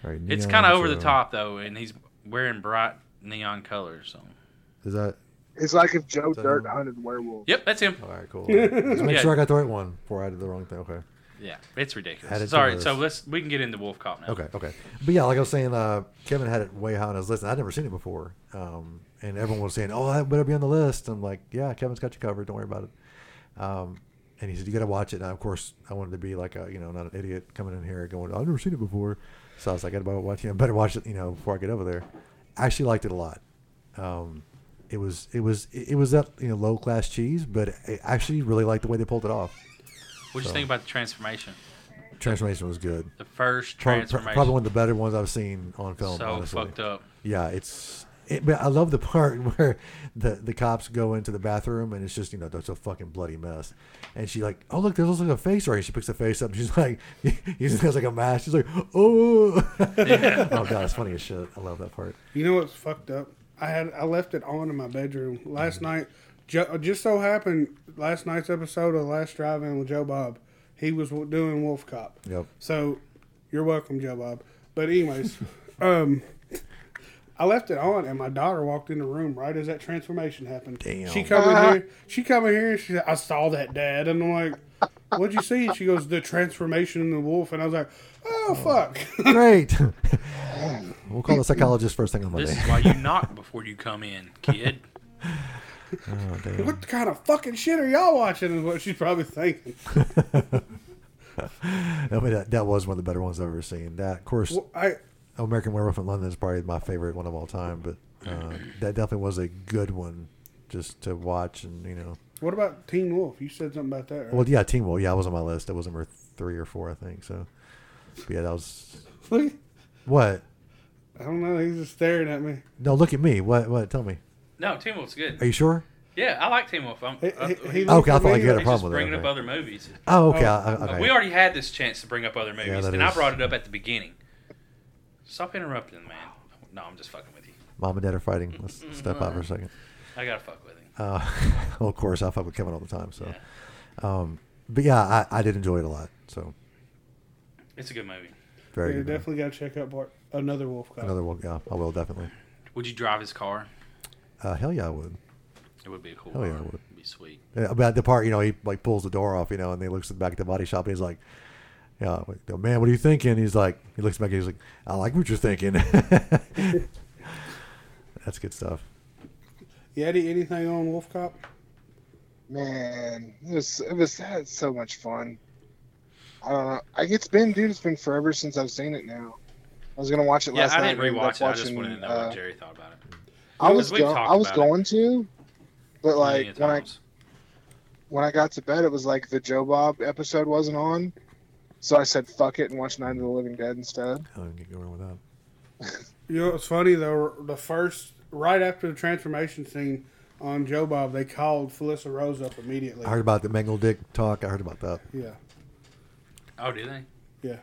Speaker 7: All right,
Speaker 8: It's
Speaker 7: Neon
Speaker 8: kind of over the
Speaker 7: Joe.
Speaker 8: top though, and he's wearing bright neon colors. So.
Speaker 7: Is that
Speaker 5: It's like if Joe
Speaker 7: that
Speaker 5: Dirt
Speaker 7: him?
Speaker 5: hunted werewolves.
Speaker 8: Yep, that's him.
Speaker 7: all right? Cool. All right. Just make
Speaker 8: Yeah.
Speaker 7: sure I got the right one before I did the wrong thing. Okay.
Speaker 8: Yeah, it's ridiculous.
Speaker 7: Add it to
Speaker 8: Sorry,
Speaker 7: the
Speaker 8: so
Speaker 7: list.
Speaker 8: let's we can get into Wolf Cop now.
Speaker 7: Okay, okay. But yeah, like I was saying, uh, Kevin had it way high on his list, and I'd never seen it before. Um, and everyone was saying, "Oh, that better be on the list." I'm like, "Yeah, Kevin's got you covered. Don't worry about it." Um, and he said, "You got to watch it." And of course, I wanted to be like a you know not an idiot coming in here going, "I've never seen it before," so I was like, "I better watch it. I better watch it, you know, before I get over there." I actually liked it a lot. Um, it was it was it was that you know low class cheese, but I actually really liked the way they pulled it off.
Speaker 8: What do you think about the transformation?
Speaker 7: Transformation was good.
Speaker 8: The first
Speaker 7: Pro- pro-
Speaker 8: transformation.
Speaker 7: Probably one of the better ones I've seen on film.
Speaker 8: so
Speaker 7: honestly.
Speaker 8: fucked up.
Speaker 7: Yeah, it's. It, but I love the part where the the cops go into the bathroom and it's just you know that's a fucking bloody mess, and she like oh look there's also a face right here. she picks the face up and she's like he just has like a mask she's like oh oh god it's funny as shit I love that part
Speaker 4: You know what's fucked up? I had I left it on in my bedroom
Speaker 8: Mm-hmm.
Speaker 4: last night. Ju- uh, just so happened last night's episode of the Last Drive In with Joe Bob, he was w- doing Wolf Cop.
Speaker 7: yep
Speaker 4: So you're welcome, Joe Bob. But anyways, um, I left it on, and my daughter walked in the room right as that transformation happened.
Speaker 7: Damn.
Speaker 4: She come in here. She come in here, and she said, "I saw that, Dad." And I'm like, "What'd you see?" She goes, "The transformation in the wolf." And I was like, "Oh fuck."
Speaker 7: great we'll call the psychologist first thing on Monday
Speaker 8: This is why you knock before you come in, kid.
Speaker 7: oh, damn.
Speaker 4: What kind of fucking shit are y'all watching? Is what she's probably thinking.
Speaker 7: I mean, that, that was one of the better ones I've ever seen that of course
Speaker 4: Well, I
Speaker 7: American Werewolf in London is probably my favorite one of all time but uh, that definitely was a good one just to watch and you know.
Speaker 4: what about Teen Wolf? You said something about that. Right?
Speaker 7: Well, yeah, Teen Wolf. Yeah, I was on my list. That was number three or four, I think. So, but yeah, that was
Speaker 4: Look,
Speaker 7: what?
Speaker 4: I don't know. He's just staring at me.
Speaker 7: No, look at me. What? What? Tell me.
Speaker 8: No, Team Wolf's good.
Speaker 7: Are you sure?
Speaker 8: Yeah, I like Team Wolf. I'm,
Speaker 4: He-
Speaker 8: I-
Speaker 4: he- he
Speaker 7: Oh,
Speaker 4: looked
Speaker 7: okay, I
Speaker 4: at
Speaker 7: thought
Speaker 4: me
Speaker 7: you
Speaker 8: he's
Speaker 4: like-
Speaker 7: had a
Speaker 8: just
Speaker 7: problem with
Speaker 8: bringing
Speaker 7: that.
Speaker 8: up other movies.
Speaker 7: Oh, okay.
Speaker 4: Oh.
Speaker 7: I- I- okay.
Speaker 8: We already had this chance to bring up other movies,
Speaker 7: that
Speaker 8: and I
Speaker 7: is-
Speaker 8: brought it up at the beginning. Stop interrupting, man. No, I'm just fucking with you.
Speaker 7: Mom and Dad are fighting. Let's step out for a second.
Speaker 8: I gotta fuck with him.
Speaker 7: Uh, well, of course, I fuck with Kevin all the time. So, um, but yeah, I, I did enjoy it a lot. So,
Speaker 8: It's a good movie.
Speaker 7: very
Speaker 4: Yeah,
Speaker 7: good. man.
Speaker 4: definitely got to check out part, another Wolf Cop.
Speaker 7: Another one. Yeah, I will definitely.
Speaker 8: Would you drive his car?
Speaker 7: Uh, hell yeah, I would.
Speaker 8: It would be a cool.
Speaker 7: Oh, yeah,
Speaker 8: car.
Speaker 7: I would.
Speaker 8: It'd be sweet.
Speaker 7: Yeah, Uh, About the part, you know, he like pulls the door off, you know, and he looks back at the body shop and he's like, "Yeah, like, oh, man, what are you thinking?" He's like, he looks back and he's like, "I like what you're thinking." That's good stuff.
Speaker 4: Yeti, anything on Wolf Cop?
Speaker 5: Man, it was it was that was so much fun. I don't know. I it's been dude, it's been forever since I've seen it now. I was gonna watch it
Speaker 8: Yeah,
Speaker 5: last
Speaker 8: I
Speaker 5: night.
Speaker 8: didn't
Speaker 5: and ended up
Speaker 8: rewatch it. I just
Speaker 5: watching,
Speaker 8: wanted to know
Speaker 5: uh,
Speaker 8: what Jerry thought about it.
Speaker 5: I was
Speaker 8: Because we've
Speaker 5: go-
Speaker 8: talked
Speaker 5: I was
Speaker 8: about it
Speaker 5: going to, but
Speaker 8: Many a
Speaker 5: like when I
Speaker 8: times.
Speaker 5: when I got to bed, it was like the Joe Bob episode wasn't on, so I said fuck it and watched Night of the Living Dead instead.
Speaker 7: I don't get going with that.
Speaker 4: You know what's funny though? The first, right after the transformation scene on Joe Bob, they called Felissa Rose up immediately.
Speaker 7: I heard about the Mangle Dick talk. I heard about that.
Speaker 4: Yeah,
Speaker 8: Oh, do they?
Speaker 4: yeah.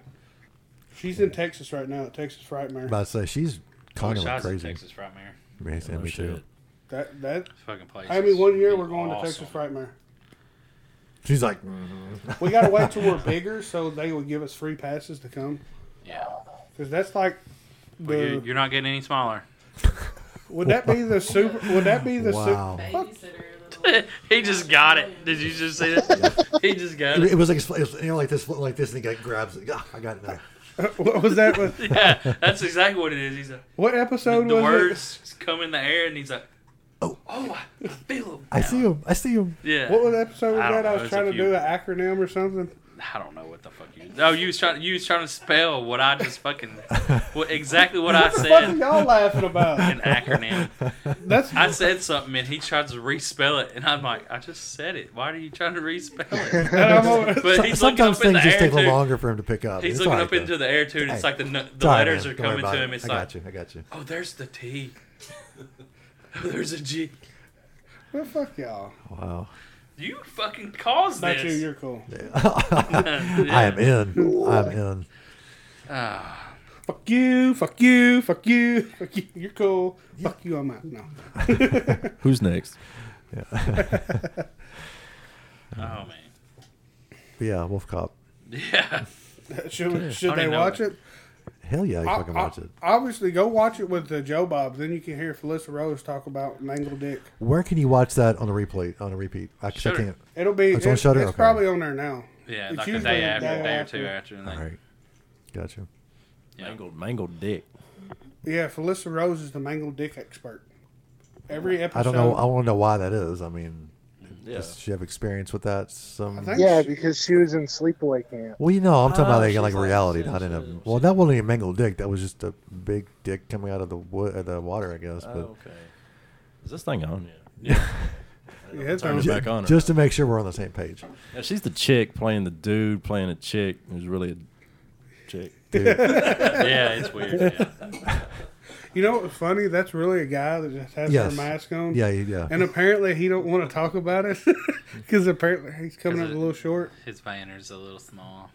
Speaker 4: She's in Texas right now at Texas Frightmare.
Speaker 7: About to say she's
Speaker 8: I wish
Speaker 7: kind of
Speaker 8: I
Speaker 7: like
Speaker 8: was in
Speaker 7: crazy.
Speaker 8: Texas Frightmare.
Speaker 7: Me, yeah,
Speaker 6: Oh,
Speaker 7: me too.
Speaker 6: shit.
Speaker 4: That that.
Speaker 8: This fucking place.
Speaker 4: I mean,
Speaker 8: is
Speaker 4: one year we're going to
Speaker 8: awesome.
Speaker 4: Texas Frightmare.
Speaker 7: She's like,
Speaker 4: We gotta wait till we're bigger so they would give us free passes to come.
Speaker 8: Yeah.
Speaker 4: Because that's like
Speaker 8: Well, you-
Speaker 4: the.
Speaker 8: you're not getting any smaller.
Speaker 4: Would that be the super? Would that be the
Speaker 7: wow.
Speaker 10: Babysitter.
Speaker 8: he just got it. Did you just say that? he just got
Speaker 7: It
Speaker 8: it.
Speaker 7: was like it was, you know, like this, like this, and he like, grabs it. Ah, I got it now.
Speaker 4: super? What was that? What,
Speaker 8: Yeah, that's exactly what it is. He's like,
Speaker 4: what
Speaker 8: the,
Speaker 4: episode
Speaker 8: the
Speaker 4: was
Speaker 8: words come in the air, and he's like,
Speaker 7: Oh.
Speaker 8: oh, I feel him.
Speaker 7: I see him. I see him.
Speaker 8: Yeah.
Speaker 4: it? What was episode was
Speaker 8: I don't
Speaker 4: that?
Speaker 8: know,
Speaker 4: I was
Speaker 8: there's a
Speaker 4: trying to
Speaker 8: few.
Speaker 4: do an acronym or something.
Speaker 8: I don't know what the fuck you. Oh, you was trying. You was trying to spell what I just fucking. What exactly what I
Speaker 4: What are
Speaker 8: said.
Speaker 4: y'all laughing about?
Speaker 8: An acronym.
Speaker 4: That's
Speaker 8: I said something and he tried to respell it, and I'm like, I just said it. Why are you trying to respell it?
Speaker 4: and I'm over-
Speaker 8: But he's looking
Speaker 7: Sometimes
Speaker 8: up in
Speaker 7: things
Speaker 8: the air
Speaker 7: just take a
Speaker 8: too.
Speaker 7: little longer for him to pick up.
Speaker 8: He's
Speaker 7: It's
Speaker 8: looking
Speaker 7: all right,
Speaker 8: up into
Speaker 7: though.
Speaker 8: the air too, and it's
Speaker 7: Hey,
Speaker 8: like the n-
Speaker 7: It's
Speaker 8: the
Speaker 7: all right,
Speaker 8: letters
Speaker 7: man.
Speaker 8: are
Speaker 7: Don't worry
Speaker 8: coming
Speaker 7: about
Speaker 8: to
Speaker 7: it.
Speaker 8: him. It's
Speaker 7: I
Speaker 8: like,
Speaker 7: got you. I got you.
Speaker 8: oh, there's the T. Oh, there's a G.
Speaker 4: well, fuck y'all.
Speaker 7: Wow.
Speaker 8: You fucking caused
Speaker 4: Not you.
Speaker 8: this.
Speaker 4: You're cool.
Speaker 7: I am in. I'm in.
Speaker 4: Fuck you. Fuck you. Fuck you. Fuck you. You're cool. Fuck you. I'm out. No.
Speaker 6: Who's next?
Speaker 8: Oh man.
Speaker 7: But yeah, Wolf Cop.
Speaker 8: Yeah.
Speaker 4: Should, should
Speaker 8: I
Speaker 4: they
Speaker 8: didn't know
Speaker 4: watch
Speaker 8: that.
Speaker 4: it?
Speaker 7: Hell yeah, you
Speaker 4: I-
Speaker 7: fucking
Speaker 4: I-
Speaker 7: watch it.
Speaker 4: Obviously, go watch it with uh, Joe Bob. Then you can hear Felissa Rose talk about Mangle Dick.
Speaker 7: Where can you watch that on a replay? On a repeat? I, 'cause I
Speaker 8: Shudder.
Speaker 7: can't.
Speaker 4: It'll be.
Speaker 7: It's on
Speaker 4: it's-
Speaker 7: Shudder?
Speaker 4: it's
Speaker 7: Okay.
Speaker 4: probably on there now.
Speaker 8: Yeah,
Speaker 4: It's
Speaker 8: like the
Speaker 4: usually
Speaker 8: day
Speaker 4: the
Speaker 8: after,
Speaker 4: day
Speaker 8: a day or
Speaker 4: after.
Speaker 8: two after, and
Speaker 7: All
Speaker 8: then
Speaker 7: right. Gotcha.
Speaker 6: Mangled, mangled dick.
Speaker 4: Yeah, Felissa Rose is the Mangle Dick expert. Every episode.
Speaker 7: I don't know. I want to know why that is. I mean,
Speaker 6: Yeah.
Speaker 7: does she have experience with
Speaker 4: I
Speaker 7: that? Some.
Speaker 4: think
Speaker 5: Yeah,
Speaker 4: she-
Speaker 5: because she was in sleepaway camp.
Speaker 7: Well, you know, I'm talking
Speaker 6: Oh,
Speaker 7: about like,
Speaker 6: she's
Speaker 7: like
Speaker 6: like-
Speaker 7: reality,
Speaker 6: yeah,
Speaker 7: not in a.
Speaker 6: she-
Speaker 7: Well, that wasn't a mangled dick. That was just a big dick coming out of the wood, uh, the water, I guess. But
Speaker 6: okay. Is this thing on? Yeah.
Speaker 4: yeah, it's
Speaker 6: Turn
Speaker 4: on-
Speaker 6: it back on. or
Speaker 7: just to make sure we're on the same page.
Speaker 6: Yeah, she's the chick playing the dude playing a chick who's really a chick.
Speaker 8: yeah, it's weird. Yeah.
Speaker 4: You know what's funny? That's really a guy that just has
Speaker 7: Yes.
Speaker 4: her mask on.
Speaker 7: Yeah, yeah.
Speaker 4: And apparently he don't want to talk about it because apparently he's coming
Speaker 8: 'Cause
Speaker 4: up a
Speaker 8: it-
Speaker 4: little short.
Speaker 8: His Vayner's a little small.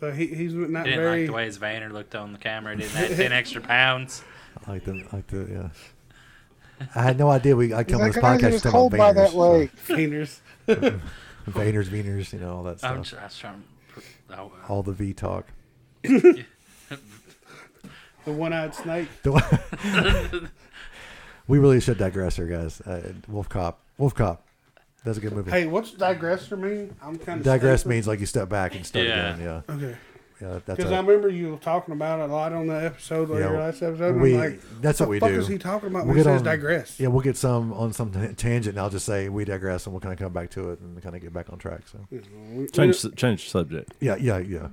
Speaker 4: So he, he's not
Speaker 8: I didn't
Speaker 4: very.
Speaker 8: like the way his Vayner looked on the camera. Didn't add ten extra pounds.
Speaker 7: I like the, I like the, yeah. I had no idea we. I
Speaker 5: He's
Speaker 7: come on
Speaker 5: like,
Speaker 7: this
Speaker 5: "Oh, he
Speaker 7: podcast
Speaker 5: was
Speaker 7: talking about
Speaker 5: cold by that
Speaker 7: Vayners,
Speaker 5: lake.
Speaker 4: Wieners.
Speaker 7: uh, Vayners, Veners, you know all that
Speaker 8: I'm
Speaker 7: stuff.
Speaker 8: tr- I was trying. to pr- Oh, wow.
Speaker 7: All the V talk.
Speaker 4: The one-eyed snake.
Speaker 7: we really should digress here, guys. Uh, Wolf Cop, Wolf Cop. That's a good movie.
Speaker 4: Hey, what's digressor mean? I'm kind of
Speaker 7: Digress means like you step back and start
Speaker 8: Yeah.
Speaker 7: again. Yeah,
Speaker 4: okay.
Speaker 7: yeah. That's
Speaker 4: Because I
Speaker 7: a,
Speaker 4: remember you were talking about it a lot on the episode
Speaker 7: Yeah,
Speaker 4: later last episode. and
Speaker 7: we-
Speaker 4: I'm like,
Speaker 7: that's
Speaker 4: the
Speaker 7: what we
Speaker 4: fuck
Speaker 7: do.
Speaker 4: is he talking about
Speaker 7: We'll
Speaker 4: when he
Speaker 7: get
Speaker 4: says
Speaker 7: on-
Speaker 4: digress?
Speaker 7: yeah. We'll get some on some t- tangent, and I'll just say we digress, and we'll kind of come back to it and kind of get back on track. So
Speaker 4: We-
Speaker 6: Change su- change subject.
Speaker 7: yeah, yeah, yeah.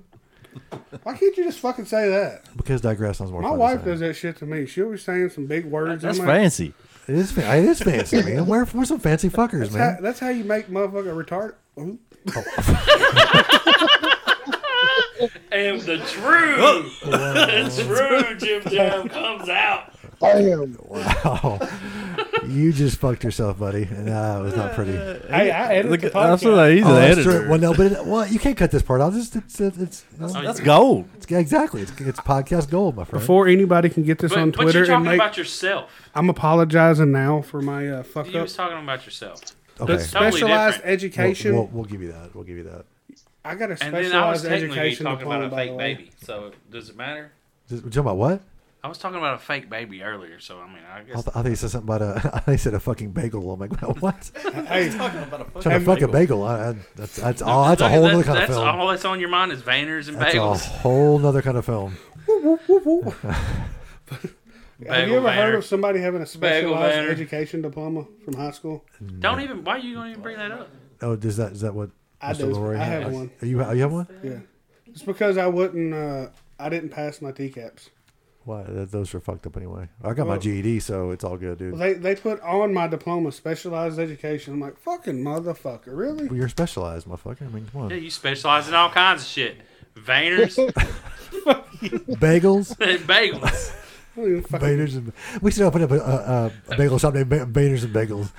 Speaker 4: Why can't you just fucking say that?
Speaker 7: Because digress sounds more.
Speaker 4: My
Speaker 7: fun to
Speaker 4: wife
Speaker 7: say.
Speaker 4: does that shit to me. She'll be saying some big words.
Speaker 6: That's
Speaker 4: I'm like,
Speaker 6: fancy.
Speaker 7: It is. Fa- it is fancy, man. We're, we're some fancy fuckers,
Speaker 4: That's how,
Speaker 7: man.
Speaker 4: that's how you make motherfucker retarded. Ooh.
Speaker 8: And the true, the true Jim Jam comes out.
Speaker 5: Bam!
Speaker 7: Wow. Oh, you just fucked yourself, buddy, and uh, it was not pretty.
Speaker 4: Hey, I edit
Speaker 6: Look,
Speaker 4: the
Speaker 6: at- that's what
Speaker 4: podcast.
Speaker 6: I- he's
Speaker 7: Oh,
Speaker 6: an
Speaker 7: that's
Speaker 6: editor.
Speaker 7: true. Well, no, but it, well, you can't cut this part out. It's, it's, it's, it's,
Speaker 6: That's gold.
Speaker 7: it's- exactly. It's, it's podcast gold, my friend.
Speaker 4: Before anybody can get this
Speaker 8: But,
Speaker 4: on
Speaker 8: but you're
Speaker 4: Twitter
Speaker 8: talking
Speaker 4: and make,
Speaker 8: about yourself.
Speaker 4: I'm apologizing now for my uh, fuck
Speaker 8: You
Speaker 4: up.
Speaker 8: was talking about yourself.
Speaker 7: okay.
Speaker 4: The specialized
Speaker 8: different.
Speaker 4: education.
Speaker 7: We'll, we'll, we'll give you that. We'll give you that.
Speaker 4: I got a
Speaker 8: And then I was
Speaker 4: specialized
Speaker 8: technically
Speaker 4: education
Speaker 8: talking about
Speaker 4: diploma.
Speaker 8: a
Speaker 4: By the
Speaker 8: fake
Speaker 4: way.
Speaker 8: baby. So does it matter?
Speaker 7: Just, talking about what?
Speaker 8: I was talking about a fake baby earlier. So I mean, I
Speaker 7: I,
Speaker 8: guess
Speaker 7: Oh, th- I thought you said something about a. I thought you said a fucking bagel. I'm like, what?
Speaker 4: Hey,
Speaker 7: Trying to fuck a bagel. I, I, that's that's all. oh, That's a whole
Speaker 8: That-
Speaker 7: other kind of
Speaker 8: that's
Speaker 7: film.
Speaker 8: all that's on your mind is Vayner's and
Speaker 7: That's a
Speaker 8: bagels.
Speaker 7: whole other kind of film.
Speaker 4: have you
Speaker 8: Bagel
Speaker 4: ever heard of
Speaker 8: Vayner.
Speaker 4: somebody having a specialized
Speaker 8: Vayner.
Speaker 4: education diploma from high school?
Speaker 8: Don't even. Why are you going to even bring that up?
Speaker 7: Oh, is that is that what?
Speaker 4: I
Speaker 7: Mr.
Speaker 4: do.
Speaker 7: Leroy
Speaker 4: I have
Speaker 7: has?
Speaker 4: one.
Speaker 7: You you have one?
Speaker 4: Yeah, it's because I wouldn't. Uh, I didn't pass my TCAPs.
Speaker 7: Why th- those are fucked up anyway? I got my
Speaker 4: Well-
Speaker 7: GED, so it's all good, dude.
Speaker 4: Well, They they put on my diploma specialized education. I'm like fucking motherfucker, really?
Speaker 7: Well, you're specialized, motherfucker. I mean, come on.
Speaker 8: Yeah, you specialize in all kinds of shit. Vayner's,
Speaker 7: bagels.
Speaker 8: bagels.
Speaker 4: I don't even fucking-
Speaker 7: Baders and we should open up a, a, a bagel shop named Ba- Baders and Bagels.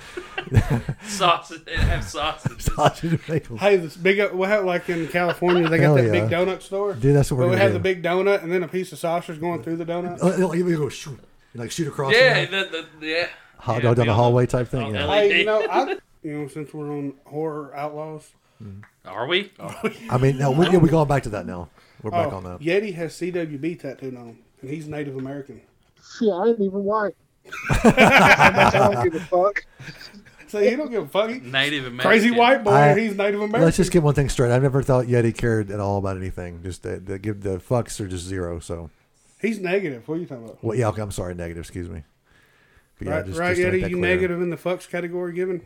Speaker 8: Sausage. They have sausages.
Speaker 7: Sausage and bagels.
Speaker 4: Hey, this big we have like in California, they got
Speaker 7: Hell
Speaker 4: that
Speaker 7: yeah.
Speaker 4: big donut store.
Speaker 7: Dude, that's what we're
Speaker 4: But we
Speaker 7: gonna
Speaker 4: have
Speaker 7: do.
Speaker 4: the big donut and then a piece of sausage going through the donut.
Speaker 7: Oh, it'll- it'll go shoot, like shoot across.
Speaker 8: Yeah,
Speaker 7: Yeah,
Speaker 8: the, the, yeah.
Speaker 7: hot
Speaker 8: yeah,
Speaker 7: dog down
Speaker 8: big
Speaker 7: the
Speaker 8: old-
Speaker 7: hallway type thing.
Speaker 8: Oh,
Speaker 7: yeah.
Speaker 8: hell
Speaker 4: Hey, you know, I, you know, since we're on horror outlaws,
Speaker 8: Are we?
Speaker 7: I mean, no, we, yeah, we're going back to that now. We're back
Speaker 4: oh,
Speaker 7: on that.
Speaker 4: Yeti has CWB tattooed on him, and he's Native American.
Speaker 5: Yeah, I didn't even white. I don't give a fuck.
Speaker 4: So he don't give a fuck. He-
Speaker 8: Native American.
Speaker 4: Crazy white boy,
Speaker 7: I-
Speaker 4: he's Native American.
Speaker 7: Let's just get one thing straight. I never thought Yeti cared at all about anything. Just the, the, give the fucks are just zero. So,
Speaker 4: he's negative. What are you talking about?
Speaker 7: well, yeah, okay, I'm sorry, negative. Excuse me. But
Speaker 4: right,
Speaker 7: just-
Speaker 4: right
Speaker 7: just to make
Speaker 4: Yeti,
Speaker 7: that
Speaker 4: you
Speaker 7: clear.
Speaker 4: negative in the fucks category given?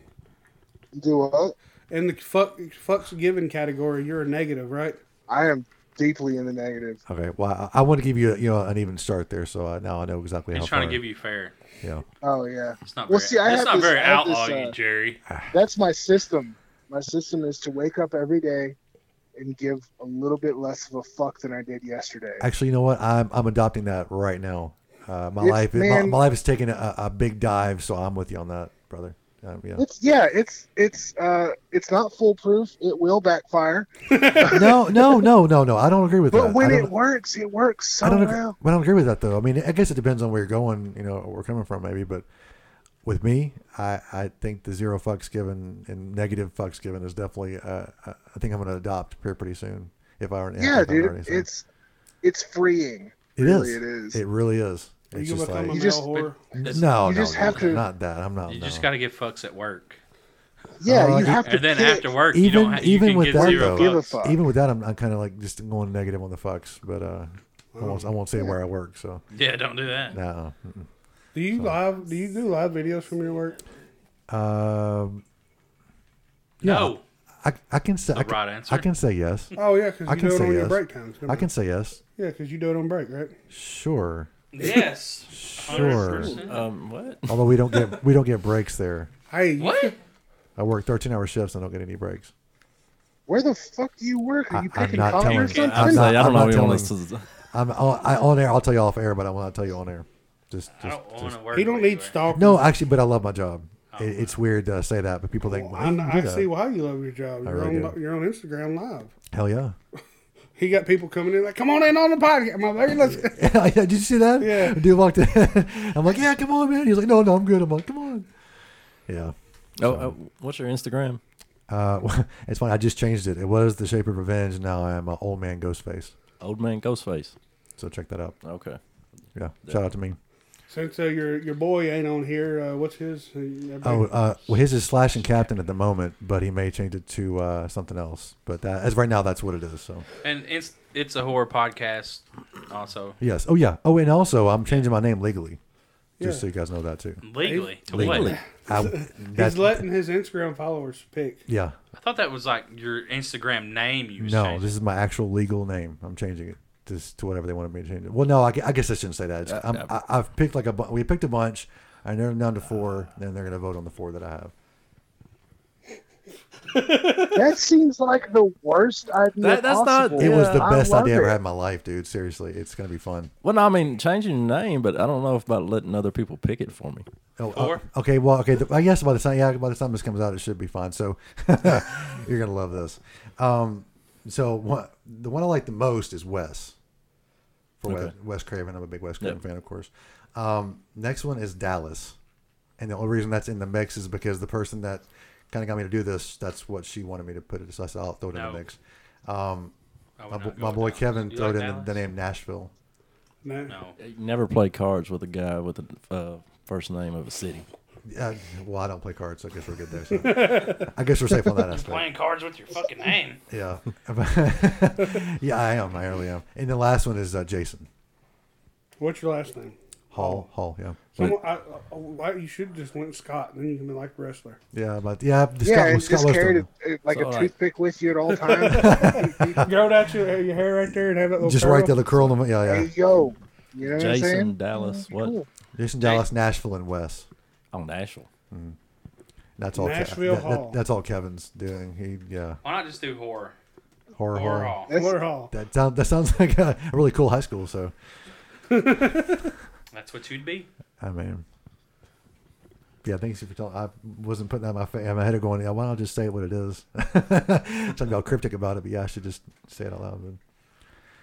Speaker 5: Do what?
Speaker 4: In the fuck, fucks given category, you're a negative, right?
Speaker 5: I am deeply in the negative.
Speaker 7: Okay, well, I, I want to give you you know an even start there, so I, now I know exactly how.
Speaker 8: He's trying
Speaker 7: far-
Speaker 8: to give you fair.
Speaker 7: Yeah,
Speaker 5: Oh yeah,
Speaker 8: It's not very,
Speaker 5: Well, see, I
Speaker 8: it's
Speaker 5: have
Speaker 8: not
Speaker 5: this-
Speaker 8: very
Speaker 5: I have this,
Speaker 8: outlaw, you
Speaker 5: uh,
Speaker 8: Jerry.
Speaker 5: that's my system. My system is to wake up every day and give a little bit less of a fuck than I did yesterday.
Speaker 7: actually, you know what? I'm I'm adopting that right now. Uh, my
Speaker 5: It's-
Speaker 7: life is my,
Speaker 5: man-
Speaker 7: my life is taking a, a big dive, so I'm with you on that, brother. Uh, yeah.
Speaker 5: It's yeah, it's it's uh it's not foolproof. It will backfire,
Speaker 7: no, no, no, no, no. I don't agree with
Speaker 5: but
Speaker 7: that.
Speaker 5: when
Speaker 7: I don't,
Speaker 5: it works, it works so
Speaker 7: I don't, agree,
Speaker 5: well.
Speaker 7: I don't agree with that though. I mean, I guess it depends on where you're going, you know, or we're coming from, maybe. But with me, I, I think the zero fucks given and negative fucks given is definitely. Uh, I I think I'm going to adopt here pretty soon if I aren't.
Speaker 5: Yeah,
Speaker 7: if I
Speaker 5: dude,
Speaker 7: already- so.
Speaker 5: it's it's freeing.
Speaker 7: It
Speaker 5: really
Speaker 7: is.
Speaker 5: it is.
Speaker 7: It really is.
Speaker 4: Are
Speaker 7: It's
Speaker 4: you
Speaker 7: just
Speaker 4: gonna
Speaker 7: like
Speaker 4: become a
Speaker 7: no,
Speaker 5: You
Speaker 4: male
Speaker 5: just-
Speaker 4: whore?
Speaker 7: no,
Speaker 5: you just
Speaker 7: no,
Speaker 5: have
Speaker 7: no,
Speaker 5: to-
Speaker 7: not that. I'm not.
Speaker 8: You
Speaker 7: no.
Speaker 8: just got to get fucks at work.
Speaker 5: Yeah,
Speaker 7: Uh,
Speaker 5: you have to
Speaker 8: And then
Speaker 5: pick.
Speaker 8: after work, you
Speaker 7: Even-
Speaker 8: don't have, you
Speaker 7: even
Speaker 8: can
Speaker 7: with
Speaker 8: get
Speaker 7: that,
Speaker 8: zero
Speaker 7: though.
Speaker 5: Give a
Speaker 8: fucks.
Speaker 5: fuck.
Speaker 7: Even with that, I'm, I'm kind of like just going negative on the fucks, but uh, I won't. I won't say where I work. So
Speaker 8: Yeah, don't do that.
Speaker 7: no. mm-mm.
Speaker 4: Do you live? Do you do live videos from your work?
Speaker 7: Um,
Speaker 8: No.
Speaker 7: I, I can say I
Speaker 8: The
Speaker 7: can,
Speaker 8: right answer.
Speaker 7: I can say yes.
Speaker 4: Oh yeah, because
Speaker 7: I
Speaker 4: you
Speaker 7: can
Speaker 4: do it
Speaker 7: say
Speaker 4: on your
Speaker 7: yes.
Speaker 4: break times. don't
Speaker 7: I
Speaker 4: you?
Speaker 7: can say yes.
Speaker 4: Yeah, because you do it on break, right?
Speaker 7: Sure,
Speaker 8: Yes.
Speaker 7: sure.
Speaker 8: 100%.
Speaker 6: Um, what?
Speaker 7: Although we don't get we don't get breaks there.
Speaker 4: Hey, you
Speaker 8: What?
Speaker 7: I work 13 hour shifts. and I don't get any breaks.
Speaker 5: Where the fuck do you work? Are
Speaker 7: I-
Speaker 5: you
Speaker 7: I'm
Speaker 5: picking
Speaker 7: not
Speaker 5: cotton or
Speaker 7: telling you.
Speaker 5: something?
Speaker 7: I'm not- I'm not
Speaker 6: if you want
Speaker 7: telling
Speaker 6: us to-
Speaker 7: I'm on, I, on air. I'll tell you off air, but I will not tell you on air. Just,
Speaker 8: I
Speaker 7: just
Speaker 8: don't want to work.
Speaker 4: He don't need
Speaker 8: anywhere.
Speaker 4: stalking.
Speaker 7: no, actually, but I love my job.
Speaker 8: Oh,
Speaker 7: It, it's weird to say that, but people think,
Speaker 4: Well,
Speaker 7: well,
Speaker 4: I,
Speaker 7: you
Speaker 4: kn-
Speaker 7: do
Speaker 4: I
Speaker 7: that.
Speaker 4: see why you love your job. You're
Speaker 7: really
Speaker 4: on
Speaker 7: do.
Speaker 4: you're on Instagram live.
Speaker 7: Hell yeah.
Speaker 4: He got people coming in like, "Come on in on the podcast, my baby." Let's
Speaker 7: Yeah, Did you see that?
Speaker 4: Yeah.
Speaker 7: Dude walked in. I'm like, yeah, come on, man. He's like, no, no, I'm good. I'm like, come on. Yeah.
Speaker 6: oh, uh, what's your Instagram?
Speaker 7: Uh, it's funny. I just changed it. It was The Shape of Revenge. Now I am an old man Ghostface.
Speaker 6: Old man Ghostface.
Speaker 7: So check that out.
Speaker 6: Okay.
Speaker 7: Yeah. Shout out to me.
Speaker 4: Since uh, your your boy ain't on here, uh, what's his?
Speaker 7: Oh, uh, well, his is Slash and Captain at the moment, but he may change it to uh, something else. But that, as right now, that's what it is. So
Speaker 8: And it's it's a horror podcast, also
Speaker 7: yes. Oh yeah. Oh, and also I'm changing my name legally, just
Speaker 4: Yeah.
Speaker 7: so you guys know that too.
Speaker 8: legally. To
Speaker 7: Legally.
Speaker 8: what?
Speaker 7: I,
Speaker 4: he's
Speaker 7: that's,
Speaker 4: letting his Instagram followers pick.
Speaker 7: yeah.
Speaker 8: I thought that was like your Instagram name. You was
Speaker 7: No,
Speaker 8: changing.
Speaker 7: this is my actual legal name. I'm changing it to, to whatever they wanted me to change it. Well, no, I, gu- I guess I shouldn't say that. It's, I'm, I, I've picked like a bu- we picked a bunch. I narrowed them down to four. Then they're gonna vote on the four that I have.
Speaker 5: That seems like the worst idea
Speaker 6: That- that's not-
Speaker 5: possible.
Speaker 7: It was
Speaker 6: Yeah,
Speaker 7: the
Speaker 5: I
Speaker 7: best
Speaker 5: love
Speaker 7: idea I ever
Speaker 5: it.
Speaker 7: had in my life, dude. Seriously, it's gonna be fun.
Speaker 6: Well, no, I mean changing your name, but I don't know if about letting other people pick it for me.
Speaker 7: Oh,
Speaker 8: Four?
Speaker 7: uh, okay, well, okay. The, I guess by the time yeah, by the time this comes out, it should be fine. So you're gonna love this. Um, so what the one I like the most is Wes. For Wes,
Speaker 6: Okay.
Speaker 7: Wes Craven, I'm a big Wes Craven
Speaker 6: Yep.
Speaker 7: fan, of course. Um, next one is Dallas, and the only reason that's in the mix is because the person that kind of got me to do this, that's what she wanted me to put it. So I said, I'll throw it in
Speaker 8: No.
Speaker 7: the mix. Um,
Speaker 8: I would
Speaker 7: my,
Speaker 8: not
Speaker 7: bo-
Speaker 8: go
Speaker 7: my
Speaker 8: with
Speaker 7: boy
Speaker 8: Dallas.
Speaker 7: Kevin
Speaker 8: You
Speaker 7: threw
Speaker 8: like
Speaker 7: in the, the
Speaker 8: Dallas?
Speaker 7: name Nashville.
Speaker 4: No,
Speaker 8: No.
Speaker 6: You never play cards with a guy with the uh, first name of a city.
Speaker 7: Uh, well, I don't play cards, so I guess we're good there. So. I guess we're safe on that aspect.
Speaker 8: Playing cards with your fucking name.
Speaker 7: Yeah. yeah, I am. I really am. And the last one is uh, Jason
Speaker 4: what's your last name?
Speaker 5: Oh.
Speaker 7: Hall. Hall. Yeah.
Speaker 4: Someone, I, I, why you should just went Scott, then you can be like the wrestler.
Speaker 7: Yeah, but yeah, the
Speaker 5: Yeah,
Speaker 7: Scott,
Speaker 5: and
Speaker 7: was Scott
Speaker 5: just
Speaker 7: was
Speaker 5: carried
Speaker 7: there.
Speaker 5: a, a- like
Speaker 6: It's
Speaker 5: a
Speaker 6: all right.
Speaker 5: toothpick with you at all times.
Speaker 4: Grow out your your hair right there and have that little
Speaker 7: Just
Speaker 4: curl.
Speaker 7: right there, the curl. and- Yeah, yeah.
Speaker 5: hey, yo, you know what I'm
Speaker 6: Jason
Speaker 5: saying? Mm,
Speaker 6: Dallas, what?
Speaker 5: Cool.
Speaker 7: Jason Dallas, Nashville, and Wes.
Speaker 6: Oh, Nashville.
Speaker 7: That's all. Ke-
Speaker 4: Nashville
Speaker 7: that- that-
Speaker 4: Hall.
Speaker 7: that's all Kevin's doing. He yeah.
Speaker 8: Why not just do horror?
Speaker 7: Horror
Speaker 8: Horror
Speaker 7: Hall.
Speaker 8: Hall.
Speaker 4: Water Hall.
Speaker 7: That sounds that sounds like a, a really cool high school. So
Speaker 8: That's what you'd be.
Speaker 7: I mean, yeah, thanks for telling. I wasn't putting that in my fa- in my head or going. Yeah, why don't I just say what it is? Something all cryptic about it, but yeah, I should just say it out loud.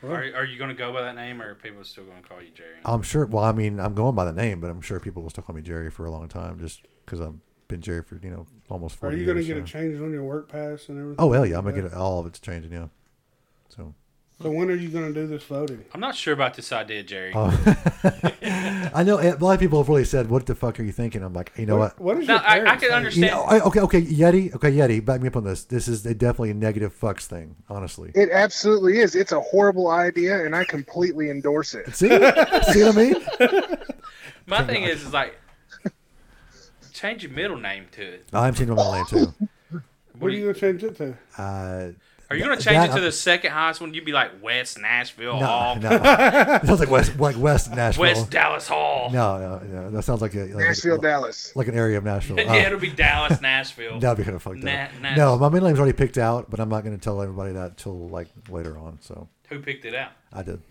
Speaker 7: But
Speaker 8: Are, are you going to go by that name, or are people still going to call you Jerry?
Speaker 7: I'm sure. Well, I mean, I'm going by the name, but I'm sure people will still call me Jerry for a long time, just because I've been Jerry for you know almost. 40
Speaker 4: Are you going to
Speaker 7: years,
Speaker 4: get it
Speaker 7: so.
Speaker 4: changed on your work pass and everything?
Speaker 7: Oh hell yeah, I'm gonna get it, all of it's changing. Yeah. So
Speaker 4: So when are you going to do this voting?
Speaker 8: I'm not sure about this idea, Jerry.
Speaker 7: Oh. I know eh, a lot of people have really said, "What the fuck are you thinking?" I'm like, you know what?
Speaker 4: What is
Speaker 8: no,
Speaker 4: your
Speaker 8: I, I
Speaker 4: parents'
Speaker 8: can
Speaker 4: name?
Speaker 7: You
Speaker 8: understand.
Speaker 7: know, I- okay, okay, Yeti, okay, Yeti, back me up on this. This is a definitely a negative fucks thing, honestly.
Speaker 5: It absolutely is. It's a horrible idea, and I completely endorse it.
Speaker 7: See, see what I mean?
Speaker 8: My thing is, is like, change your middle name to it.
Speaker 7: I'm changing my name too.
Speaker 4: What are you going to change it to?
Speaker 7: Uh,
Speaker 8: Are you
Speaker 7: That-
Speaker 8: going to change
Speaker 7: that-
Speaker 8: it to the second highest one? You'd be like West Nashville
Speaker 7: no,
Speaker 8: Hall,
Speaker 7: no, that sounds like West, like West Nashville.
Speaker 8: West Dallas Hall.
Speaker 7: No, no, no, that sounds like a like,
Speaker 5: Nashville,
Speaker 7: like,
Speaker 5: Dallas.
Speaker 7: like an area of Nashville.
Speaker 8: yeah,
Speaker 7: Ah,
Speaker 8: it'll be Dallas Nashville.
Speaker 7: that'd be kind of fucked
Speaker 8: Na-
Speaker 7: up.
Speaker 8: Nash-
Speaker 7: No, my middle name's already picked out, but I'm not going to tell everybody that till like later on. So
Speaker 8: Who picked it out?
Speaker 7: I did.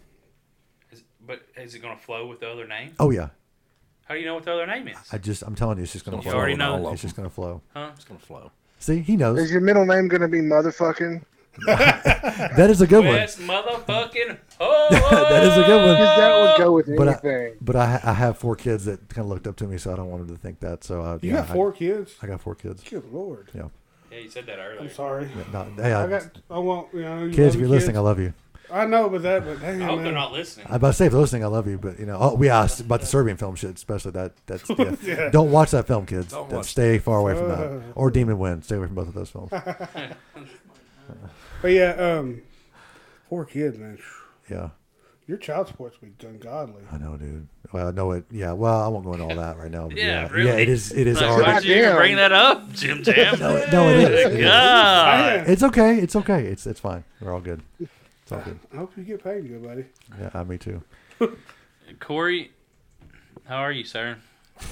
Speaker 8: Is, but is it going to flow with the other name?
Speaker 7: Oh yeah,
Speaker 8: How do you know what the other name is?
Speaker 7: I just I'm telling you, it's just going to
Speaker 8: You
Speaker 7: flow.
Speaker 8: already know.
Speaker 7: It's just going to flow.
Speaker 6: It's gonna flow.
Speaker 7: See, he knows.
Speaker 5: Is your middle name going to be motherfucking?
Speaker 7: That is a good one.
Speaker 8: West motherfucking Hall.
Speaker 7: That is a good one.
Speaker 5: Because that
Speaker 6: Uh,
Speaker 5: would go with
Speaker 7: But I,
Speaker 5: anything.
Speaker 7: but I, I have four kids that kind of looked up to me, so I don't want them to think that. So I,
Speaker 4: You
Speaker 7: yeah,
Speaker 4: got four kids?
Speaker 7: I, I got four kids.
Speaker 4: Good lord.
Speaker 7: Yeah,
Speaker 8: Yeah, you said that
Speaker 4: I'm
Speaker 8: earlier.
Speaker 4: sorry.
Speaker 7: not hey, I,
Speaker 4: I got. I want. You know, you
Speaker 7: kids.
Speaker 4: love
Speaker 7: If
Speaker 4: your
Speaker 7: you're listening, I love you.
Speaker 4: I know, but that. But damn,
Speaker 8: I hope they're
Speaker 4: man.
Speaker 8: not listening.
Speaker 7: I'm about to say, if you're listening, I love you. But you know, oh yeah, it's about the Serbian film shit, especially that. That's yeah. don't watch that film, kids. That- stay far away from that. Or Demon Wind. Stay away from both of those films.
Speaker 4: But yeah, um, four kids, man.
Speaker 7: yeah,
Speaker 4: Your child support's be ungodly.
Speaker 7: I know, dude. Well, I know it. Yeah. Well, I won't go into all that right now. But
Speaker 8: Yeah,
Speaker 7: yeah,
Speaker 8: really.
Speaker 7: yeah, it is. It is
Speaker 8: Like,
Speaker 7: already.
Speaker 8: why'd you even
Speaker 5: Goddamn.
Speaker 8: bring that up, Jim Jam? Ah.
Speaker 7: No, it- no, it is. It is.
Speaker 8: God.
Speaker 4: Man,
Speaker 7: It's okay. It's okay. It's it's fine. We're all good. It's all good.
Speaker 4: I hope you get paid, good buddy.
Speaker 7: Yeah, I- me too.
Speaker 8: Corey, how are you, sir?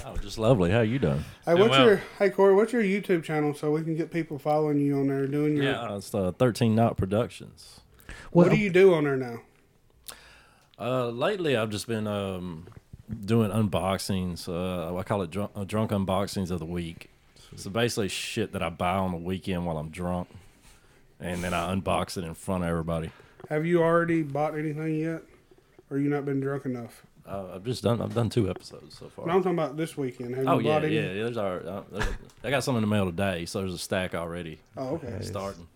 Speaker 6: Oh, just lovely. How you doing?
Speaker 4: Hey, what's
Speaker 8: well.
Speaker 4: your hey Corey? What's your YouTube channel so we can get people following you on there doing your
Speaker 6: Uh, it's uh, Thirteen Knot Productions.
Speaker 4: What do you do on there now?
Speaker 6: Uh, lately, I've just been um, doing unboxings. Uh, I call it drunk, uh, drunk unboxings of the week. So basically, shit that I buy on the weekend while I'm drunk, and then I unbox it in front of everybody.
Speaker 4: Have you already bought anything yet, or you not been drunk enough?
Speaker 6: Uh, I've just done. I've done two episodes so far.
Speaker 4: No, I'm talking about this weekend. Have
Speaker 6: Oh
Speaker 4: you
Speaker 6: yeah,
Speaker 4: bought
Speaker 6: yeah.
Speaker 4: any?
Speaker 6: yeah, There's our. Uh, there's- I got some in the mail today, so there's a stack already
Speaker 4: Oh, okay.
Speaker 6: starting.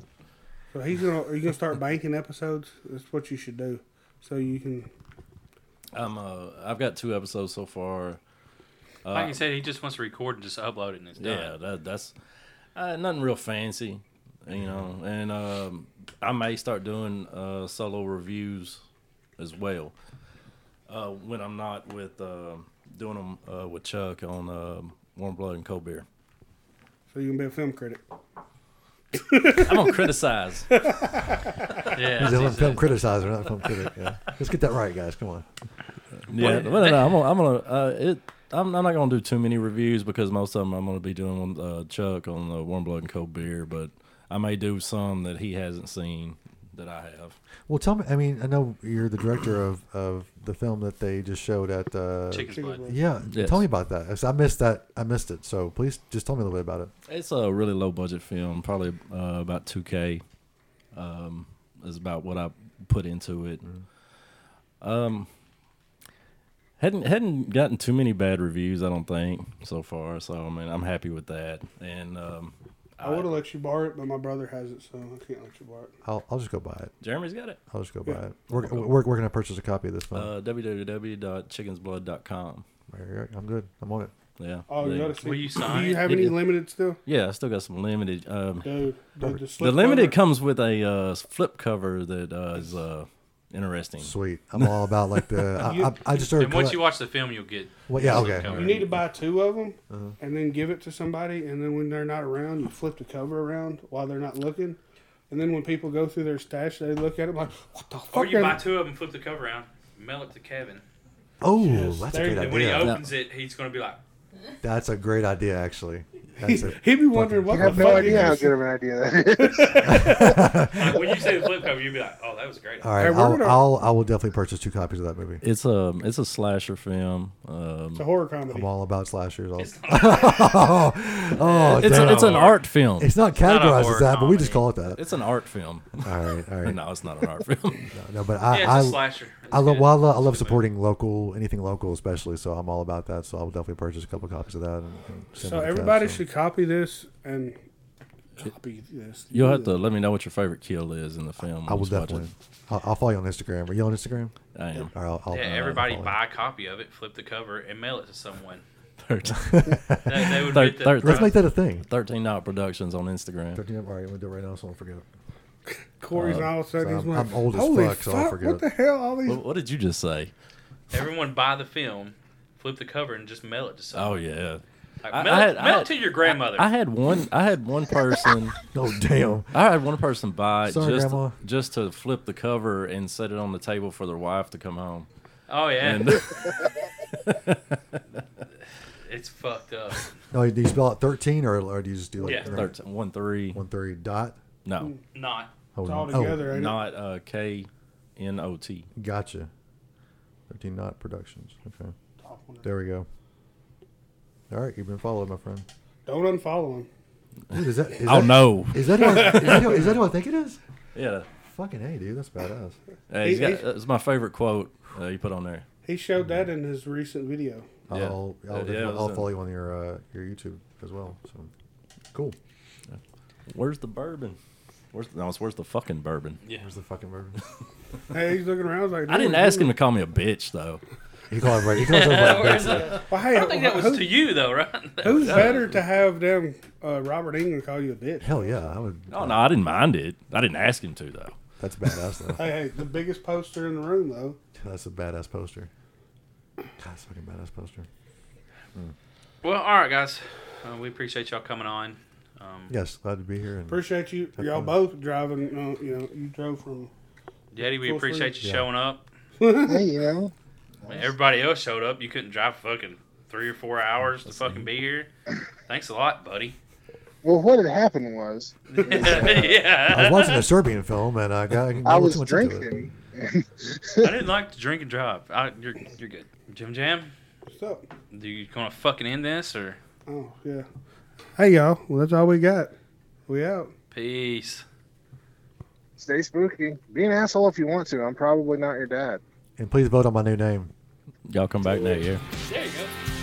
Speaker 4: So he's gonna are you gonna start banking episodes? That's what you should do. So you can
Speaker 6: I'm. Uh, I've got two episodes so far.
Speaker 8: Like you said, he just wants to record and just upload it and it's done.
Speaker 6: Uh, Yeah, that, that's uh, nothing real fancy, you know. And um, I may start doing uh, solo reviews as well uh, when I'm not with um doing them uh, with Chuck on um Warm Blood and Cold Beer.
Speaker 4: so you can be a film critic.
Speaker 6: I'm gonna criticize.
Speaker 8: Yeah,
Speaker 7: He's
Speaker 8: that's
Speaker 7: a
Speaker 8: what he said.
Speaker 7: film criticizer, not a film critic. Yeah. Let's get that right, guys. Come on.
Speaker 6: yeah, well, no, no, I'm gonna. I'm gonna uh, it, I'm, I'm not gonna do too many reviews because most of them I'm gonna be doing with uh, Chuck on the Warm Blood and Cold Beer, but I may do some that he hasn't seen that I have.
Speaker 7: Well, tell me. I mean, I know you're the director of, of the film that they just showed at. Uh,
Speaker 8: Chicken's blood.
Speaker 7: Yeah,
Speaker 6: Yes.
Speaker 7: tell me about that. 'cause I missed that. I missed it. So please, just tell me a little bit about it.
Speaker 6: It's a really low budget film, probably uh, about 2K. Um, is about what I put into it. Um, hadn't hadn't gotten too many bad reviews, I don't think, so far. So I mean, I'm happy with that. And um,
Speaker 4: I would have let you borrow it, but my brother has it, so I can't let you borrow it.
Speaker 7: I'll, I'll just go buy it.
Speaker 6: Jeremy's got it.
Speaker 7: I'll just go buy it. Where, where, where can I purchase a copy of this film?
Speaker 6: Uh, www.chickensblood.com.
Speaker 7: There you go. I'm good. I'm on it.
Speaker 6: Yeah.
Speaker 4: Oh, you
Speaker 6: yeah.
Speaker 4: gotta see.
Speaker 8: Will you
Speaker 4: do
Speaker 8: sign
Speaker 4: you
Speaker 8: it?
Speaker 4: have
Speaker 6: It
Speaker 4: any
Speaker 6: is-
Speaker 4: limited still?
Speaker 6: yeah, I still got some limited. Um,
Speaker 4: Dude, dude, the,
Speaker 6: the
Speaker 4: slip
Speaker 6: limited
Speaker 4: cover-
Speaker 6: comes with a uh, flip cover that uh, is uh, interesting.
Speaker 7: Sweet. I'm all about like the. I, I, I just started.
Speaker 8: And once
Speaker 7: collect-
Speaker 8: you watch the film, you'll get.
Speaker 7: well, yeah.
Speaker 8: the
Speaker 7: Okay.
Speaker 8: cover.
Speaker 4: You need to buy two of them
Speaker 5: Uh-huh.
Speaker 4: and then give it to somebody. And then when they're not around, you flip the cover around while they're not looking. And then when people go through their stash, they look at it like, what the fuck?
Speaker 8: Or Oh, you
Speaker 4: are-
Speaker 8: buy two of them, flip the cover out, mail it to Kevin.
Speaker 7: Oh, that's a
Speaker 4: There you
Speaker 7: great
Speaker 8: And when he
Speaker 7: idea.
Speaker 8: opens it, he's going to be like,
Speaker 7: That's a great idea, actually. That's it.
Speaker 4: He'd be wondering
Speaker 5: I
Speaker 4: what the
Speaker 5: have no
Speaker 4: fuck he
Speaker 5: idea how
Speaker 4: just-
Speaker 5: good of an idea that is.
Speaker 8: Like, when you say the flip cover, you'd be like, "Oh, that was great."
Speaker 7: All right,
Speaker 4: Hey, we're
Speaker 7: I'll,
Speaker 4: gonna-
Speaker 7: I'll I will definitely purchase two copies of that movie.
Speaker 6: It's a it's a slasher film. Um,
Speaker 4: It's a horror
Speaker 7: I'm
Speaker 4: comedy.
Speaker 7: all about slashers. Also. oh, oh,
Speaker 6: it's
Speaker 7: damn.
Speaker 6: a, it's an art film.
Speaker 7: It's
Speaker 8: not
Speaker 7: not
Speaker 8: a
Speaker 7: categorized
Speaker 8: horror
Speaker 7: as that, but we just call
Speaker 8: comedy.
Speaker 7: it that.
Speaker 6: It's an art film.
Speaker 7: all right, all right. No,
Speaker 6: no, it's not an art film.
Speaker 7: but I
Speaker 8: Yeah, it's a
Speaker 7: I,
Speaker 8: slasher.
Speaker 7: I love
Speaker 8: It's
Speaker 7: well, I
Speaker 8: good.
Speaker 7: love, I love supporting local anything local especially. So I'm all about that. So I will definitely purchase a couple copies of that. And, and
Speaker 4: So
Speaker 7: send them to Kev,
Speaker 4: Oh, everybody
Speaker 7: so.
Speaker 4: should copy this and copy this.
Speaker 6: You'll have to let me know what your favorite kill is in the film.
Speaker 7: I will
Speaker 6: Let's watch
Speaker 7: definitely. I'll, I'll follow you on Instagram. Are you on Instagram?
Speaker 6: it. I am.
Speaker 7: Or I'll, I'll,
Speaker 8: Yeah,
Speaker 6: Uh,
Speaker 7: I'll
Speaker 8: everybody
Speaker 7: follow you.
Speaker 8: buy a copy of it, flip the cover, and mail it to someone.
Speaker 6: Thirteen
Speaker 8: That, they would
Speaker 6: Thir-
Speaker 8: get the
Speaker 6: thir-
Speaker 7: Let's
Speaker 8: prize.
Speaker 7: make that a thing.
Speaker 6: Thirteen Knot Productions on Instagram.
Speaker 7: 13 up. All right, I'm gonna do it right now, so I don't forget. it.
Speaker 4: Corey's all of a sudden
Speaker 7: Uh, so
Speaker 4: he's
Speaker 7: I'm-
Speaker 4: like,
Speaker 7: I'm old as
Speaker 4: Holy
Speaker 7: fuck, so I'll forget
Speaker 4: what
Speaker 7: it."
Speaker 4: the hell? All these
Speaker 6: What, what did you just say?
Speaker 8: Everyone buy the film, flip the cover, and just mail it to someone.
Speaker 6: Oh yeah.
Speaker 8: Like,
Speaker 6: I-
Speaker 8: mail
Speaker 6: I
Speaker 8: it-
Speaker 6: had- I
Speaker 8: mail it
Speaker 6: had-
Speaker 8: to your grandmother.
Speaker 6: I had one. I had one person.
Speaker 7: Oh damn!
Speaker 6: I had one person buy it
Speaker 7: Sorry,
Speaker 6: just
Speaker 7: Grandma.
Speaker 6: just to flip the cover and set it on the table for their wife to come home.
Speaker 8: oh yeah,
Speaker 6: And
Speaker 8: it's fucked up.
Speaker 7: No, do you spell it 13 or, or do you just do like
Speaker 8: Yeah.
Speaker 6: 13, one three.
Speaker 7: one three dot?
Speaker 6: No,
Speaker 8: Not
Speaker 7: Hold
Speaker 4: it's
Speaker 7: on.
Speaker 4: all
Speaker 7: Oh,
Speaker 4: together. ain't it?
Speaker 6: not uh, K N O T.
Speaker 7: gotcha. 13 knot productions. Okay, there we go. All right, you've been followed, my friend.
Speaker 4: Don't unfollow him.
Speaker 7: Dude, is that? Is
Speaker 6: Oh
Speaker 7: that-
Speaker 6: no.
Speaker 7: Is that, who I, is, that who, is that who I think it is?
Speaker 6: Yeah.
Speaker 7: Fucking hey, dude, that's badass.
Speaker 6: Hey, he's got, that's my favorite quote uh, you put on there.
Speaker 4: He showed that in his recent video.
Speaker 7: I'll I'll,
Speaker 6: Yeah. Uh, yeah,
Speaker 7: I'll, definitely-
Speaker 6: it was
Speaker 7: I'll
Speaker 6: a-
Speaker 7: follow you on your uh, your YouTube as well. So cool.
Speaker 6: Where's the bourbon? Where's no? It's where's the fucking bourbon?
Speaker 7: Where's the fucking bourbon?
Speaker 4: Hey, he's looking around. I was like,
Speaker 6: I didn't
Speaker 4: "Dude,
Speaker 6: ask
Speaker 4: dude."
Speaker 6: him to call me a bitch though.
Speaker 7: He calls everybody. He calls everybody.
Speaker 8: Where's the-
Speaker 4: Well, hey,
Speaker 8: I think that
Speaker 4: who-
Speaker 8: was to you though, right?
Speaker 4: Who's better to have them uh, Robert England call you a bitch?
Speaker 7: Hell yeah, I would.
Speaker 6: Oh, No, no, I didn't mind it. I didn't ask him to though.
Speaker 7: That's badass though.
Speaker 4: Hey, hey, the biggest poster in the room though.
Speaker 7: That's a badass poster. God, That's a fucking badass poster.
Speaker 5: Mm.
Speaker 8: Well, all right, guys. Uh, we appreciate y'all coming on. Um,
Speaker 7: Yes, glad to be here. And
Speaker 4: Appreciate you, y'all both driving. Uh, you know, you drove from.
Speaker 8: Daddy, we
Speaker 4: Feel free.
Speaker 8: appreciate you
Speaker 7: Yeah.
Speaker 8: showing up.
Speaker 5: hey, you know,
Speaker 8: I mean, everybody else showed up. You couldn't drive fucking three or four hours to fucking be here. Thanks a lot, buddy.
Speaker 5: well, what had happened was
Speaker 7: I was
Speaker 8: yeah.
Speaker 7: watching a Serbian film and I got.
Speaker 5: I was
Speaker 7: too much into it.
Speaker 5: drinking.
Speaker 8: I didn't like to drink and drive. I, you're, you're good. Jim Jam,
Speaker 4: What's up?
Speaker 8: do you gonna fucking end this or
Speaker 4: Oh yeah. Hey y'all. Well, that's all we got. We out.
Speaker 8: peace?
Speaker 5: Stay spooky. Be an asshole if you want to. I'm probably not your dad.
Speaker 7: And please vote on my new name.
Speaker 6: Y'all come back next year.
Speaker 8: There you go.